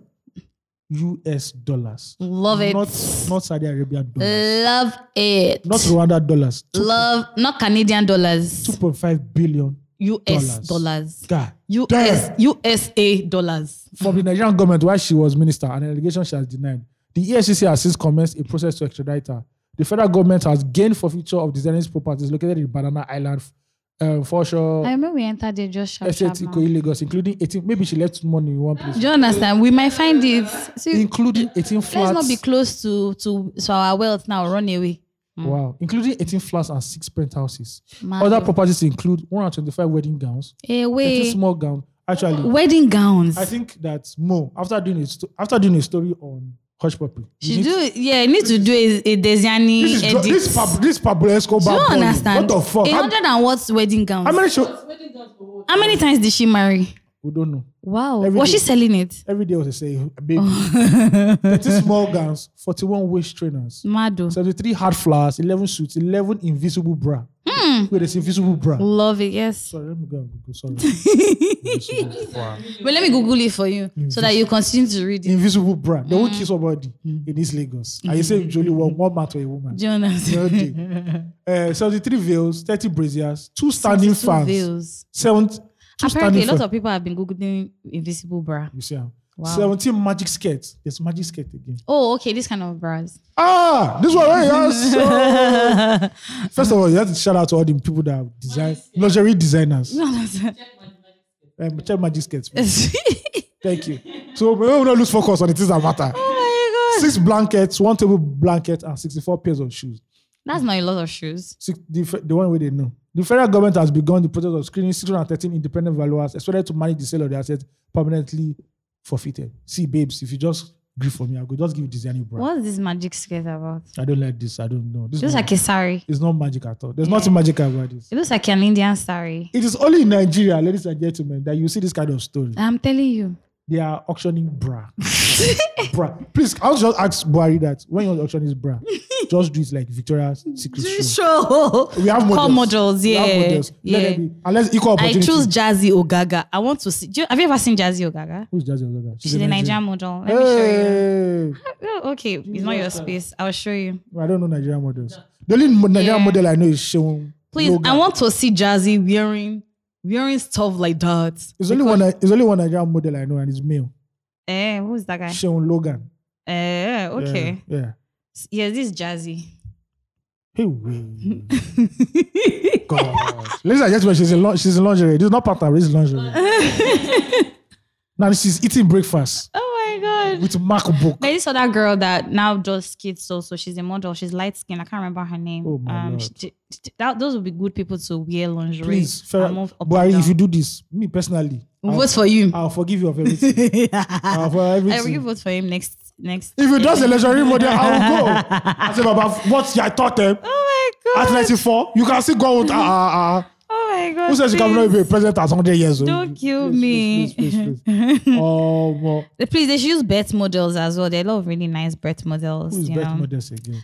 S1: US dollars.
S2: Love it.
S1: Not, not Saudi Arabian dollars.
S2: Love it.
S1: not Rwanda dollars.
S2: Love not Canadian dollars.
S1: 2.5 billion.
S2: US
S1: dollars.
S2: dollars.
S1: God.
S2: US USA dollars.
S1: From the Nigerian government while she was minister, an allegation she has denied. The E EFCC has since commenced a process to extradite her. The federal government has gained forfeiture of the Zenith properties located in Banana Island, um, Foreshore,
S2: I remember we entered there just sharp, sharp
S1: Estate,
S2: now.
S1: Ikoyi, Lagos, including 18. Maybe she left money in one place.
S2: Do you understand? We might find it. See,
S1: including 18
S2: let's not
S1: flats.
S2: be close to to so our wealth now. Run away. Mm.
S1: Wow. Including 18 flats and six penthouses.
S2: Man.
S1: Other properties include 125 wedding gowns, 18
S2: Away.
S1: small gowns. Actually,
S2: Eh, Wedding gowns.
S1: I think that Mo, after doing a, sto- after doing a story on Hush Puppy,
S2: She do it- yeah, you need to do a, a Desiani
S1: This is
S2: edit.
S1: dr- this is Pab- this is Pablo
S2: do
S1: Escobar.
S2: you
S1: boy.
S2: understand?
S1: What the fuck?
S2: A
S1: How,
S2: hundred and what wedding gowns?
S1: how many show?
S2: How many times did she marry?
S1: We don't know.
S2: Wow.
S1: Every
S2: was
S1: day.
S2: she selling it?
S1: Every day was a say, baby.
S2: Oh.
S1: 30 small gowns, 41 waist trainers,
S2: Mado.
S1: 73 hard flowers, 11 suits, 11 invisible bra.
S2: Hmm.
S1: Wait, it's invisible bra.
S2: Love it, yes.
S1: Sorry, let me go and Google. Sorry. Invisible bra.
S2: But let me Google it for you
S1: Mm.
S2: so that you continue to read it.
S1: Invisible bra. They
S2: Mm.
S1: won't kiss somebody in East Lagos. And you say, Jolie, one, one man to a woman.
S2: Do you understand?
S1: Well done. uh, 73 veils, 30 braziers, two standing
S2: Two
S1: fans.
S2: veils.
S1: Seven, two
S2: Apparently, a
S1: standing
S2: lot
S1: fans.
S2: of people have been Googling invisible bra.
S1: You see,
S2: Wow.
S1: 17 magic skirts. There's magic skirt again.
S2: Oh, okay, this kind of bras.
S1: Ah, this one right here. So, first of all, you have to shout out to all the people that have designed luxury designers.
S2: Do you understand?
S1: Um, check magic skirts. please. Thank you. So we will not lose focus on the things that matter.
S2: oh my god.
S1: Six blankets, one table blanket, and 64 pairs of shoes.
S2: That's not a lot of shoes.
S1: Six, the, fe- the one way they know. The federal government has begun the process of screening 613 independent valuers expected to manage the sale of the assets permanently forfeited. See, babes, if you just grieve for me, I could just give you this any brand.
S2: What's this magic skirt about?
S1: I don't like this. I don't know. This
S2: It looks
S1: one-
S2: like a sari.
S1: It's not magic at all. There's nothing magical about this.
S2: It looks like an Indian sari.
S1: It is only in Nigeria, ladies and gentlemen, that you see this kind of story.
S2: I'm telling you.
S1: They are auctioning bra. bra. Please, I'll just ask Buhari that when you want to auction this bra, just do it like Victoria's Secret show.
S2: Show.
S1: We have models.
S2: Core models,
S1: We
S2: yeah.
S1: have models. Let
S2: yeah.
S1: them be. Unless equal
S2: I
S1: opportunity.
S2: choose Jazzy Ogaga. I want to see. Do you, have you ever seen Jazzy Ogaga?
S1: Who's Jazzy Ogaga?
S2: She's a Nigerian model. Let me
S1: Hey.
S2: show you. Oh, okay, it's not your space. I'll show you.
S1: I don't know Nigerian models. The only mo- Nigerian
S2: Yeah.
S1: model I know is Sheung.
S2: Please, I want to see Jazzy wearing wearing stuff like that.
S1: There's only, one, Ni- there's only one Nigerian model I know, and it's male.
S2: Eh, who's that guy?
S1: Sheung Logan.
S2: Eh,
S1: Yeah,
S2: okay.
S1: Yeah.
S2: S- Yeah, this is Jazzy.
S1: Hey, we. God. Ladies and gentlemen, she's in, lin- she's in lingerie. This is not part time, this is lingerie. now she's eating breakfast
S2: oh my god.
S1: with MacBook.
S2: There's this other girl that now does skits also. She's a model. She's light skinned. I can't remember her name.
S1: Oh my
S2: um,
S1: Lord.
S2: she- she- that, those would be good people to wear lingerie.
S1: Please,
S2: and
S1: Farah,
S2: move up and
S1: Buhari, if
S2: down.
S1: you do this, me personally,
S2: We'll
S1: I'll,
S2: vote for you.
S1: I'll forgive you of everything. I'll
S2: I
S1: for
S2: will give
S1: everything.
S2: vote for him next next.
S1: If you does a lingerie model, I will go. I said, Baba, what I taught them
S2: Oh my
S1: at
S2: god.
S1: 94, you can still go with. Uh, uh, uh.
S2: Oh my god.
S1: Who says you cannot
S2: please.
S1: be a president at 100 years oh? old?
S2: Don't kill
S1: Please, Please,
S2: me. Uh,
S1: please, please. please. Oh, well,
S2: Please, they should use birth models as well. There are a lot of really nice birth models.
S1: who is
S2: You
S1: birth
S2: know?
S1: models again?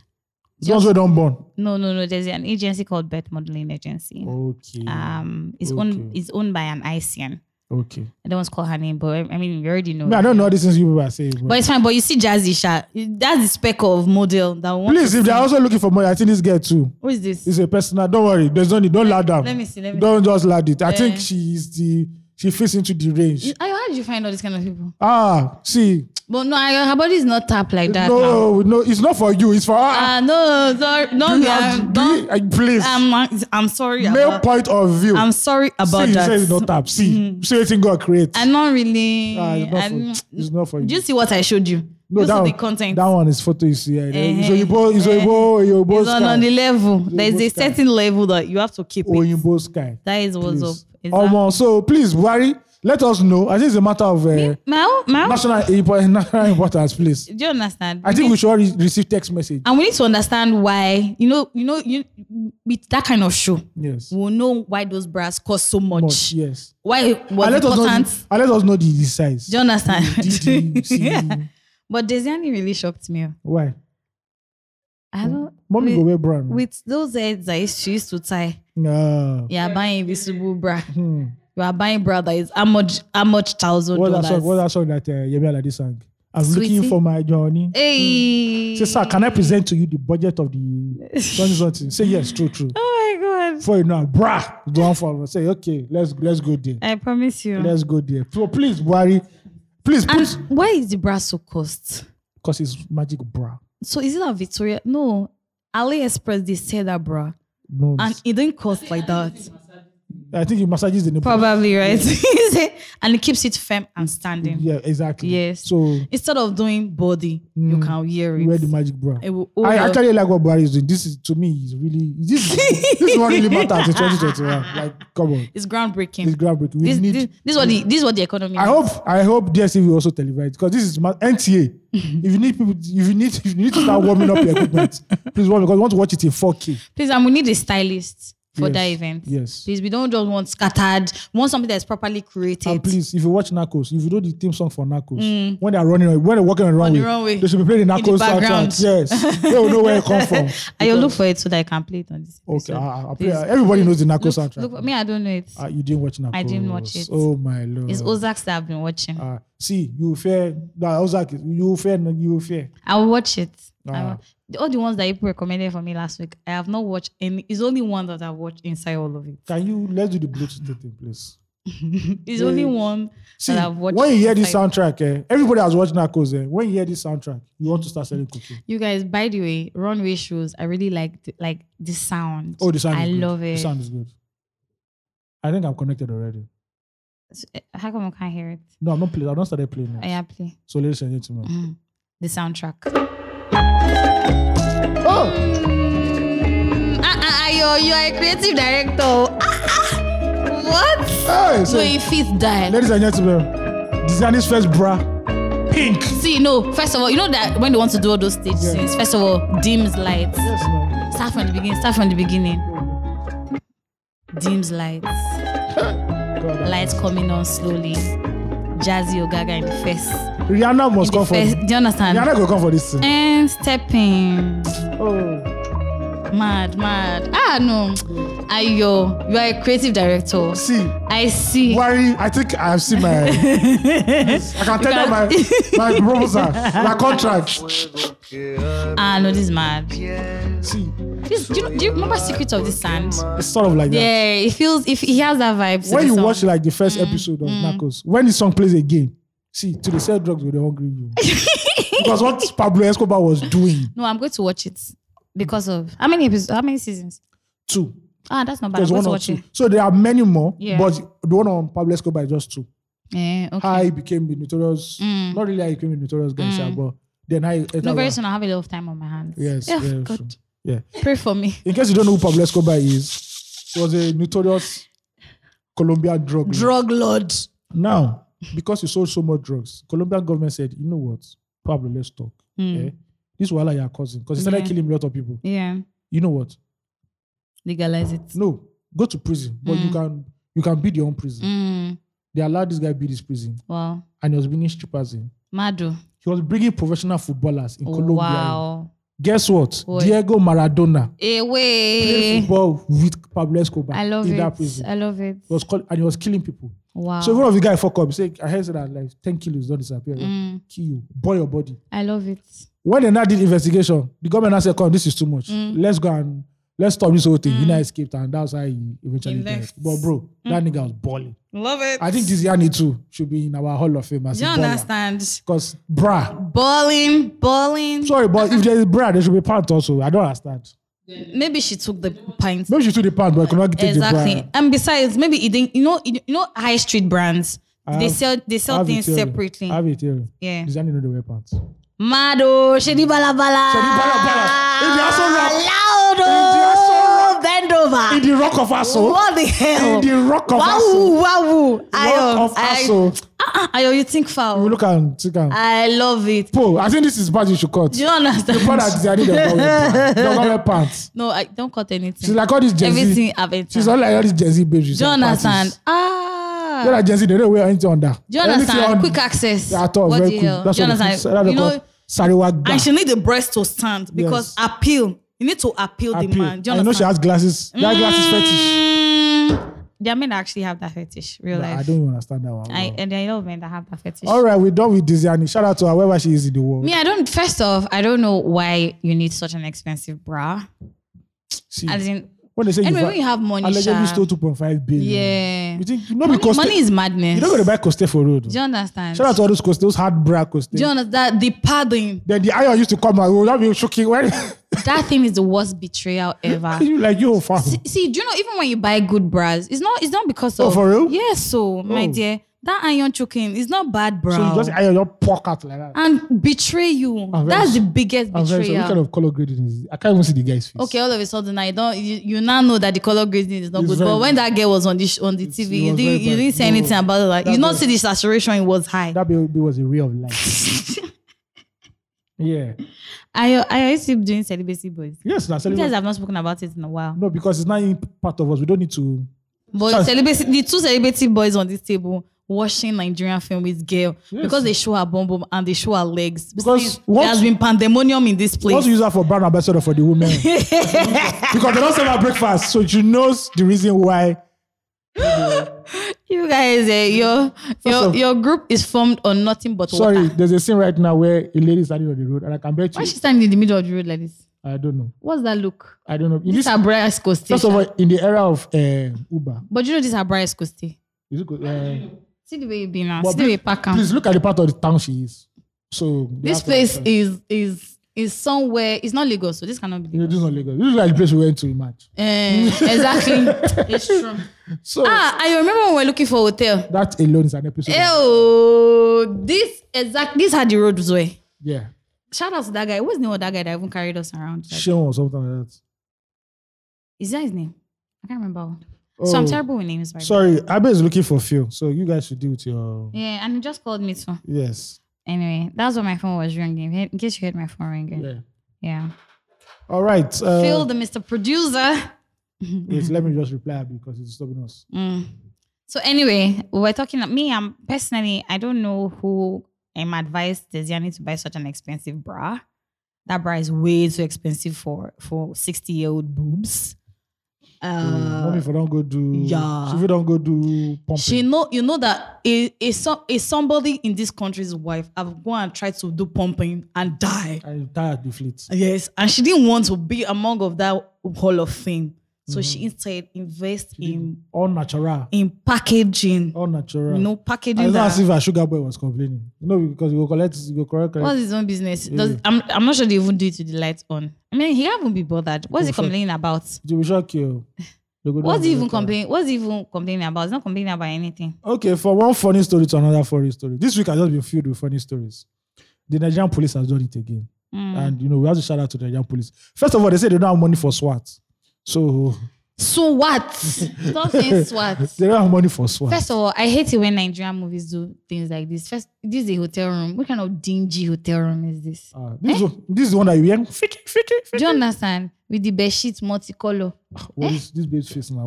S2: Just-
S1: Those who don't born.
S2: No, no, no. There's an agency called Birth Modeling Agency.
S1: Okay.
S2: Um, it's owned
S1: Oh, Okay.
S2: it's owned by an ICN.
S1: okay.
S2: I don't want to call her name, but I mean, you already know.
S1: Me, I don't know all these things you people are saying. But
S2: But it's fine. But you see, Jazzy Sha, that's the speck of model that one.
S1: please, if they're also looking for money, I think this girl too
S2: Who is this?
S1: is a personal. Don't worry, there's no need. Don't lad down.
S2: Let me see. Let me.
S1: Don't just lad it. I think
S2: Eh.
S1: she is the she fits into the range.
S2: see. Ayo, How did you find all these kind of people?
S1: Ah, see,
S2: But no, Ayo, her body is not tapped like that now.
S1: no, no, it's not for you. It's for her.
S2: Ah, no, sorry, no,
S1: Do you-
S2: I'm,
S1: do you- uh, please,
S2: I'm, I'm sorry
S1: male
S2: about.
S1: point of view.
S2: I'm sorry
S1: see,
S2: about
S1: you say
S2: that. Mm-hmm.
S1: it's not tap. See, see what thing God creates.
S2: I'm not really.
S1: Ah, it's, not
S2: I'm-
S1: for, it's not for you.
S2: do you see what I showed you?
S1: no,
S2: this
S1: that,
S2: is the
S1: one,
S2: content.
S1: that one is photo. You see, yeah.
S2: Eh,
S1: it's Oyibo, it's
S2: eh.
S1: Oyibo, Oyibo
S2: it's on, on the
S1: sky,
S2: level. There's a
S1: both can.
S2: certain level that you have to keep it.
S1: Oyibo sky.
S2: That is what's
S1: Oh, Please. Oh,
S2: up. Is that-
S1: Omo, so please, worry. Let us know. I think it's a matter of uh,
S2: Mel, Mel,
S1: national, impo- national importance, please.
S2: do you understand?
S1: I think we should all re- receive text message.
S2: and we need to understand why, you know, you know, you with that kind of show,
S1: Yes.
S2: we'll know why those bras cost so much.
S1: Much, yes.
S2: Why it was
S1: And let, us know,
S2: important.
S1: the- and let us know the, the size.
S2: Do you understand?
S1: DD, CD.
S2: yeah. But Desiani really shocked me. oh.
S1: Why?
S2: I don't
S1: Mommy go
S2: with,
S1: wear brand.
S2: with those heads that she used to tie.
S1: Nah.
S2: You are buying invisible bra.
S1: Hmm.
S2: You are buying bra that is how much how much thousand
S1: What's that song? What's
S2: dollars.
S1: that song that uh, Yemi Alade sang? I'm
S2: Sweetie?
S1: looking for my journey.
S2: Hey.
S1: Say, sir, can I present to you the budget of the something, something? Say yes, true, true.
S2: Oh my god.
S1: Before you know, brah, do one for say, okay, let's let's go there.
S2: I promise you.
S1: Let's go there. So please, Buhari, please
S2: and
S1: put
S2: why is the bra so cost?
S1: because it's magic bra.
S2: So is it a Victoria? No. AliExpress they sell that bra.
S1: No,
S2: And it didn't cost like that.
S1: I think it massages the nipple.
S2: Probably, right? and it keeps it firm and standing.
S1: Yeah, exactly.
S2: Yes.
S1: So
S2: Instead of doing body, you
S1: Mm.
S2: can wear it.
S1: you wear the magic bra.
S2: It will hold
S1: I
S2: up.
S1: actually like what Buhari is doing. This is to me is really this is, this is what really matters in 2021. Like, come on,
S2: it's
S1: it's
S2: groundbreaking.
S1: groundbreaking. We
S2: This,
S1: need.
S2: this, this, is what the, this is what the economy
S1: I
S2: is.
S1: hope I hope DSTV also televised because this is ma- NTA. if you need people, if you need if you need to start warming up your equipment, please warm because we want to watch it in 4K.
S2: Please, and we need a stylist for
S1: Yes,
S2: that event.
S1: yes.
S2: Please, we don't just want scattered. We want something that is properly
S1: And
S2: created.
S1: please, if you watch Narcos, if you know the theme song for Narcos, when they're running, when they're walking on the runway,
S2: Mm. the runway.
S1: they should be playing the
S2: In the
S1: Narcos
S2: background.
S1: soundtrack. Yes, they will know where it comes from.
S2: I will look for it so that I can play it on this.
S1: Okay,
S2: episode.
S1: I, I, I
S2: Please.
S1: play, everybody knows the Narcos
S2: Look,
S1: soundtrack.
S2: look, me, I don't know it.
S1: Ah, you didn't watch Narcos.
S2: I didn't watch it.
S1: Oh my lord.
S2: it's Ozarks that I've been watching.
S1: Ah, see, you fair. That Ozark, is- you fair. no, You fair.
S2: I will watch it. I
S1: Ah.
S2: will- the- all the ones that you recommended for me last week, I have not watched any. It's only one that I've watched inside all of it.
S1: Can you let's do the Bluetooth thing, please?
S2: It's only
S1: Yeah.
S2: one
S1: See,
S2: that I've watched.
S1: when you hear this
S2: inside-
S1: soundtrack, eh, everybody has watched Narcos. Eh, when you hear this soundtrack, you want to start selling cooking.
S2: You guys, by the way, runway shows. I really like the, like the sound.
S1: Oh, the sound
S2: I
S1: is good.
S2: love
S1: The
S2: it.
S1: sound is good. I think I'm connected already.
S2: S- eh, How come I can't hear it?
S1: No, I'm not playing. I've not started playing.
S2: Oh,
S1: Yet.
S2: yeah, play
S1: So, ladies and gentlemen.
S2: Mm. the soundtrack.
S1: Oh,
S2: Ah, ah, ah, yo, you are a creative director. Ah, ah. What?
S1: hey,
S2: So
S1: so,
S2: it fits die.
S1: ladies and gentlemen, designer's first bra, pink.
S2: See, no. First of all, you know that when they want to do all those stage
S1: Yeah.
S2: scenes, first of all, dims lights.
S1: Yes, ma'am.
S2: Start from the beginning. Start from the beginning. Dims lights.
S1: God,
S2: lights coming on slowly. Jazzy Ogaga in the face.
S1: Rihanna must
S2: The Eh.
S1: come for.
S2: face. Do you understand?
S1: Rihanna go come for this thing.
S2: And stepping.
S1: Oh,
S2: Mad, mad. Ah, no. Ayo, you are a creative director.
S1: see,
S2: I see.
S1: worry. I think I have seen my. I can tell them my my proposal, my contract.
S2: Ah, no, this is mad.
S1: See,
S2: This, do, you, do you remember Secret of the Sand?
S1: it's sort of like that.
S2: Yeah, it feels, if he has that vibe. to
S1: when
S2: the
S1: you
S2: song. Mm,
S1: watch like the first episode of Narcos, when the song plays again, see, to the sell drugs with the hungry you. because what Pablo Escobar was doing
S2: No, I'm going to watch it because of how many episodes, how many seasons?
S1: too.
S2: Ah, that's not bad. I'm
S1: There's
S2: going
S1: one
S2: to
S1: or
S2: watch
S1: two.
S2: it.
S1: So there are many more,
S2: Yeah.
S1: but the one on Pablo Escobar is just two.
S2: Yeah, okay.
S1: How he became the notorious,
S2: Mm.
S1: not really how he became a notorious gangster, but then I.
S2: No, very soon I'll have a lot of time on my hands.
S1: Yes,
S2: Oh,
S1: yes,
S2: God.
S1: true. yeah.
S2: Pray for me.
S1: In case you don't know who Pablo Escobar is, he was a notorious Colombian drug. lord.
S2: Drug lord.
S1: Now, because you sold so much drugs, Colombian government said, you know what, Pablo, let's talk.
S2: Mm.
S1: Eh? This wahala you are causing because he started
S2: Yeah.
S1: killing a lot of people.
S2: Yeah.
S1: You know what?
S2: Legalize it.
S1: No, go to prison, but you can you can build your own prison.
S2: Mm.
S1: They allowed this guy build his prison,
S2: Wow.
S1: and he was bringing strippers in.
S2: Madu.
S1: He was bringing professional footballers in Colombia. in.
S2: Oh, Wow.
S1: Guess what?
S2: Boy.
S1: Diego Maradona played
S2: Away.
S1: football with Pablo Escobar
S2: Eh. I love
S1: in that
S2: it.
S1: prison.
S2: I love it.
S1: He was called, and he was killing people.
S2: Wow.
S1: So one of the guy fuck up. He said, I heard that like ten kilos don't disappear.
S2: Mm.
S1: Kill you, boil your body.
S2: I love it.
S1: when they now did investigation, the government now said, "Come, this is too much.
S2: Mm.
S1: Let's go and let's stop this whole thing." He now escaped, and that's how he eventually
S2: He
S1: died.
S2: left. Mm.
S1: But bro, that nigga was balling.
S2: Love it.
S1: I think this Yanni too should be in our Hall of Fame as
S2: Do
S1: a
S2: you
S1: baller.
S2: understand?
S1: Because bra,
S2: Balling, balling.
S1: sorry, but if there is bra, there should be pant also. I don't understand.
S2: Maybe she took the pints.
S1: Maybe she took the pant, but I could not take the
S2: Exactly.
S1: bra.
S2: And besides, maybe it didn't, you know, you know, high street brands.
S1: I
S2: they
S1: have-
S2: sell they
S1: I
S2: sell
S1: have a
S2: things
S1: theory.
S2: separately.
S1: I have a theory.
S2: Yeah.
S1: This Yanni know the wear pants.
S2: Mado, Shedi Balabala.
S1: Shedi Bala Bala. If they are so loud-
S2: Loud,
S1: they are so
S2: oh,
S1: loud-
S2: Bendo.
S1: In
S2: over.
S1: the rock of asshole.
S2: What the hell?
S1: In the rock of asshole.
S2: Wow, wow.
S1: Rock of asshole.
S2: Ayo, you think foul.
S1: We look and think and.
S2: I love it.
S1: Paul, I think this is bad. You should cut.
S2: Do you understand?
S1: The part that they are doing, they don't wear pants. They don't wear pants.
S2: no, I don't cut anything.
S1: She's like all these Gen Z.
S2: Everything I've entered.
S1: She's all like all these Gen Z babes. she's
S2: Do you
S1: at parties.
S2: understand?
S1: You know
S2: Ah.
S1: that Gen Z, they don't wear anything on that.
S2: Do you
S1: Anything on-
S2: understand? Quick access.
S1: Yeah, at all.
S2: What
S1: very
S2: the
S1: quick.
S2: hell?
S1: That's
S2: Do you
S1: what they
S2: understand?
S1: call- that's what
S2: You
S1: they
S2: know,
S1: call Sariwa
S3: And
S1: Gba.
S3: she need the breast to stand because appeal. You need to appeal, the
S1: Appeal.
S3: man. Do you
S1: I know she
S3: understand?
S1: has glasses. That glasses fetish.
S2: Mm, there are men that actually have that fetish, real
S1: Nah, I
S2: life.
S1: don't even understand that one.
S2: I, and I know men that have that fetish.
S1: All right, we're done with Diziani. Shout out to her wherever she is in the world.
S2: Me, I don't. First off, I don't know why you need such an expensive bra.
S1: See,
S2: As in,
S1: when they say
S2: anyway,
S1: you,
S2: when you have money,
S1: allegedly
S2: sha,
S1: stole 2.5 billion.
S2: yeah,
S1: You think, not
S2: money,
S1: because
S2: money is madness.
S1: you don't go to buy Coste for road.
S2: Do you understand?
S1: Shout out to all those Coste, those hard bra Coste.
S2: Do you understand? The padding.
S1: Then the iron used to come out. Oh, that be shocking. When
S2: that thing is the worst betrayal ever.
S1: you like you fam.
S2: Ah. see, see, do you know even when you buy good bras, it's not it's not because
S1: Oh,
S2: of
S1: for real?
S2: Yeah, so my
S1: Oh.
S2: dear, that iron choking is not bad, bro.
S1: So you just iron your pork out like that.
S2: and betray you.
S1: I'm very
S2: That's the
S1: so-
S2: biggest
S1: I'm very sorry. What
S2: Ah, betrayal.
S1: kind of color grading is? it? I can't even see the guy's face.
S2: Okay, all of a sudden I don't. You, you now know that the color grading is not
S1: It's
S2: good.
S1: very
S2: But when that girl was on the sh- on the
S1: it
S2: TV, you
S1: was
S2: didn't
S1: very
S2: you
S1: bad.
S2: didn't say
S1: No.
S2: anything about it. Like you
S1: That
S2: not
S1: was-
S2: see the saturation it was high.
S1: That baby was a ray of light. yeah.
S2: I I used to keep doing celibacy boys.
S1: Yes, that's
S2: You guys
S1: celebrate.
S2: have not spoken about it in a while.
S1: No, because it's not in part of us. We don't need to.
S2: But
S1: Sorry.
S2: celibacy, the two celibacy boys on this table watching Nigerian film with girl
S1: Yes.
S2: because they show her bum bum and they show her legs.
S1: Because
S2: Since
S1: what-
S2: there has been pandemonium in this place.
S1: Just use her for brand ambassador for the women. because they don't serve her breakfast. So she knows the reason why.
S2: you guys, eh, your your
S1: of-
S2: your group is formed on nothing but
S1: Sorry,
S2: water.
S1: there's a scene right now where a lady is standing on the road, and I can bet
S2: Why
S1: you.
S2: is she standing in the middle of the road like this?
S1: I don't know.
S2: What's that look?
S1: I don't know. In
S2: This
S1: this,
S2: is Abraes Coste.
S1: first of all, in the era of eh, Uber,
S2: But you know this Abraes Coste.
S1: is it, good? Eh,
S2: See the way you be now.
S1: But
S2: See the way you pack am.
S1: please look at the part of the town she is. So they
S2: This
S1: have to
S2: place
S1: understand.
S2: is is is somewhere. It's not Lagos, so this cannot
S1: You
S2: be.
S1: know,
S2: Lagos.
S1: this is not Lagos. This is like the place we went to the match.
S2: Eh, exactly. it's true.
S1: So
S2: Ah, I remember when we were looking for hotel.
S1: that alone is an episode. of-
S2: Oh, this exact this had the roads way.
S1: Yeah.
S2: Shout out to that guy. What's the name of that guy that even carried us around? Like,
S1: Shame or something like that.
S2: is that his name? I can't remember. So I'm
S1: Oh,
S2: terrible with names, right?
S1: Sorry, Abe is looking for Phil. So you guys should deal with your.
S2: yeah, and he just called me too.
S1: Yes.
S2: Anyway, that's what my phone was ringing. In case you heard my phone ringing. Yeah.
S1: Yeah. All right.
S2: Phil,
S1: Uh,
S2: the Mr. Producer.
S1: yes, let me just reply Abe because it's disturbing us.
S2: Mm. So anyway, we were talking. Me, I'm personally, I don't know who I'm advised Desiani to buy such an expensive bra. That bra is way too expensive for for 60 year old boobs.
S1: Uh,
S2: Uh,
S1: Mommy, if I don't go do.
S2: yeah.
S1: If you don't go do pumping.
S2: she know you know that a, a, so- a somebody in this country's wife have gone and tried to do pumping and die.
S1: I'm tired, deflate.
S2: Yes, and she didn't want to be among of that hall of fame. So
S1: Mm.
S2: she instead invest in
S1: All natural.
S2: in packaging.
S1: All natural.
S2: You know,
S1: I
S2: packaging
S1: know as
S2: that.
S1: if a sugar boy was complaining. No, because you go collect, you go correct. correct.
S2: What's his own business? Does,
S1: Yeah.
S2: I'm, I'm not sure they even do it with the lights on. I mean, he can't even be bothered. What's he
S1: Perfect.
S2: complaining about?
S1: You will shock you. They go
S2: What's
S1: down the
S2: he even
S1: letter.
S2: complaining? What's he even complaining about? He's not complaining about anything.
S1: Okay, from one funny story to another funny story. This week has just been filled with funny stories. The Nigerian police has done it again.
S2: Mm.
S1: And you know, we have to shout out to the Nigerian police. First of all, they say they don't have money for SWAT. So
S2: So what? Stop saying SWAT.
S1: they don't have money for SWAT.
S2: First of all, I hate it when Nigerian movies do things like this. First, this is a hotel room. What kind of dingy hotel room is this?
S1: Ah, this, is, one- this is the one that you hear. Freaky, freaky, freaky.
S2: Do you understand? With the bed sheets multicolor.
S1: What is this babe's face now?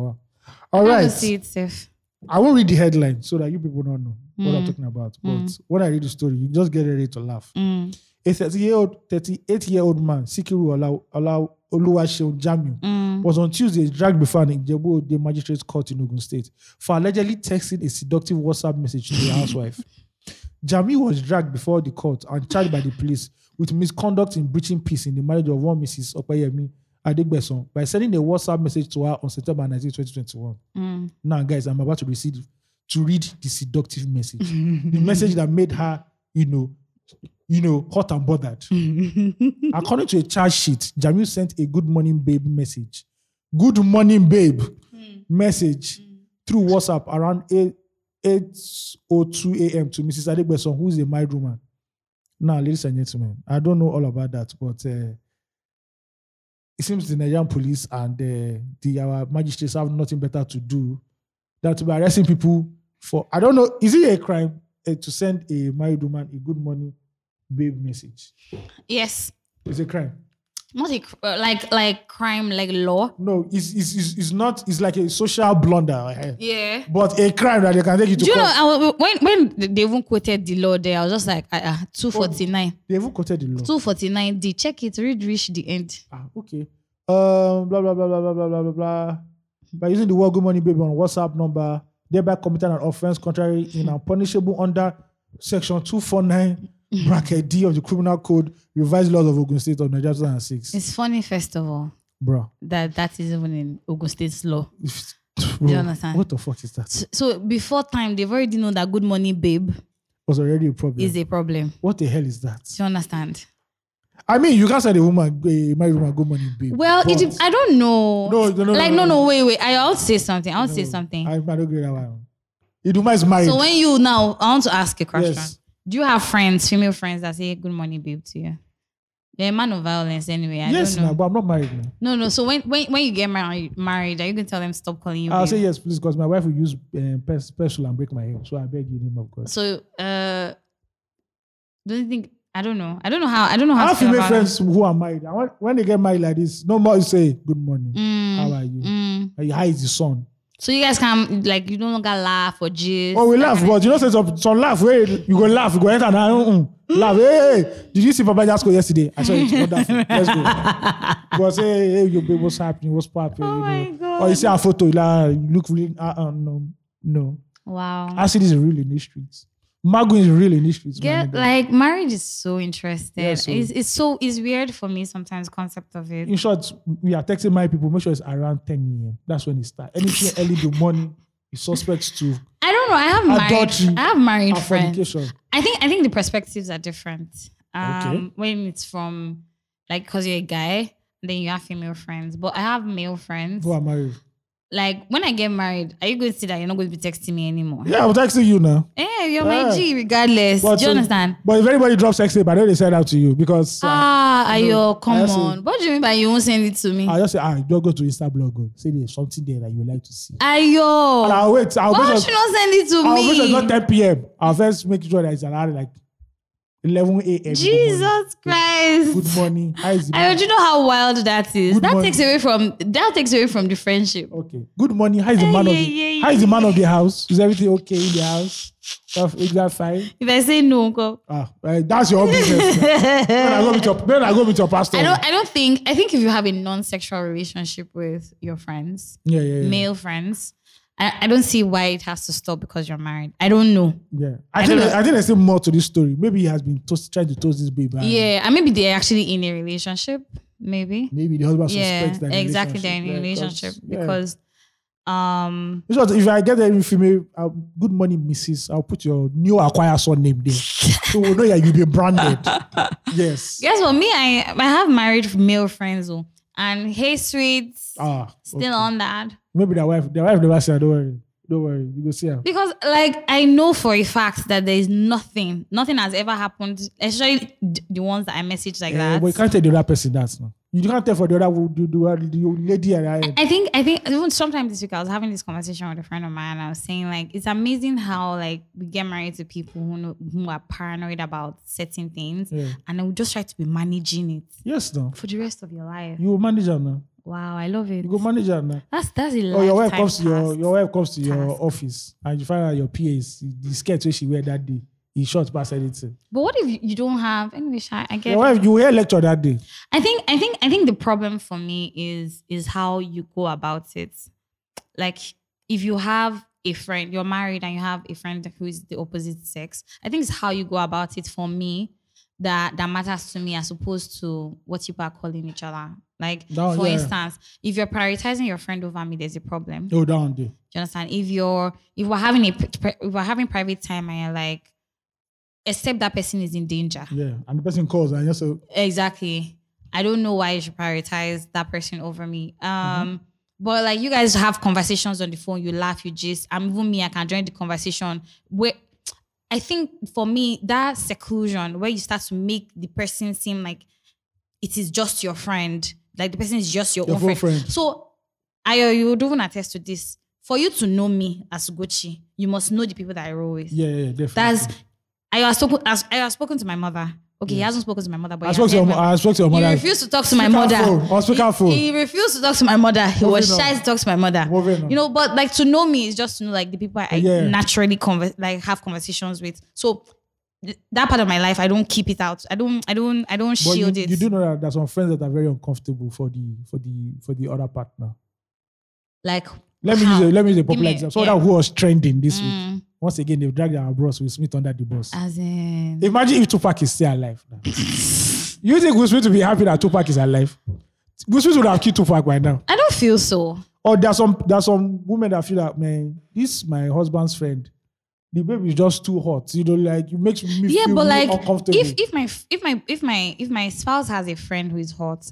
S1: All
S2: All
S1: right.
S2: Eh? see itself.
S1: I won't read the headline so that you people don't know what I'm
S2: Mm.
S1: talking about. But
S2: Mm.
S1: when I read the story, you just get ready to laugh.
S2: Mm,
S1: A 38-year-old 38-year-old man, Sikiru Ola, Ola, Oluwaseun Jamiu,
S2: mm,
S1: was on Tuesday dragged before an Ijebu-Ode magistrate court in Ogun State for allegedly texting a seductive WhatsApp message to the housewife. Jamiu was dragged before the court and charged by the police with misconduct in breaching peace in the marriage of one Mrs. Opeyemi Adegbeson by sending a WhatsApp message to her on September 19, 2021.
S2: mm.
S1: Now, guys, I'm about to receive to read the seductive message, the message that made her, you know, you know, hot and bothered. According to a charge sheet, Jamil sent a good morning, babe message. Good morning, babe message through WhatsApp around oh 8, 8.02 a.m. to Mrs. Adegbeson, who is a married woman. Now, ladies and gentlemen, I don't know all about that, but uh, eh, it seems the Nigerian police and the, the our magistrates have nothing better to do than to be arresting people for I don't know, is it a crime eh, to send a married woman a good morning babe message?
S3: Yes.
S1: It's a crime.
S3: Not a, cr- uh, like like crime like law.
S1: No, it's it's it's, it's not it's like a social blunder. eh,
S3: Yeah.
S1: But a crime that they can take you to
S3: Do you know
S1: court.
S3: I, wa- when when they even quoted the law there, I was just like ah, ah, 249.
S1: They even quoted the law.
S3: 249 D. Check it, read reach the end.
S1: Ah, okay. Um, blah, blah, blah, blah, blah, blah, blah, blah, blah. By using the word good money baby on WhatsApp number, thereby committing an offense contrary in and punishable under section 249 bracket D of the Criminal Code, revised laws of Ogun State of Nigeria 2006.
S3: It's funny, first of all,
S1: Bro.
S3: that that is even in Ogun State's law.
S1: Bro,
S3: You understand?
S1: What the fuck is that?
S3: So, so before time, they've already known that good money, babe,
S1: Was already a problem.
S3: is a problem.
S1: what the hell is that?
S3: Do you understand?
S1: I mean, you can't say the woman, a married woman, good money, babe.
S3: Well, it,
S1: but-
S3: dep- I don't know.
S1: No, no, no,
S3: like
S1: no,
S3: no,
S1: no.
S3: no, wait, wait. I will say something. I'll say
S1: No,
S3: something.
S1: Hmm. I, I don't get that one. Iduma is married.
S3: so when you now, I want to ask a question.
S1: Yes.
S3: Do you have friends, female friends, that say good morning, babe, to you? They're a man of violence anyway. I
S1: yes,
S3: don't know.
S1: now, but I'm not married now.
S3: no, no. So when, when when you get married, married, are you gonna tell them stop calling you?
S1: I'll
S3: babe?
S1: say yes, please, because my wife will use um, pes- pestle and break my head. So I beg you, in the name of God.
S3: So uh don't you think I don't know. I don't know how I don't know
S1: I
S3: how
S1: have
S3: to feel
S1: female
S3: about
S1: friends who are married. And when, when they get married like this, no more you say good morning.
S3: it. Mm,
S1: How are you?
S3: mm.
S1: And you hide the son.
S3: So you guys can like you no longer laugh or gist.
S1: Oh, we
S3: that
S1: laugh,
S3: kind of-
S1: but you know, say some, some laugh. Wait, you go laugh, you go enter and uh, uh,
S3: Hmm.
S1: laugh. Hey, hey, did you see Papa Jasko yesterday? I saw it. Wonderful. Let's go. Go say, hey, hey, you babe, what's happening? What's popping?
S3: Oh my
S1: you know?
S3: God.
S1: Or you see a photo, you, like, you look really, uh, uh, no, no.
S3: Wow.
S1: Acid is real in these streets. Magun is real in these streets. my
S3: Get
S1: nigga.
S3: like marriage is so interesting.
S1: Yeah, so-
S3: It's it's so it's weird for me sometimes concept of it.
S1: in short, we are texting my people. Make sure it's around 10 a.m. That's when it starts. Anything early in the morning is suspect to
S3: I don't know. I have
S1: Adultery
S3: married I have married
S1: and
S3: friends.
S1: fornication.
S3: I think I think the perspectives are different. Um,
S1: Okay.
S3: When it's from like because you're a guy, then you have female friends. But I have male friends.
S1: Who are married?
S3: Like when I get married, are you going to see that you're not going to be texting me anymore?
S1: Yeah, I'm texting you now. Ah.
S3: Eh, you're
S1: Yeah.
S3: my G regardless.
S1: But
S3: do you
S1: so-
S3: understand?
S1: But if anybody drops sex tape, I know they send out to you because uh,
S3: Ah,
S1: no,
S3: Ayo, come
S1: I see.
S3: on. What do you mean by you won't send it to me?
S1: I just say, ah, don't go to Insta blog. oh. Say there's something there that you would like to see. And
S3: Ayo,
S1: I'll wait. I'll
S3: why
S1: make
S3: would Ah. you
S1: sure,
S3: not send it to
S1: I'll make sure it's not
S3: me?
S1: 10 p.m. I'll first make sure that it's around like 11 a.m.
S3: Jesus
S1: Good
S3: Christ.
S1: morning. How is the
S3: Ayo, do you know how wild that is?
S1: Good
S3: that
S1: morning.
S3: takes away from that takes away from the friendship.
S1: Okay. Good morning. How is the
S3: Eh,
S1: man of
S3: yeah,
S1: the,
S3: yeah,
S1: How is the
S3: yeah.
S1: man of the house? Is everything okay in the house? Stuff- Is that fine?
S3: If I say no, go.
S1: Ah, eh, that's your own business. when I go meet your when I go meet your pastor.
S3: I don't I don't think I think if you have a non-sexual relationship with your friends,
S1: yeah, yeah, yeah.
S3: male friends, I, I don't see why it has to stop because you're married. I don't know.
S1: yeah. I,
S3: I
S1: think
S3: don't know.
S1: I think there's still more to this story. Maybe he has been toast, trying to toast this baby. and
S3: Yeah, and maybe they're actually in a relationship, maybe.
S1: Maybe the husband
S3: Yeah,
S1: suspects that
S3: exactly. They're in a relationship because, um,
S1: It's just, if I get every female, uh, good money, Mrs. I'll put your new acquire son name there. so we know yeah, you've been branded. yes.
S3: guess what? Me, I I have married male friends, oh, and hey, sweets,
S1: Ah.
S3: still
S1: okay.
S3: on that
S1: Maybe their wife, their wife never said, don't worry, don't worry, you go see her.
S3: because, like, I know for a fact that there is nothing, nothing has ever happened, especially th- the ones that I message like
S1: Eh,
S3: that.
S1: but you can't tell the other person that. No. You can't tell for the other wo- the, the, the lady at the end.
S3: I think I think even sometime this week I was having this conversation with a friend of mine. I was saying like it's amazing how like we get married to people who know, who are paranoid about certain things,
S1: Yeah.
S3: and then we just try to be managing it
S1: Yes, no.
S3: for the rest of your life.
S1: You manage her now.
S3: Wow, I love it.
S1: You go manage her now.
S3: That's that's a
S1: Or Oh, your wife
S3: lifetime
S1: comes to your
S3: task.
S1: your wife comes to your
S3: task.
S1: office and you find out your PA is the skirt where she wear that day. He short past anything.
S3: But what if you- you don't have anyway? Sha, I get.
S1: Your wife, you hear lecture that day.
S3: I think I think I think the problem for me is is how you go about it. Like if you have a friend, you're married and you have a friend who is the opposite sex. I think it's how you go about it for me that that matters to me as opposed to what you are calling each other. Like
S1: No,
S3: for
S1: yeah.
S3: instance, if you're prioritizing your friend over me, there's a problem.
S1: Oh, down there.
S3: Do you understand? If you're if we're having a pri- pri- if we're having private time and you're like, except that person is in danger.
S1: Yeah. And the person calls and you say,
S3: Exactly. I don't know why you should prioritize that person over me. Um, but like you guys have conversations on the phone, you laugh, you gist. I'm even me, I can join the conversation. Where I think for me, that seclusion where you start to make the person seem like it is just your friend Like the person is just your,
S1: Your
S3: own
S1: full
S3: friend.
S1: friend.
S3: So I you would even attest to this. For you to know me as Gucci, you must know the people that I roll with.
S1: Yeah, yeah, yeah, definitely.
S3: That's I have spoken as I have spoken to my mother. Okay, he hasn't spoken to my mother, but
S1: I
S3: he
S1: spoke
S3: has
S1: to your,
S3: heard
S1: mo-
S3: my-
S1: I spoke to your
S3: he
S1: mother.
S3: refused to talk to my
S1: Speaker
S3: mother.
S1: phone, on speaker phone.
S3: He, he refused to talk to my mother. He was
S1: Moving
S3: shy
S1: on.
S3: to talk to my mother.
S1: Moving on.
S3: You know, but like to know me is just to know like the people I
S1: Yeah.
S3: naturally converse, like have conversations with. So th- that part of my life, I don't keep it out. I don't. I don't. I don't
S1: But you,
S3: shield it.
S1: you do know that there's some friends that are very uncomfortable for the for the for the other partner.
S3: like
S1: Let me
S3: how?
S1: use a, let me use a popular
S3: me-
S1: example.
S3: yeah.
S1: Someone who was trending this week.
S3: Mm,
S1: Once again, they've dragged our bros Will Smith under the bus.
S3: as in
S1: Imagine if Tupac is still alive. now. you think Will Smith will be happy that Tupac is alive? Will Smith would have killed Tupac by now.
S3: I don't feel so.
S1: Or there's some there's some women that feel that man, this my husband's friend. The baby is just too hot. You know, like it makes me
S3: yeah,
S1: feel
S3: but
S1: really
S3: like
S1: uncomfortable.
S3: if if my if my if my if my spouse has a friend who is hot,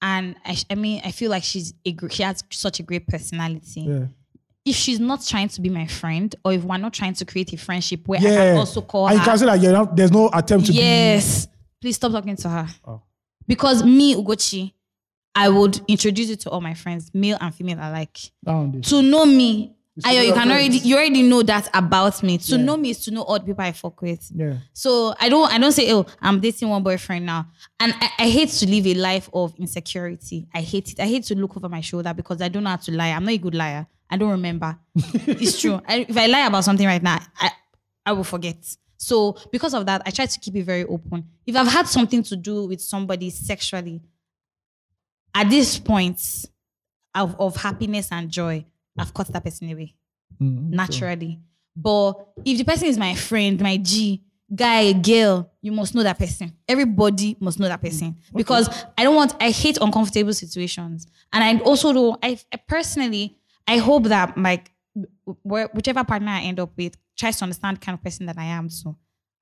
S3: and I, sh- I mean I feel like she's a gr- she has such a great personality.
S1: yeah.
S3: If she's not trying to be my friend, or if we're not trying to create a friendship where I
S1: yeah.
S3: can also call
S1: and you
S3: her,
S1: can say that you're not, there's no attempt to
S3: yes, please stop talking to her.
S1: Oh.
S3: Because me Ugochi, I would introduce you to all my friends, male and female alike.
S1: be down this.
S3: To know me,
S1: It's to
S3: I,
S1: know
S3: you
S1: your
S3: can already
S1: friends.
S3: you already know that about me. To
S1: Yeah.
S3: know me is to know all the people I fuck with.
S1: Yeah.
S3: So I don't I don't say, oh, I'm dating one boyfriend now. And I, I hate to live a life of insecurity. I hate it. I hate to look over my shoulder because I don't know how to lie. I'm not a good liar. I don't remember. it's true. I, if I lie about something right now, I, I will forget. So because of that, I try to keep it very open. If I've had something to do with somebody sexually, at this point of, of happiness and joy, I've cut that person away
S1: Mhm.
S3: naturally. But if the person is my friend, my G, guy, girl, you must know that person. Everybody must know that person because I don't want. I hate uncomfortable situations, and I also do. I, I personally, I hope that my wh- whichever partner I end up with tries to understand the kind of person that I am. So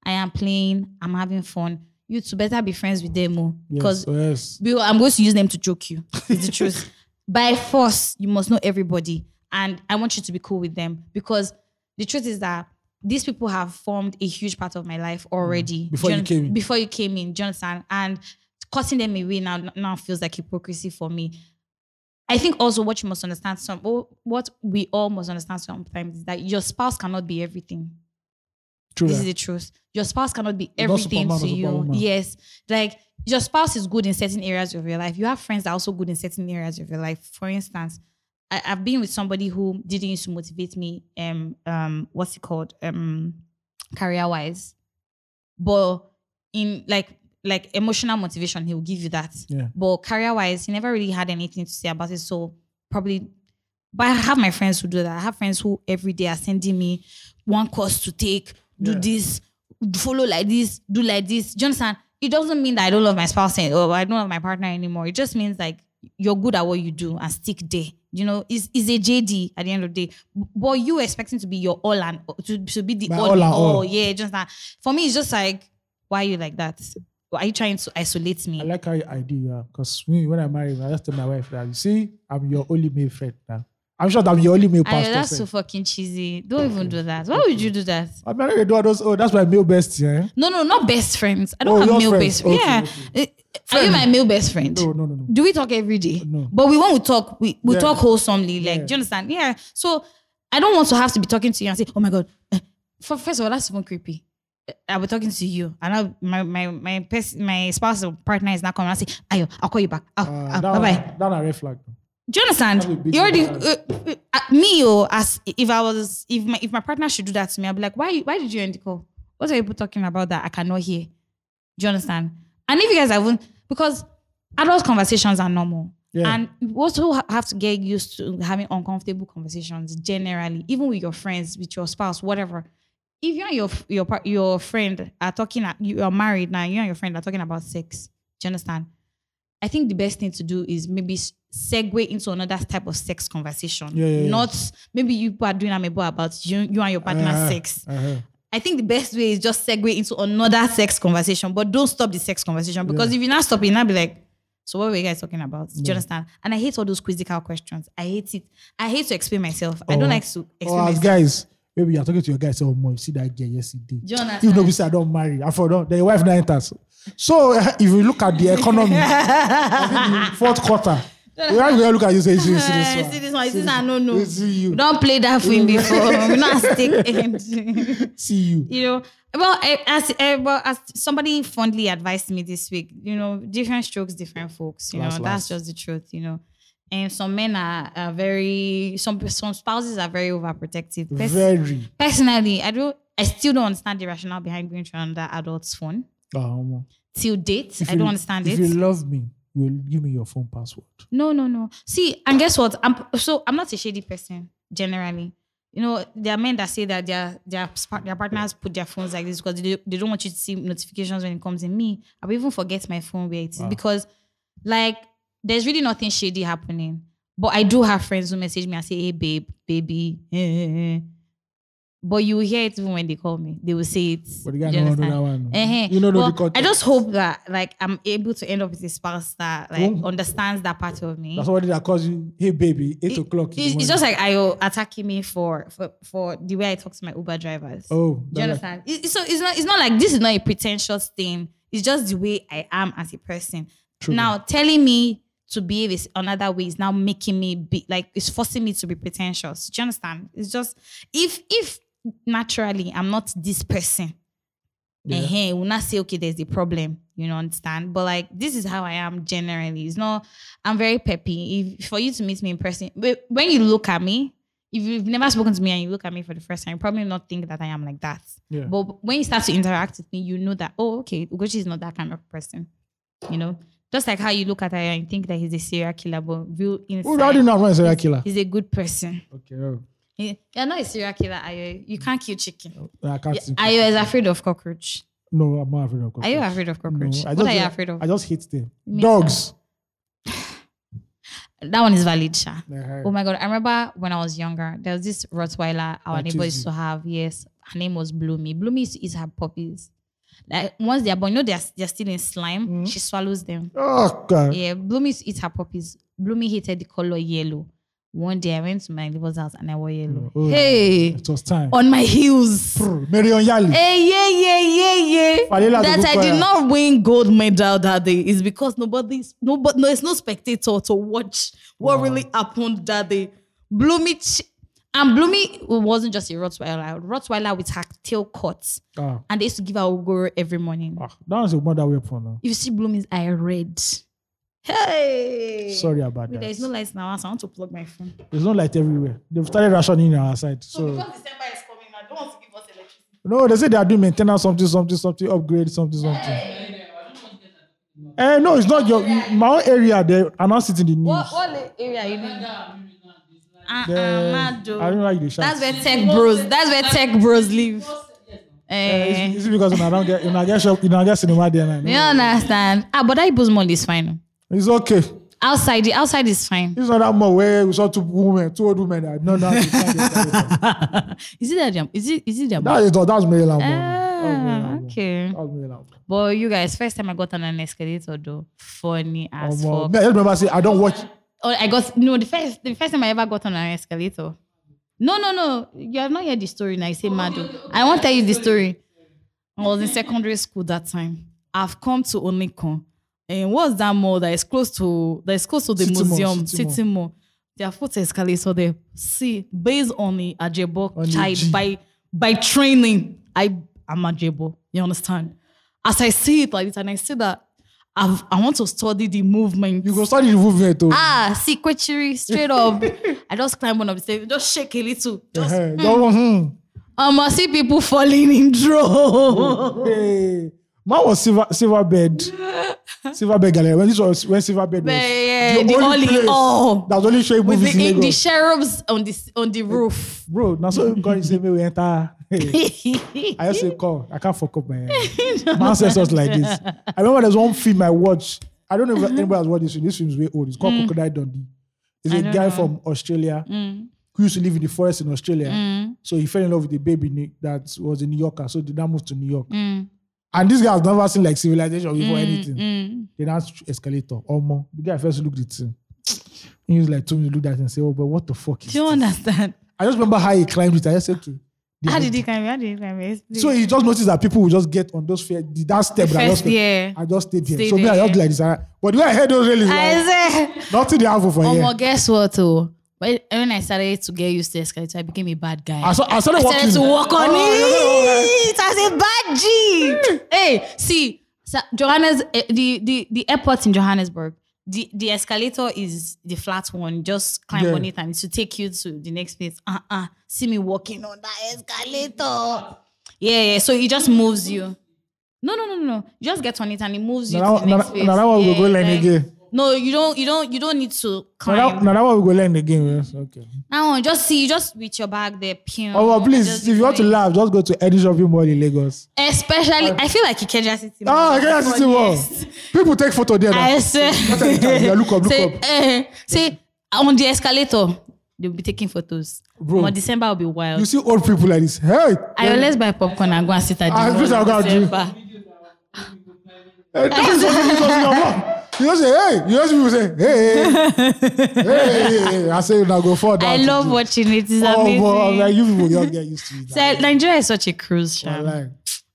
S3: I am playing. I'm having fun. You two better be friends with them oh. more
S1: Yes,
S3: because
S1: yes.
S3: we- I'm going to use them to joke you. It's the truth. By force, you must know everybody. And I want you to be cool with them because the truth is that these people have formed a huge part of my life already.
S1: Before
S3: Do
S1: you came in.
S3: Before you came in, Jonathan. And cutting them away now, now feels like hypocrisy for me. I think also what you must understand some oh, what we all must understand sometimes is that your spouse cannot be everything.
S1: True.
S3: This is
S1: that.
S3: the truth. Your spouse cannot be
S1: You're not
S3: everything
S1: Superman
S3: to
S1: or
S3: you.
S1: Superwoman.
S3: Yes. Like your spouse is good in certain areas of your life. You have friends that are also good in certain areas of your life. For instance, I, I've been with somebody who didn't used to motivate me, um, um, what's it called? Um career wise. But in like like emotional motivation, he'll give you that.
S1: Yeah.
S3: But career wise, he never really had anything to say about it. So probably but I have my friends who do that. I have friends who every day are sending me one course to take, do
S1: Yeah.
S3: this, follow like this, do like this. Do you understand? It doesn't mean that I don't love my spouse and oh I don't love my partner anymore. It just means like you're good at what you do and stick there. You know, is is a JD at the end of the day. But you expecting to be your all and to, to be the
S1: My
S3: all,
S1: all
S3: in
S1: and
S3: all.
S1: all.
S3: Yeah, do you understand? For me, it's just like, why are you like that? Why are you trying to isolate me?
S1: I like how you idea yeah. Because me, when I married, I just tell my wife that you see, I'm your only male friend now. I'm sure that I'm your only male
S3: Ah,
S1: pastor.
S3: that's so
S1: friend.
S3: fucking cheesy. Don't even do that. Why would you do that?
S1: I married a daughter. those- Oh, that's my male bestie. Eh?
S3: No, no, not best friends. I don't
S1: Oh,
S3: have
S1: your
S3: male
S1: friends.
S3: best friends.
S1: Okay,
S3: yeah. Eh, Are you my male best friend?
S1: No, no, no, no.
S3: Do we talk every day?
S1: No.
S3: But we won't talk. We, we
S1: Yeah.
S3: talk wholesomely. Like,
S1: Yeah.
S3: do you understand? Yeah. So I don't want to have to be talking to you and say, oh my God. eh, For, first of all, that's even creepy. Eh, I'll be talking to you. And I, my my my, pers- my spouse or partner is not coming. I say, Ayo, I'll call you back. Oh,
S1: Uh,
S3: oh,
S1: that
S3: bye
S1: one-
S3: bye.
S1: That one a red flag.
S3: Do you understand?
S1: That's a big
S3: You already
S1: red
S3: uh, uh, me oh, as if I was if my if my partner should do that to me, I'd be like, why why did you end the call? What are you people talking about that I cannot hear? Do you understand? And if you guys haven't, because adult conversations are normal.
S1: Yeah.
S3: And you also ha- have to get used to having uncomfortable conversations generally, even with your friends, with your spouse, whatever. If you and your f- your par- your friend are talking, a- you are married now, you and your friend are talking about sex. Do you understand? I think the best thing to do is maybe s- segue into another type of sex conversation.
S1: Yeah, yeah, yeah.
S3: Not maybe you people are doing amebo about you, you and your partner
S1: Uh-huh,
S3: sex.
S1: uh-huh.
S3: I think the best way is just segue into another sex conversation, but don't stop the sex conversation because if you not stop it, now be like, so what were you guys talking about? Do you understand? And I hate all those quizzical questions. I hate it. I hate to explain myself. I
S1: Or-
S3: don't like to explain
S1: Or Oh, as
S3: myself.
S1: guys, Maybe you're talking to your guy, say, Oh, my, see that girl yesterday.
S3: Do you
S1: If
S3: understand?
S1: nobody say I don't marry, I for then your wife now enters. So eh, if you look at the economy, I think the fourth quarter, your wife will look at you say, see, see this
S2: Eh,
S1: one.
S2: see this one. Is this a no no?
S1: Eh, See you.
S3: Don't play that for him before. We're not stick. And,
S1: See you.
S3: you know, well, eh, as eh, well as somebody fondly advised me this week, you know, different strokes, different folks. You
S1: Last,
S3: know,
S1: last.
S3: that's just the truth. You know, and some men are, are very some some spouses are very overprotective. Pers-
S1: Very.
S3: Personally, I don't. I still don't understand the rationale behind going to another adult's phone
S1: Um,
S3: till date.
S1: if
S3: I
S1: you-
S3: don't understand
S1: If
S3: it.
S1: you love me, you will give me your phone password.
S3: No, no, no. See, and guess what? I'm so I'm not a shady person generally. You know, there are men that say that their their spa- their partners put their phones like this because they, they don't want you to see notifications when it comes in. Me, I will even forget my phone where it is
S1: Wow.
S3: because, like, there's really nothing shady happening. But I do have friends who message me and say, "Hey, babe, baby." eh, eh, eh." But you will hear it even when they call me. They will say it.
S1: But the guy
S3: Do you
S1: no know
S3: understand?
S1: that one.
S3: Eh-heh.
S1: You know
S3: Well,
S1: the context.
S3: I just hope that like I'm able to end up with a spouse that like
S1: Oh.
S3: understands that part of me.
S1: That's what that calls you. Hey baby, eight
S3: It-
S1: o'clock. in the
S3: It's, it's
S1: morning."
S3: just like Ayo attacking me for, for for the way I talk to my Uber drivers.
S1: oh,
S3: Do you
S1: that-
S3: understand? It- it's- so it's not it's not like this is not a pretentious thing. It's just the way I am as a person.
S1: true.
S3: Now telling me to behave is another way. It's now making me be like it's forcing me to be pretentious. Do you understand? It's just if if naturally I'm not this person,
S1: Yeah.
S3: uh-huh, will not say okay there's a problem you know understand but like this is how i am generally it's not i'm very peppy if for you to meet me in person wh- when you look at me if you've never spoken to me and you look at me for the first time you probably not think that i am like that
S1: Yeah.
S3: but when you start to interact with me you know that oh okay ugochi is not that kind of person you know just like how you look at her and think that he's a serial killer but real
S1: Who already
S3: inside
S1: know I'm not a serial killer?
S3: he's a good person
S1: Okay. oh,
S3: He- you're not a serial killer are you you can't kill chicken
S1: I can't. think.
S3: are you as afraid of cockroach
S1: No, I'm not afraid of
S3: are you
S1: cockroach.
S3: afraid of
S1: No,
S3: cockroach?
S1: I
S3: what
S1: just-
S3: are you afraid of?
S1: I just hate them.
S3: Me
S1: Dogs.
S3: that one is valid, Sha.
S1: Uh-huh.
S3: Oh my god, I remember when I was younger, there was this Rottweiler our
S1: That
S3: neighbor
S1: is
S3: used to have. Yes, her name was Bloomy. Bloomy used to eat her puppies. Like once they're born, you know they're, they're still in slime.
S1: Mhm.
S3: She swallows them.
S1: Oh god.
S3: Yeah, Bloomy used to eat her puppies. Bloomy hated the color yellow. One day I went to my neighbor's house and I wore yellow.
S1: Oh,
S3: Hey, Oh.
S1: It was time.
S3: on my heels.
S1: Marion Yali.
S2: Hey, yeah, yeah, yeah, yeah.
S1: Falila
S2: that I
S1: Adebayo.
S2: did not win gold medal that day is because nobody's no, but no, it's no spectator to watch what
S1: Wow.
S2: really happened that day.
S3: Bloomy ch- and Bloomy wasn't just a Rottweiler. Rottweiler with her tail cut.
S1: Ah,
S3: and they used to give her ogoro every morning.
S1: ah, that was a mother weapon. Now.
S3: If you see Bloomy's eye red, hey,
S1: Sorry about
S3: Wait,
S1: that.
S3: there's no lights now. so I want to plug my phone.
S1: There's no light everywhere. They've started rationing on our side. So,
S3: December is coming, I don't want to give us electricity.
S1: no, they say they are doing maintenance, something, something, something, upgrade, something, something. Eh, no, it's not your my own area. They announced it in the news.
S3: What, what area are you in?
S2: Uh-uh,
S1: Then-
S2: Mado.
S1: I don't like the
S2: That's
S1: shots.
S2: where tech bros. That's where tech bros live. Eh.
S1: It's, it's because when I don't get, when I get shop, when I get cinema there. now, no.
S3: You understand? Ah, but that Ibo's mall is fine.
S1: It's okay.
S3: Outside, the outside is fine.
S1: It's not that more where we saw two women, two old women. that No, no, that
S2: Is it that? Is it? Is it that?
S1: is that's Maryland. boy.
S3: Ah,
S1: That's Maryland, boy.
S3: okay.
S1: That's Maryland. boy.
S3: But you guys, first time I got on an escalator though, funny as
S1: Omo,
S3: fuck.
S1: me, I just remember say I don't watch.
S3: Oh, I got no. The first, the first time I ever got on an escalator. No, no, no. You have not heard the story. Now you say Mado.
S2: oh.
S3: I won't tell you the story.
S2: I was in secondary school that time. I've come to Onikon. And what's that mall that is close to that is close to the
S1: City Mall,
S2: museum,
S1: City
S2: City,
S1: Mall.
S2: Mall. Their foot escalator there. See, based on the
S1: On
S2: Ajebo
S1: the
S2: child
S1: G.
S2: by by training, I am Ajebo. You understand? As I see it like this, and I see that I've, I want to study the movement.
S1: You go study the eh, movement too.
S2: ah, see, Quetchery, straight up. I just climb one of the stairs, just shake a little. Just,
S1: Eh, don't want- hmm.
S2: um, I see people falling in droves.
S1: Hey, Eh, man was silver silver bed, silver bed gallery. When this was when silver bed was
S2: Yeah, the all in
S1: place
S2: all.
S1: that was only showing
S2: with
S1: movies
S2: the,
S1: in
S2: the
S1: Lagos.
S2: cherubs on this on the roof.
S1: Bro, now so God is saying we enter. Hey, I just say call. I can't fuck up my, um, my ancestors like this. I remember there's one film I watched. I don't know if anybody has watched this film. This film's way old. It's called Crocodile Dundee. It's a
S3: Mm. don't
S1: guy
S3: know. Mm.
S1: from Australia who used to live in the forest in Australia. So he fell in love with a baby ni- that was a New Yorker. So they now moved to New York.
S3: Mm.
S1: And this guy has never seen like civilization before anything.
S3: mm.
S1: Then that's escalator. Omo. The guy first looked at him. He was like, told me to look at it and say, Oh, but what the fuck is
S2: Do you
S1: this?
S2: understand?
S1: I just remember how he climbed it. I just said, Okay, the
S3: How did
S1: idea.
S3: it come? How did it come? Explain.
S1: So you just notice that people will just get on those fair, the- that step that I just
S3: First year.
S1: I just stayed here.
S2: Stay
S1: so me, I
S2: there,
S1: just be like this. I- But the way I heard those really
S3: I
S1: like,
S3: said,
S1: nothing they have for
S2: Oh,
S1: here.
S2: well, guess what? Oh, when, when I started to get used to escalator, I became a bad guy.
S1: I, saw, I started
S2: I
S1: walking.
S2: started to walk on
S1: Oh,
S2: it. I said, bad G. hey, see, so Johannes, eh, the, the, the airport in Johannesburg, the, the escalator is the flat one. Just climb
S1: Yeah.
S2: on it and it should take you to the next place. Uh-uh. See me walking on that escalator. Yeah, yeah. So it just moves you. No, no, no, no, no. You just get on it and it moves you
S1: Now-
S2: to the next
S1: now-
S2: place.
S1: now that one we go learn again.
S2: No, you don't, you don't, you don't need to
S1: Now
S2: climb.
S1: that- now that one we go learn the game. Yes. Okay.
S2: Now on, just see, you just with your bag there, pew.
S1: Oh, well,
S2: and
S1: please,
S2: just
S1: if you want to
S2: going.
S1: laugh, just go to Eddie Shopping Mall in Lagos.
S2: Especially, I feel like Ikeja City. Mall
S1: Ah,
S2: is
S1: Ikeja
S2: the
S1: City Mall.
S2: funniest.
S1: People take photo there. now.
S2: I swear.
S1: Sometimes you can- yeah, look up, look
S2: say,
S1: up.
S2: eh, say, on the escalator, they'll be taking photos.
S1: Bro.
S2: But December will be wild.
S1: You see old people like this. Hey,
S2: I always buy popcorn and go and sit at the
S1: Ah,
S2: mall
S1: please, I'll
S2: in
S1: go and drink.
S2: December.
S1: eh, this is what this was in your mouth. You just say, hey, you just people say, hey, hey, hey, hey, hey. I say, now go forward.
S2: I love watching it. It's amazing.
S1: Oh, but like, you people don't get used to it.
S2: so, Nigeria is such a cruise ship.
S1: Like,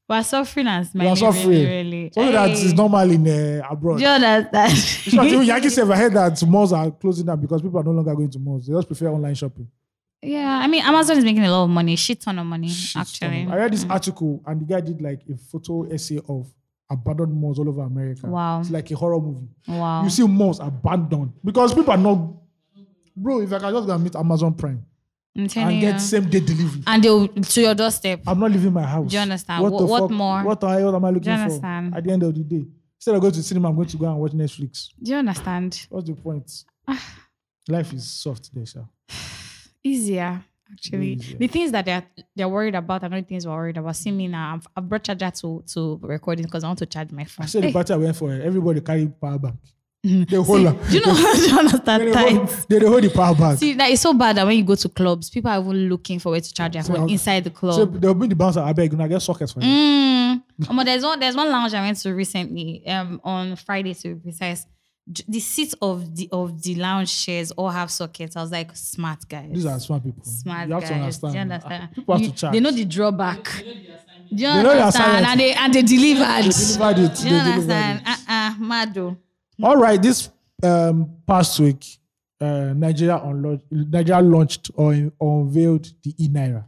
S2: We're suffering as
S1: you
S2: many.
S1: are suffering.
S2: Really, really.
S1: Something that
S3: Hey.
S1: is normal in uh, abroad.
S2: Do you understand?
S1: In fact, even Yankee said, I heard that malls are closing down because people are no longer going to malls. They just prefer online shopping.
S3: yeah, I mean, Amazon is making a lot of money, shit ton of money,
S1: Shit,
S3: actually.
S1: I read this article and the guy did like a photo essay of abandoned malls all over America.
S3: Wow.
S1: It's like a horror movie.
S3: Wow.
S1: You see malls abandoned because people are not. Bro, if I can just go and meet Amazon Prime
S3: I'm
S1: and
S3: telling you.
S1: get same day delivery,
S2: and they'll to your doorstep.
S1: I'm not leaving my house.
S3: Do you understand? What-
S1: the
S3: what
S1: fuck-
S3: more?
S1: What the hell am I looking for?
S3: understand?
S1: At the end of the day, instead of going to the cinema, I'm going to go and watch Netflix.
S3: Do you understand?
S1: What's the point? Life is soft, there, sha.
S3: Easier, actually.
S1: Easier.
S3: The things that they're they're worried about are not the things we're worried about. See me now. I've, I've brought charger to to recording because I want to charge my phone.
S1: I said
S3: Hey,
S1: the party I went for, eh, everybody carry power bank. The whole, they
S2: Do you know? do you understand?
S1: hold,
S2: Tight.
S1: they, they hold the power bank.
S2: See, like, it's so bad that when you go to clubs, people are even looking for where to charge their
S1: So
S2: phone
S1: I'll-
S2: inside the
S1: So
S2: club.
S1: they'll bring the bouncer. I beg, you know, I get sockets for you.
S3: Mm. Omo, there's one there's one lounge I went to recently, um, on Friday to be precise. J- The seats of the of the lounge chairs all have sockets. I was like, smart guys.
S1: These are smart people.
S3: smart
S1: you have to
S3: guys.
S1: understand.
S3: Do you understand?
S1: People have
S2: You-
S1: to charge.
S2: They know the drawback. Do you
S1: They know the
S2: understand?
S1: assignment.
S2: And they and they delivered.
S1: They delivered it.
S3: Do
S1: They
S3: you
S1: delivered
S3: understand?
S1: it.
S3: Uh uh, Mado.
S1: All right, this um, past week, uh, Nigeria, unlo- Nigeria launched or unveiled the e naira.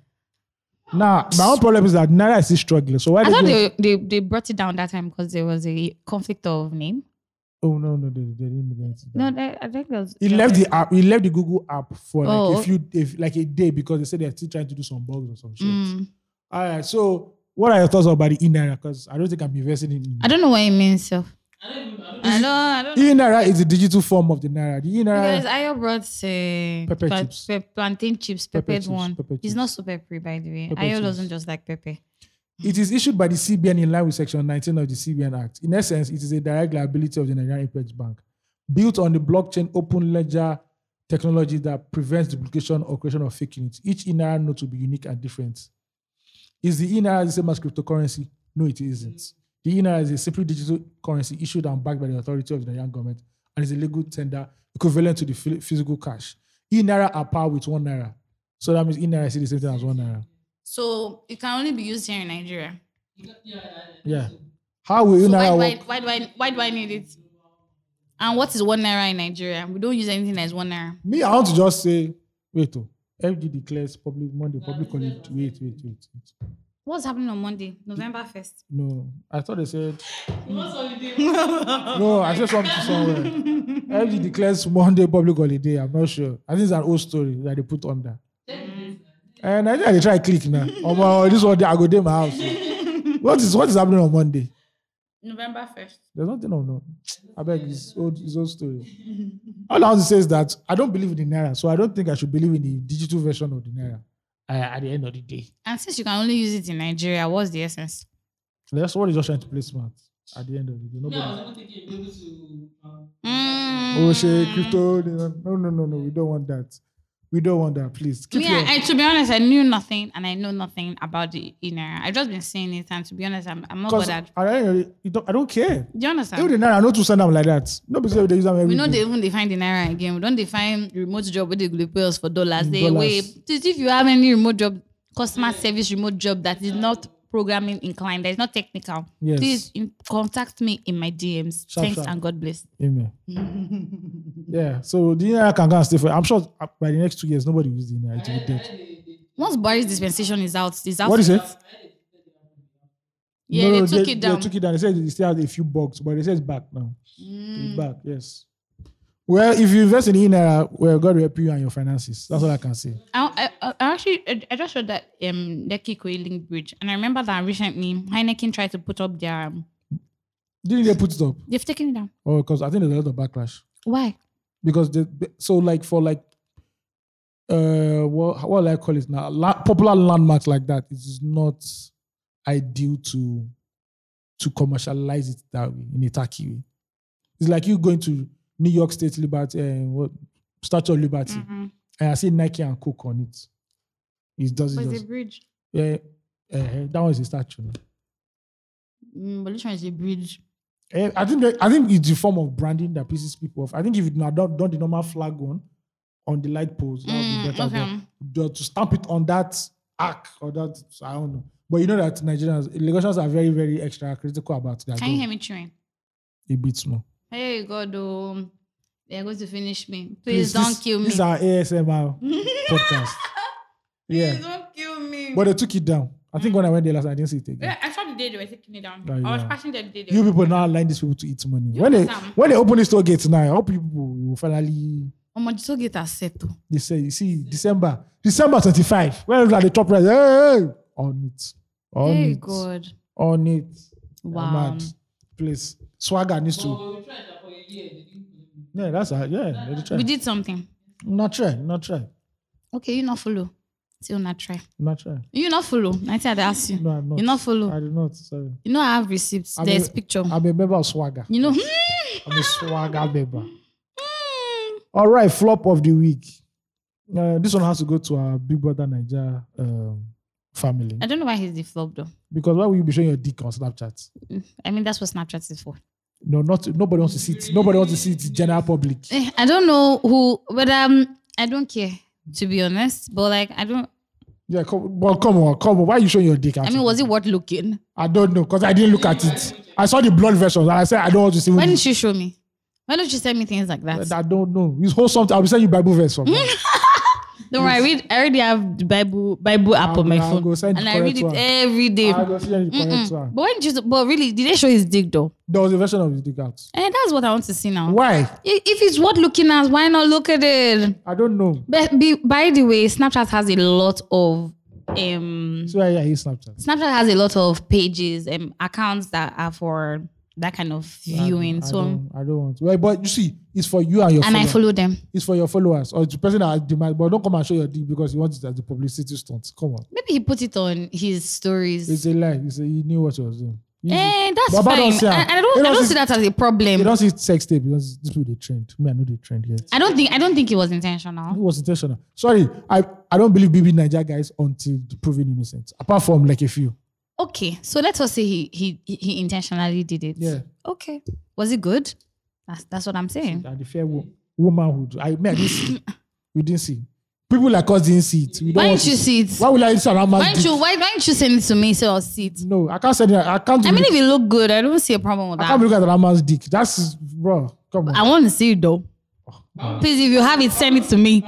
S1: Now, my own problem is that naira is still struggling. So why
S3: I
S1: they
S3: thought
S1: do-
S3: they, they they brought it down that time because there was a conflict of name.
S1: Oh no, no, they, they didn't bring it.
S3: No,
S1: down.
S3: that, I think that was
S1: He left the app. He left the Google app for like
S3: Oh,
S1: a few, if, like a day, because they said they're still trying to do some bugs or some shit.
S3: Mm.
S1: All right. So, what are your thoughts about the e naira? Because I don't think I'm investing in.
S3: I don't know what it means, self. I don't. I don't.
S1: E naira is the digital form of the naira. The e
S3: Because
S1: naira.
S3: Ayo brought uh,
S1: Pepper
S3: pla-
S1: chips.
S3: pe- plantain chips,
S1: Pepper
S3: peppered
S1: chips,
S3: one.
S1: pepper
S3: It's
S1: chips.
S3: not so peppery, by the way.
S1: Pepper
S3: Ayo
S1: chips.
S3: doesn't just like pepper.
S1: It is issued by the CBN in line with Section 19 of the CBN Act. In essence, it is a direct liability of the Nigerian Apex Bank, built on the blockchain open ledger technology that prevents duplication or creation of fake units. Each e naira note will be unique and different. Is the e naira the same as cryptocurrency? No, it isn't. The e naira is a simple digital currency issued and backed by the authority of the Nigerian government and is a legal tender equivalent to the phy- physical cash. E naira are par with one naira, so that means e naira is the same thing as one naira.
S2: So it can only be used here in Nigeria.
S1: Yeah. How will e
S2: So
S1: naira
S2: why,
S1: work?
S2: why, why, do I, why do I need it? And what is one naira in Nigeria? We don't use anything as one naira.
S1: Me, I want to just say, wait, oh, FG declares public Monday, public holiday. Wait, wait, wait, wait.
S2: What's happening on Monday, November first?
S1: No, I thought they said. no, I said something somewhere. FG declares Monday public holiday. I'm not sure. I think it's an old story that they put on there. And I think they try click now. Oh my, this one, I go to my house. What is what is happening on Monday?
S2: November first.
S1: There's nothing on no. I beg it's old it's old story. All I want to say is that I don't believe in the naira, so I don't think I should believe in the digital version of the naira. Uh, at the end of the day,
S2: And since you can only use it in Nigeria, what's the essence?
S1: that's what is just trying to play smart. At the end of the day, nobody.
S2: Mm.
S1: Oh shit, crypto. they don't- No, no, no, no. We don't want that. We don't want that. Please keep
S2: yeah,
S1: your.
S2: I, to be honest, I knew nothing and I know nothing about the inner. I've just been saying it, and to be honest, I'm, I'm not
S1: 'cause
S2: bothered.
S1: at the end of the day, you don't- I don't care.
S2: Do you
S1: Even the
S2: understand?
S1: naira, I know to send them like that. Nobody say they use them every
S2: Ah. We know
S1: day.
S2: they even define the naira again. We don't define remote job where they go pay us for dollars.
S1: In
S2: They
S1: dollars.
S2: wait. If you have any remote job, customer service remote job that is not programming inclined, that is not technical,
S1: Yes.
S2: please in, contact me in my DMs.
S1: Sharp,
S2: Thanks
S1: sharp.
S2: and God bless.
S1: Amen. yeah. So the NIA can go and stay for. I'm sure uh, by the next two years, nobody will use the NIA to be dead.
S2: Once Barry's dispensation is out, is out.
S1: What is it?
S2: Yeah, they took it down.
S1: They took it down. They said it still has a few bugs, but they said it's back now.
S2: Mm.
S1: It's back. Yes. Well, if you invest in Inara, well, God will help you and your finances. That's all I can say.
S2: Oh, I, I, I actually I, I just read that um Lekki Link Bridge, and I remember that recently Heineken tried to put up their um,
S1: Didn't they put it up?
S2: they've taken it down.
S1: Oh, because I think there's a lot of backlash.
S2: Why?
S1: because the so like for like uh what what will I call it now La- popular landmarks like that it is not ideal to to commercialize it that way in a tacky way. It's like you going to New York State Liberty uh, what Statue of Liberty
S2: Mm-hmm.
S1: and I see Nike and Coke on it. It does it
S2: It's a
S1: does.
S2: bridge.
S1: Yeah, eh, that one is a statue.
S2: Mm, but which one is a bridge?
S1: Eh, I think that, I think it's the form of branding that pisses people off. I think if you not done, done the normal flag one on the light poles, that would
S2: Mm,
S1: be better. but
S2: okay.
S1: the- to stamp it on that arc or that I don't know. But you know that Nigerians, Lagosians are very, very extra critical about that.
S2: Can you hear me chewing?
S1: A bit more.
S2: Hey God, um, they're going to finish me. Please, don't
S1: this,
S2: kill me.
S1: This is our ASMR podcast. Yeah.
S2: Please don't kill me.
S1: But they took it down. I think when I went there last, time, I didn't see it again.
S2: yeah, I saw the day they were taking it down.
S1: Oh,
S2: I was
S1: yeah.
S2: passing the day. They
S1: You
S2: were-
S1: people now line these people to eat money. when they
S2: Sam.
S1: when they open this store gate now, I hope you people will finally
S2: Omo, the toll gate are set. oh.
S1: they say, you see, December, December 25. Where is that the top right? Hey, on it. On
S2: Hey
S1: it.
S2: God.
S1: On it.
S2: Wow.
S1: Mad. Please. Swagger needs to. Yeah, that's a, yeah. Let it try.
S2: We did something.
S1: Not try, not try,
S2: Okay, you not follow. Still not try.
S1: not try.
S2: You not follow. I think I asked you.
S1: No, I'm not.
S2: You not follow.
S1: I did not. Sorry.
S2: You know I have receipts.
S1: I'm
S2: There's
S1: a-
S2: picture.
S1: I'm a member of Swagger.
S2: you know. hmm,
S1: I'm a Swagger member.
S2: Hmm.
S1: All right, flop of the week. Uh, this one has to go to our Big Brother Niger um, family
S2: I don't know why he's the flop though.
S1: because why will you be showing your dick on Snapchat?
S2: I mean, that's what Snapchat is for.
S1: No, not nobody wants to see it. Nobody wants to see it. General public.
S2: Eh, I don't know who, but um, I don't care to be honest. But like, I don't.
S1: Yeah, come, well, come on, come on. Why are you showing your dick?
S2: I mean, was it worth looking?
S1: I don't know because I didn't look at it. I saw the blood version and I said I don't want to see.
S2: Why
S1: it.
S2: didn't you show me? Why don't you send me things like that?
S1: I don't know. It's whole something. I'll send you Bible verse
S2: Hmm.
S1: from. now.
S2: Don't worry, I read. I already have the Bible Bible app on my
S1: I'll
S2: phone,
S1: go send
S2: and
S1: the
S2: I
S1: correct
S2: read it
S1: one.
S2: every day.
S1: I'll go send you the correct
S2: Mm.
S1: one.
S2: But when did you? But really, did they show his dick though?
S1: There was a version of his dick out.
S2: And that's what I want to see now.
S1: Why?
S2: I- If it's worth looking at, why not look at it?
S1: I don't know.
S2: But be, by the way, Snapchat has a lot of um
S1: So yeah, he's Snapchat.
S2: Snapchat has a lot of pages and accounts that are for that kind of viewing.
S1: I
S2: so
S1: don't, I don't want. Well, but you see, it's for you and your.
S2: and I
S1: followers.
S2: follow them.
S1: It's for your followers or the person that demand. But don't come and show your dick because you want it as a publicity stunt. Come on,
S2: Maybe he put it on his stories.
S1: it's a lie. It's a, he knew what he was doing. He-
S2: Eh, that's
S1: Baba
S2: fine.
S1: don't see am.
S2: and and I don't,
S1: You
S2: I
S1: don't
S2: don't
S1: see-
S2: see that as a
S1: You
S2: problem.
S1: don't see sex tape because this people they trend. Me, I know they trend yet.
S2: I don't think I don't think it was
S1: It
S2: intentional.
S1: was intentional. Sorry, I, I don't believe BB Niger guys until proven innocent. Apart from like a few.
S2: Okay, so let us say he he he intentionally did it.
S1: Yeah.
S2: Okay. Was it good? That's that's what I'm saying.
S1: And the fair wo- womanhood. I mean, I didn't see. we didn't see. People like us didn't see it. We don't
S2: Why
S1: want
S2: didn't you
S1: to-
S2: see it?
S1: Why would I surround
S2: Why
S1: my
S2: don't
S1: dick?
S2: you why, why don't you send it to me so I'll see it?
S1: No, I can't say that. I can't.
S2: I mean, if it look good, I don't see a problem with
S1: I can't
S2: that.
S1: look at that man's dick. That's bro. Come on.
S2: I want to see it though. Please, if you have it, send it to me.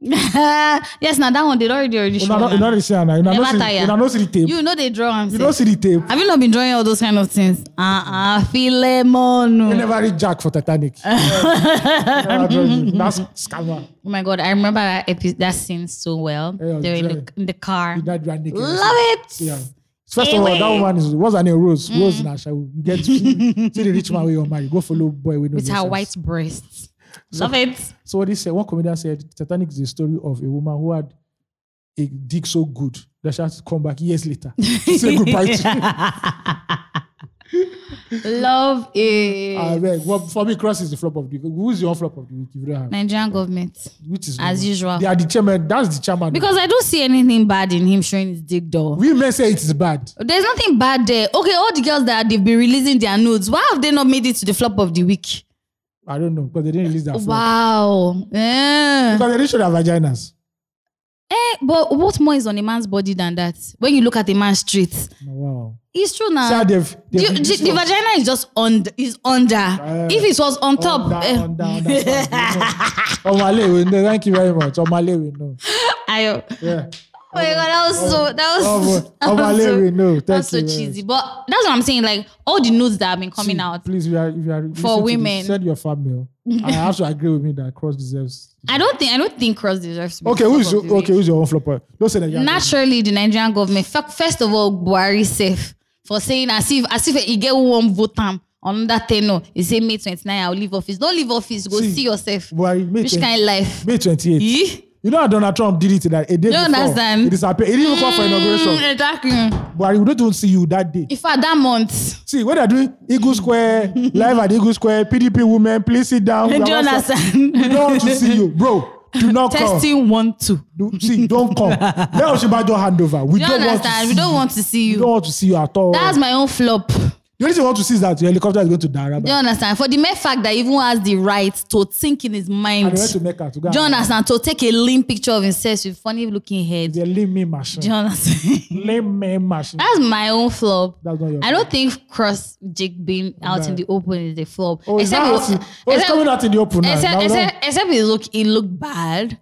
S2: yes, now that one they already already
S1: You
S2: show.
S1: know, you
S2: now.
S1: know the scene, you know,
S2: Never
S1: no see,
S2: tire.
S1: you know, no see the tape. You,
S2: You know they draw. I'm
S1: don't
S2: saying.
S1: see the tape.
S2: Have you not been drawing all those kind of things? Ah, uh-uh,
S1: You
S2: Philemon.
S1: never read Jack for Titanic. You never draw it. That's scammer.
S2: Oh my god, I remember that epi- that scene so well.
S1: Yeah,
S2: they were in the,
S1: drawing.
S2: in the car.
S1: You not naked.
S2: Love it. Mm.
S1: Yeah. First of all, that woman is what's her name? Rose. Rose Nasha. You get to see, see the rich man where you're married. Go follow boy with no
S2: With her
S1: nonsense.
S2: white breasts. Love it.
S1: So what he said, one comedian said, Titanic is the story of a woman who had a dick so good that she had to come back years later to say goodbye to.
S2: Love it.
S1: Uh, well, for me, Cross is the flop of the week. Who's your flop of the week? If you don't have,
S2: Nigerian government.
S1: which is
S2: As
S1: normal.
S2: usual.
S1: They are the chairman. That's the chairman.
S2: Because I don't see anything bad in him showing his dick though.
S1: we may say it is bad.
S2: There's nothing bad there. Okay, all the girls that they've been releasing their nudes, why have they not made it to the flop of the week?
S1: I don't know because they didn't release that flop.
S2: Wow. Yeah.
S1: Because they didn't show their vaginas.
S2: Eh, but what more is on a man's body than that? When you look at a man's street,
S1: Wow.
S2: it's true
S1: See how
S2: now.
S1: they've,
S2: The,
S1: they've
S2: the, the vagina is just on is under. if it was on top,
S1: Under,
S2: eh,
S1: under, under, under. Omale, no, thank you very much. Omale, we know.
S2: I,
S1: Yeah.
S2: Oh my god, that was so that was,
S1: Oh,
S2: that was
S1: Omale, we
S2: so,
S1: know. Thank
S2: that was so
S1: you very
S2: cheesy. But that's what I'm saying. Like all the nudes that have been coming
S1: See,
S2: out.
S1: Please, if you are, if you are listening to this,
S2: women.
S1: send your fan mail. I have to agree with me that Cross deserves.
S2: I don't think I don't think Cross deserves to be
S1: Okay,
S2: top
S1: who's
S2: of
S1: your,
S2: the
S1: okay?
S2: week.
S1: Who's your own flopper? Don't say that. you are-
S2: Naturally, the Nigerian government fuck- first of all Buhari safe for saying as if as if he get one vote am on that tenor. He say May 29, I'll leave office. Don't leave office. Go
S1: See,
S2: see, yourself.
S1: Buhari, May,
S2: Which
S1: 20
S2: kind of life?
S1: May 28th.
S2: Eh?
S1: You know how Donald Trump did it that a day
S2: You
S1: before.
S2: understand?
S1: He disappeared. He didn't even call for inauguration.
S2: Mm, exactly.
S1: Buhari, we don't even see you that day.
S2: In fact, that month.
S1: See, what they're doing, Eagle Square, live at Eagle Square, PDP women, please sit down.
S2: Do
S1: We are
S2: you
S1: also-
S2: understand?
S1: We don't want to see you. Bro, do not come.
S2: Testing one two.
S1: Do, see, don't come. Let Oshibajo hand over. We
S2: Do you
S1: don't want to
S2: understand?
S1: see
S2: We don't
S1: you.
S2: want to see
S1: We don't
S2: you.
S1: want to see you at all.
S2: That's my own flop.
S1: the
S2: Do
S1: only thing we want to see is that your helicopter is going to Daraba.
S2: you understand? For the mere fact that he even has the right to think in his
S1: and
S2: mind.
S1: they went to
S2: Do
S1: Mecca to go.
S2: you understand? To take a lean picture of himself with funny looking head. Do
S1: They leave me machine.
S2: you understand?
S1: Leave me machine.
S2: That's my own flop.
S1: That's not your
S2: I don't think Cross Jake being out in the open is a flop.
S1: Oh, is that
S2: he
S1: out
S2: was-
S1: in, oh, it's
S2: except-
S1: coming out in the open now. Now
S2: except,
S1: we don't-
S2: except, except it look it looked bad,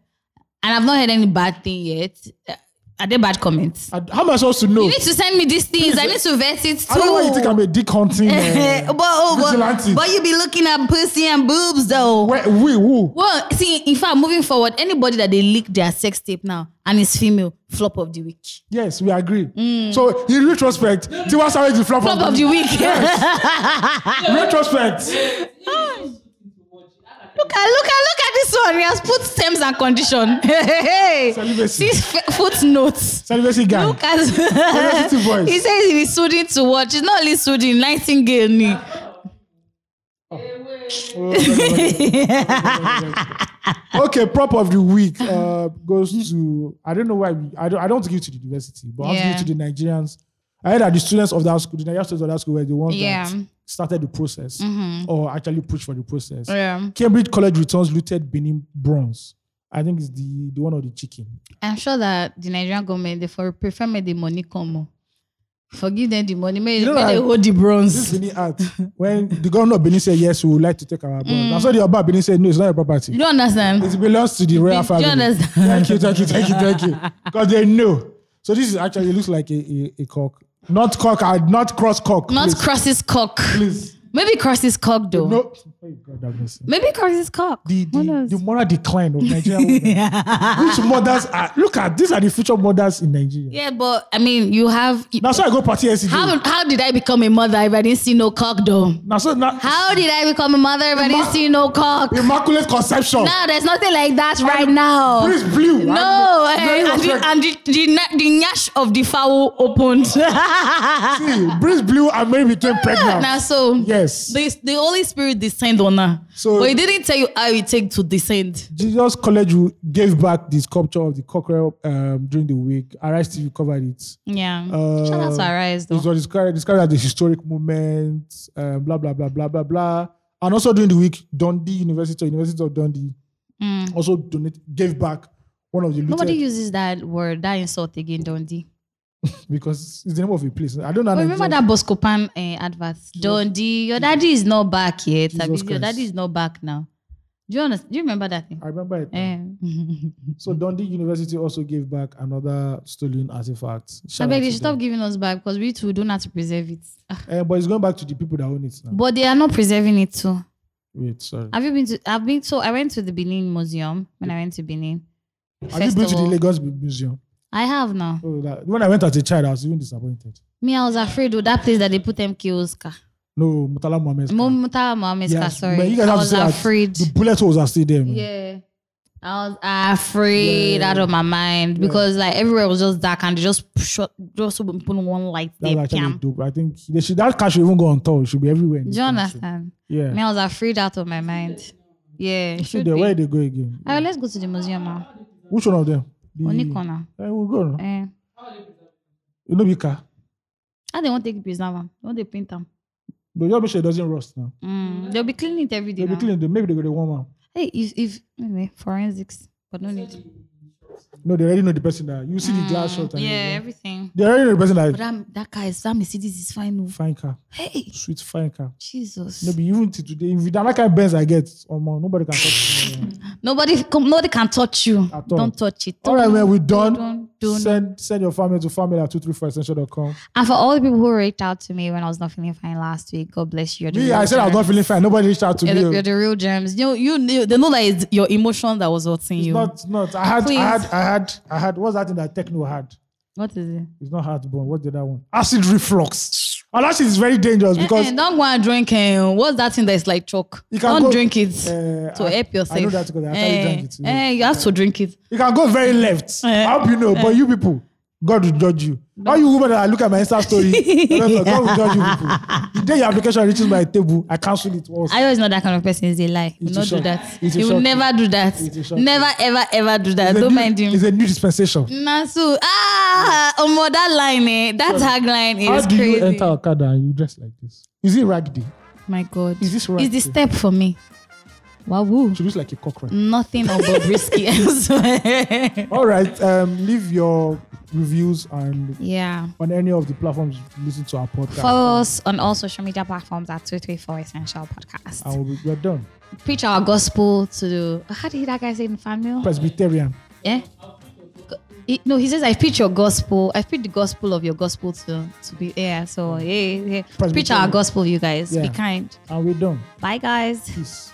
S2: and I've not heard any bad thing yet. Uh, Are there bad comments?
S1: I- How am I supposed to know?
S2: You need to send me these things. I need to vet it too.
S1: I don't know why you think I'm a dick hunting. Uh,
S2: but, oh,
S1: vigilante.
S2: but, but you be looking at pussy and boobs though.
S1: where, we, who?
S2: Well, see, in fact, moving forward, anybody that they leak their sex tape now and is female, flop of the week.
S1: Yes, we agree. So in retrospect, Tiwa Savage is flop,
S2: Mm. Flop of the week.
S1: In retrospect,
S2: look at look at look at this one. He has put terms and condition. Hey, hey.
S1: Celibacy.
S2: See f- footnotes.
S1: celibacy gang.
S2: Look at
S1: Curiosity voice.
S2: He says he's soothing to watch. It's not only soothing, nightingale. ni.
S1: Oh, okay, prop of the week uh, goes to I don't know why we, I don't I don't give it to the university, but I have to
S2: Yeah.
S1: give it to the Nigerians. I heard that the students of that school, the Nigerian students of that school, were the ones
S2: Yeah. Mm-hmm.
S1: that started the process or actually pushed for the process.
S2: Yeah.
S1: Cambridge College returns looted Benin bronze. I think it's the the one of the chicken.
S2: I'm sure that the Nigerian government they for prefer me the money come. Forgive them the money. May,
S1: You know
S2: may they
S1: that-
S2: hold the
S1: This
S2: bronze.
S1: Benin art. When the governor of Benin said yes, we would like to take our bronze. And so the Oba of Benin said no, it's not your property.
S2: Mm. You don't understand?
S1: It belongs to the royal
S2: Do you
S1: family.
S2: understand?
S1: Thank you, thank you, thank you, thank you. Because they know. So this is actually it looks like a, a, a cock. Not cock, uh, not cross cock.
S2: Not
S1: please.
S2: crosses cock.
S1: please.
S2: Maybe crosses cock though.
S1: No. Oh God, have mercy.
S2: Maybe crosses cock.
S1: The,
S2: Who
S1: the,
S2: knows?
S1: the moral decline of Nigerian women. Which mothers are look at these are the future mothers in Nigeria.
S2: yeah, but I mean, you have.
S1: Now so I go party SCJ.
S2: How, how did I become a mother if I didn't see no cock though?
S1: now so now
S2: How did I become a mother if I didn't see no cock?
S1: immaculate conception.
S2: No, there's nothing like that right now.
S1: Please blue.
S2: No,
S1: I-
S2: eh, and, the,
S1: respect.
S2: and the, the, na- the nyash of the fowl opened.
S1: See, breeze blew and Mary became pregnant.
S2: now, so
S1: Yes.
S2: the, the Holy Spirit descended on her.
S1: So-
S2: So, but he didn't tell you how it takes to descend.
S1: Jesus College gave back the sculpture of the cockerel um, during the week. Arise TV covered it.
S3: Yeah.
S1: Uh,
S3: Shout out to Arise
S1: It
S3: though.
S1: was described, described as the historic moment, um, blah, blah, blah, blah, blah, blah. And also during the week, Dundee University, or University of Dundee, also donate, gave back one of the looted
S3: Nobody uses that word, that insult again, Dundee.
S1: because it's the name of a place. I don't know.
S3: But
S1: an
S3: remember
S1: exact-
S3: that Bosco Pan eh, advert? Dundee, your daddy is not back yet.
S1: Jesus
S3: Abi. your
S1: Christ.
S3: daddy is not back now. Do you understand? Do you remember that thing?
S1: I remember it. now.
S3: Eh.
S1: So Dundee University also gave back another stolen artifact.
S3: I
S1: Shout out
S3: beg
S1: to
S3: they should stop
S1: them.
S3: giving us back because we too don't have to preserve it. Ah,
S1: Eh, but it's going back to the people that own it now.
S3: But they are not preserving it too.
S1: Wait, sorry.
S3: Have you been to? I've been so I went to the Benin Museum when I went to Benin.
S1: Have you
S3: First
S1: been
S3: of
S1: to the
S3: all,
S1: Lagos Museum?
S3: I have now.
S1: Oh, that, when I went as a child, I was even disappointed.
S3: Me, I was afraid of that place that they put MK Oscar.
S1: No, Mutala Mohamed.
S3: Mo- Mutala Mohammed's car, sorry.
S1: But you guys
S3: I
S1: have
S3: was
S1: to say that
S3: afraid.
S1: The bullet holes are still there. Man.
S3: Yeah. I was ah, afraid
S1: Yeah.
S3: out of my mind
S1: Yeah.
S3: because like everywhere was just dark and they just shot just putting one light
S1: That's
S3: there.
S1: actually
S3: Pam.
S1: dope. I think they should, that car should even go on tour. It should be everywhere. in
S3: Do
S1: this
S3: you
S1: country.
S3: understand?
S1: Yeah.
S3: Me, I was afraid out of my mind. Yeah, it
S1: should
S3: should
S1: they,
S3: be.
S1: where they go again?
S3: Alright, let's go to the museum now.
S1: Which one of them? The,
S3: Only corner.
S1: Eh, we'll go. now.
S3: Eh.
S1: You know, Bika.
S3: How they won't take preserve them? Don't they paint them?
S1: But just make sure it doesn't rust now.
S3: Mm. They'll be cleaning it every day.
S1: They'll be
S3: Now.
S1: clean. Maybe they go to warm up.
S3: Hey, if if anyway, forensics, but no need.
S1: No, they already know the person that you see the glass shot. And
S3: yeah,
S1: you go-
S3: everything.
S1: They already know the person
S2: Mm, But
S1: that
S2: that, that car is that Mercedes is fine. oh.
S1: fine car,
S2: Hey,
S1: sweet fine car.
S2: Jesus.
S1: Maybe even till today, if that kind of Benz I get, oh man, nobody can touch me. man.
S2: Nobody, come, nobody can touch you.
S1: all.
S2: Don't touch it.
S1: All right, man, we're
S2: Don't,
S1: done.
S2: don't, don't.
S1: Send send your family to family at 234essential.com.
S3: And for all the people who reached out to me when I was not feeling fine last week, God bless you. You're the
S1: Me,
S3: real
S1: I said I was not
S3: gems.
S1: feeling fine. Nobody reached out to
S3: You're
S1: me.
S3: the,
S1: oh.
S3: you're the real gems.
S2: You, you, you, they know that it's your emotion that was hurting
S1: It's
S2: you.
S1: not, not. I had, I
S3: Please.
S1: had, I had, I had. What's that thing that techno had?
S3: What is it?
S1: It's not heartburn. What's the other one? Acid reflux. And that shit is very dangerous because
S2: Eh, eh, don't go and drink. eh, what's that thing that is like chalk?
S1: You can
S2: Don't
S1: go-
S2: drink it.
S1: uh,
S2: to
S1: I-
S2: help yourself.
S1: I know that because I actually
S2: Eh,
S1: drank it. you know.
S2: eh, you have to drink it.
S1: You can go very left.
S2: Eh.
S1: I hope you know, but you people, God will judge you. All you women that look at my Insta story, remember, God will judge you people. The day your application reaches my table, I cancel it once.
S3: I always know that kind of person is a lie.
S1: It
S3: Will
S1: will
S3: not do
S1: shock
S3: that.
S1: you. It will
S3: He will
S1: shock you.
S3: never do that.
S1: It will shock you.
S3: Never, ever, ever do that.
S1: It's a
S3: Don't
S1: new-
S3: mind him.
S1: It's a new dispensation.
S3: Nasu, ah, Omo, that line, eh, that tagline
S1: How
S3: is
S1: do
S3: crazy.
S1: you enter Okada and you dress like this? Is it rag day?
S3: My God,
S1: Is this right?
S3: it's the step for me. Wow,
S1: She looks like a cockroach.
S3: nothing on Bob Risky.
S1: All right. Um, leave your reviews and
S3: yeah.
S1: on any of the platforms you listen to our podcast.
S3: Follow us on all social media platforms at 234 Essential Podcast.
S1: And we'll be, we're done.
S3: Preach our gospel to how did that guy say in family?
S1: Presbyterian.
S3: Yeah. He- no, he says, I preach your gospel. I preach the gospel of your gospel to, to be yeah. So yeah, yeah. preach our
S1: Presbyterian.
S3: gospel, you guys. Be
S1: Yeah.
S3: kind.
S1: And we're done.
S3: Bye guys.
S1: Peace.